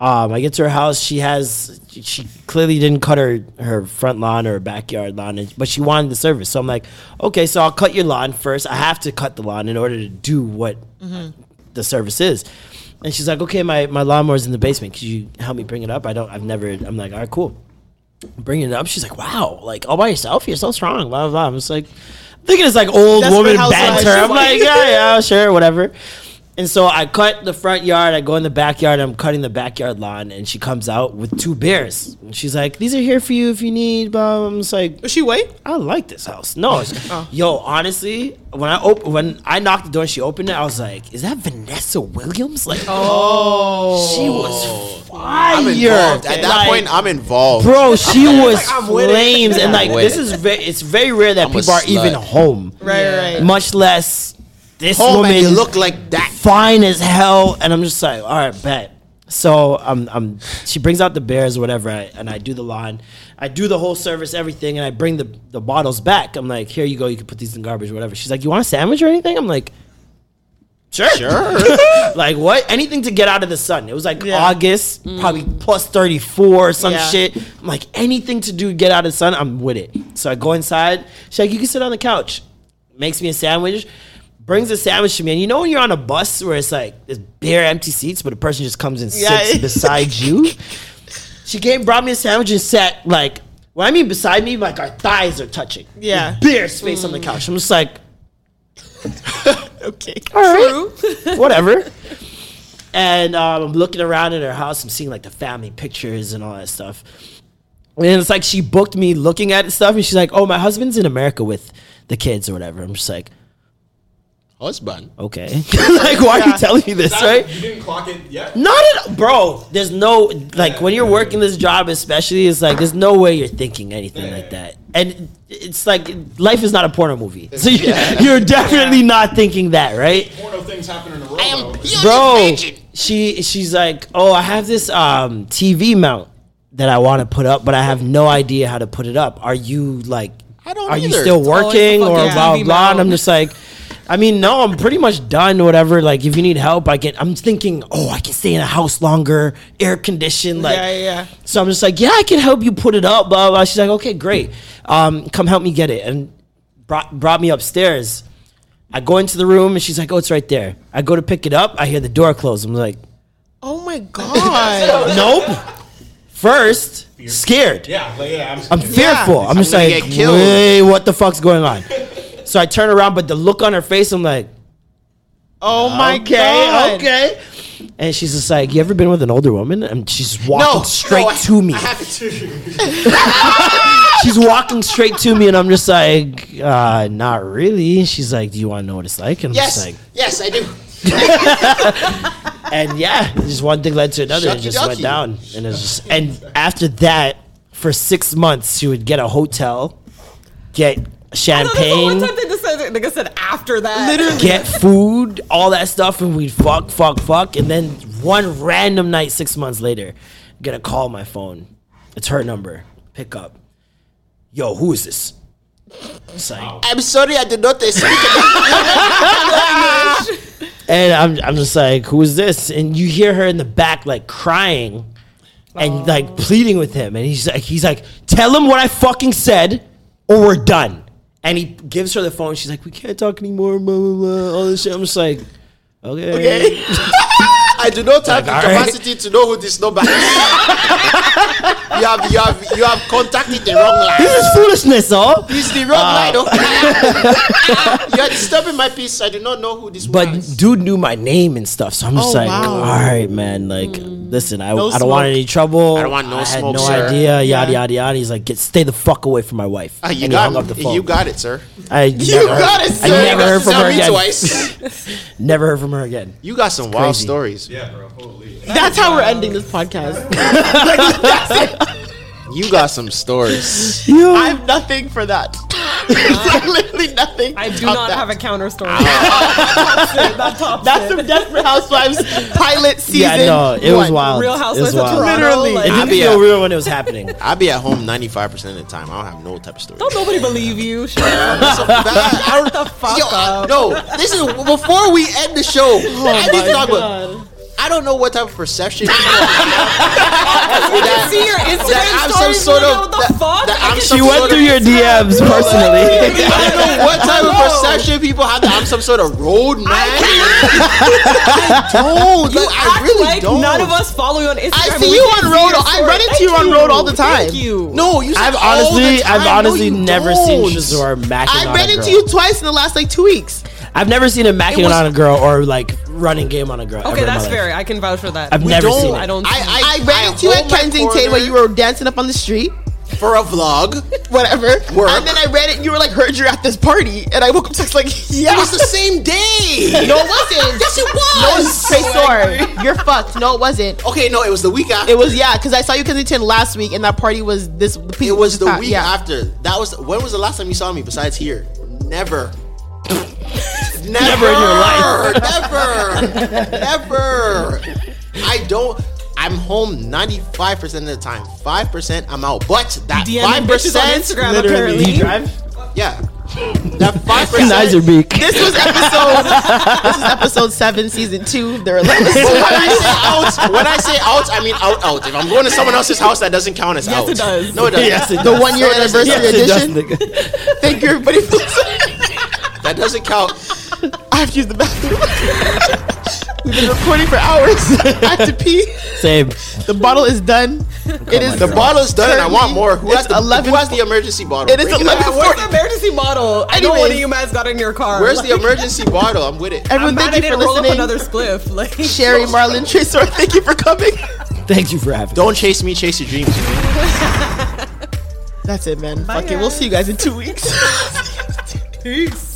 Um, I get to her house. She has she clearly didn't cut her her front lawn or her backyard lawn, and- but she wanted the service. So I'm like, okay, so I'll cut your lawn first. I have to cut the lawn in order to do what the service is. And she's like, okay, my, my lawnmower's in the basement. Could you help me bring it up? I don't, I've never, I'm like, all right, cool. Bringing it up. She's like, wow, like all by yourself? You're so strong, blah, blah, blah. I'm just like, thinking it's like old
Desperate
woman
housewives.
banter. I'm like, yeah, yeah, sure, whatever. And so I cut the front yard. I go in the backyard. I'm cutting the backyard lawn, and she comes out with two bears. And she's like, "These are here for you if you need." Blah. I'm just like, "Is
she white?
I like this house."
[laughs]
No, it's-
Oh.
yo, honestly, when I op- when I knocked the door, and she opened it. I was like, "Is that Vanessa Williams?" Like,
Oh.
she was fire.
I'm involved. At that
Like,
point, I'm involved,
bro, she
I'm
was
like, I'm with it.
flames, and
I'm
like
with
this
it.
is very, it's very rare that
I'm a
people are even
slut.
home,
Right, Yeah. right.
Much less this
Home and
woman.
you look like that,
fine as hell, and I'm just like, all right, bet. So I'm, I'm. She brings out the bears, or whatever, I, and I do the lawn, I do the whole service, everything, and I bring the the bottles back. I'm like, here you go, you can put these in garbage, whatever. She's like, you want a sandwich or anything? I'm like. Sure.
[laughs]
Sure.
like what? Anything to get out of the sun. It was like August, probably plus 34 or some
Mm. Yeah.
shit. I'm like, anything to do, get out of the sun, I'm with it. So I go inside. She's like, you can sit on the couch. Makes me a sandwich, brings a sandwich to me. And you know when you're on a bus where it's like there's bare empty seats, but a person just comes and
Yeah. [laughs]
sits beside you? She came, brought me a sandwich and sat like when I mean beside me, like our thighs are touching.
Yeah.
There's bare space on the couch. I'm just like Okay. All right. [laughs] Whatever. And um, I'm looking around in her house. I'm seeing like the family pictures and all that stuff. And it's like she booked me looking at stuff, and she's like, "Oh, my husband's in America with the kids or whatever." I'm just like,
husband.
Okay, [laughs] like why are you telling me this,
That-
right?
You didn't clock it yet.
Not at bro. There's no like when you're working this job, especially, it's like there's no way you're thinking anything like that, and it's like life is not a porno movie, so you,
Yeah.
[laughs] you're definitely not thinking that, right?
Porno things happen in a row. I am
bro she she's like oh i have this um tv mount that I want to put up, but I have no idea how to put it up. Are you like, are you
either.
still
It's always
working
the
or
fucking
blah
TV
blah? And I'm just like, I mean, no, I'm pretty much done. Whatever. Like, if you need help, I can. I'm thinking, oh, I can stay in a house longer, air conditioned. Like,
yeah, yeah.
so I'm just like, yeah, I can help you put it up, blah blah. She's like, okay, great. Um, come help me get it, and brought brought me upstairs. I go into the room, and she's like, oh, it's right there. I go to pick it up. I hear the door close. I'm like,
Oh
[laughs]
my god.
nope. First, scared.
Yeah, like, yeah, I'm,
I'm fearful. I'm just
gonna
like,
get killed.
wait, what the fuck's going on? so I turn around, but the look on her face, I'm like,
Oh my
Okay,
god.
okay. and she's just like, you ever been with an older woman? And she's walking
no,
straight
no, I-
to me.
I have to.
she's walking straight to me, and I'm just like, uh, not really. She's like, do you want to know what it's like? And I'm
Yes,
just like,
yes, I do.
and yeah, just one thing led to another.
Shucky
it just went
ducky.
down, and it was just, and after that, for six months, she would get a hotel, get champagne.
One time they just said, nigga said after that.
get food, all that stuff, and we'd fuck, fuck, fuck. And then one random night, six months later, I get a call on my phone. It's her number. Pick up. Yo, who is this? It's like-
I'm sorry, I did not speak English.
and I'm, I'm just like, who is this? And you hear her in the back, like crying and
Oh.
like pleading with him. And he's like, he's like, tell him what I fucking said or we're done. And he gives her the phone. She's like, we can't talk anymore, blah, blah, blah, all this shit. I'm just like, okay.
Okay. I do not have
Like,
the
all right.
capacity to know who this number is. [laughs] you have, you have, you have contacted the wrong line.
[laughs] This is foolishness, oh.
It's the wrong line. [laughs] Okay? you are disturbing my peace. I do not know who this.
But dude knew my name and stuff, so I'm just
Oh,
like,
wow. Hmm.
all right, man. Like, listen, I,
No
I don't want
smoke.
any trouble.
I don't want no
I had
smoke,
no
sir.
idea.
Yeah.
Yada yada yada. He's like, get stay the fuck away from my wife.
Ah, you
And he
got
hung up the phone.
You got it, sir.
I
you
never heard-
got it, sir.
I never heard from
Tell
her
me
again. [laughs]
twice.
Never heard from her again.
You got some
It's
wild
crazy.
stories. Yeah, bro.
That's how we're ending this podcast.
You got some stories.
I have nothing
[laughs]
for
[laughs]
that. Literally nothing.
I do
Top
not
that.
have a counter [laughs] story.
That's from Desperate Housewives pilot
Yeah,
season.
no,
it was
one.
wild. It was wild.
Literally.
it didn't feel real when it
[laughs]
was happening.
I be at home ninety five percent of the time. I don't have no type of story.
Don't nobody believe you. Shut
Shut
the fuck
Yo,
up. Oh
no, this is before we end the show. I need
my
to talk about. I don't know what type of
[laughs]
perception. you
see your Instagram stories, nigga, what the fuck? I
I'm
can-
some
She went
sort of-
through your DMs personally.
I don't know what type of
No.
perception people have that I'm some sort of road man. I don't.
You
like, I
act
really
like
don't.
None of us follow you on Instagram.
I
We
see you
can't
on road.
your
I
story.
run into
Thank
you on road all the
Thank
time.
you.
No, you.
I've
all the
honestly,
time.
I've
No,
honestly
you
never
don't.
seen Shazor macking
I
on
ran
a
into you
girl.
twice in the last like two weeks.
I've never seen him macking
was-
on a girl or like running game on a girl. ever
Okay,
in my
that's
life.
fair. I can vouch for that.
I've never seen it.
I don't. see-
I, I,
I ran into you at Kensington where you were dancing up on the street.
for a vlog.
[laughs] Whatever.
Work.
And then I read it and you were like, heard you're at this party. And I woke up just like, [laughs] yeah.
It was the same day.
[laughs]
[laughs]
No, it wasn't.
Yes, it
No,
was.
Trey Sor, you're fucked. No, it wasn't.
Okay, no, it was the week after.
It was yeah, because I saw you Kensington last week, and that party was this.
It was the week after. That was when was the last time you saw me besides here?
[laughs]
Never. never,
in
[laughs]
your life. [laughs]
Never. never. I don't. I'm home 95% of the time. 5% I'm out. But that
DM and bitches on
5%.
Instagram apparently.
You drive?
Yeah.
[laughs]
That 5%.
Nizer beak.
This was episode. this was episode seven, season two. There are
But when I say out, when I say out, I mean out, out. If I'm going to someone else's house, that doesn't count as
Yes,
out.
it does.
No, it doesn't.
Yes, it
the
does.
one year
Yes,
anniversary
Yes, it does,
edition.
nigga.
Thank you, everybody. For
[laughs] That doesn't count.
I have to use the bathroom. We've been recording for hours. [laughs] I have to pee.
Same.
The bottle is done. It is
The bottle's done. and I want more. Who has
It's
the
11
Who has the emergency bottle?
It is
Bring up.
11
Where's the emergency bottle? I know one of
Anyways.
you man's got in your car.
Where's
Like,
the emergency bottle? I'm with it.
Everyone,
I'm mad
thank
I
you for
didn't roll up
listening.
another spliff. [laughs] Like
Sherry, Marlon, Tresor, [laughs] thank you for coming.
Thank you for having me.
Don't chase me, chase your dreams. man.
That's it, man. Fuck it. We'll see you guys in two weeks.
[laughs] Peace.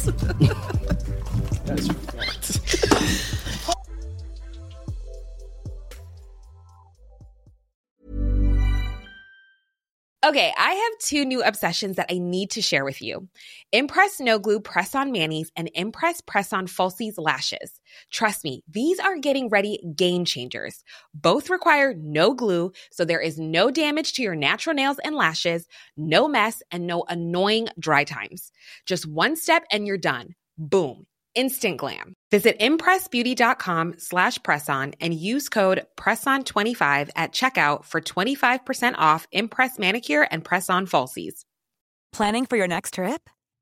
Okay, I have two new obsessions that I need to share with you Impress No Glue Press On Manny's and Impress Press On Falsies Lashes. Trust me, these are getting ready game changers. Both require no glue, so there is no damage to your natural nails and lashes, no mess, and no annoying dry times. Just one step and you're done. Boom instant glam. Visit impressbeauty.com slash presson and use code presson25 at checkout for 25% off Impress manicure and press-on falsies.
Planning for your next trip?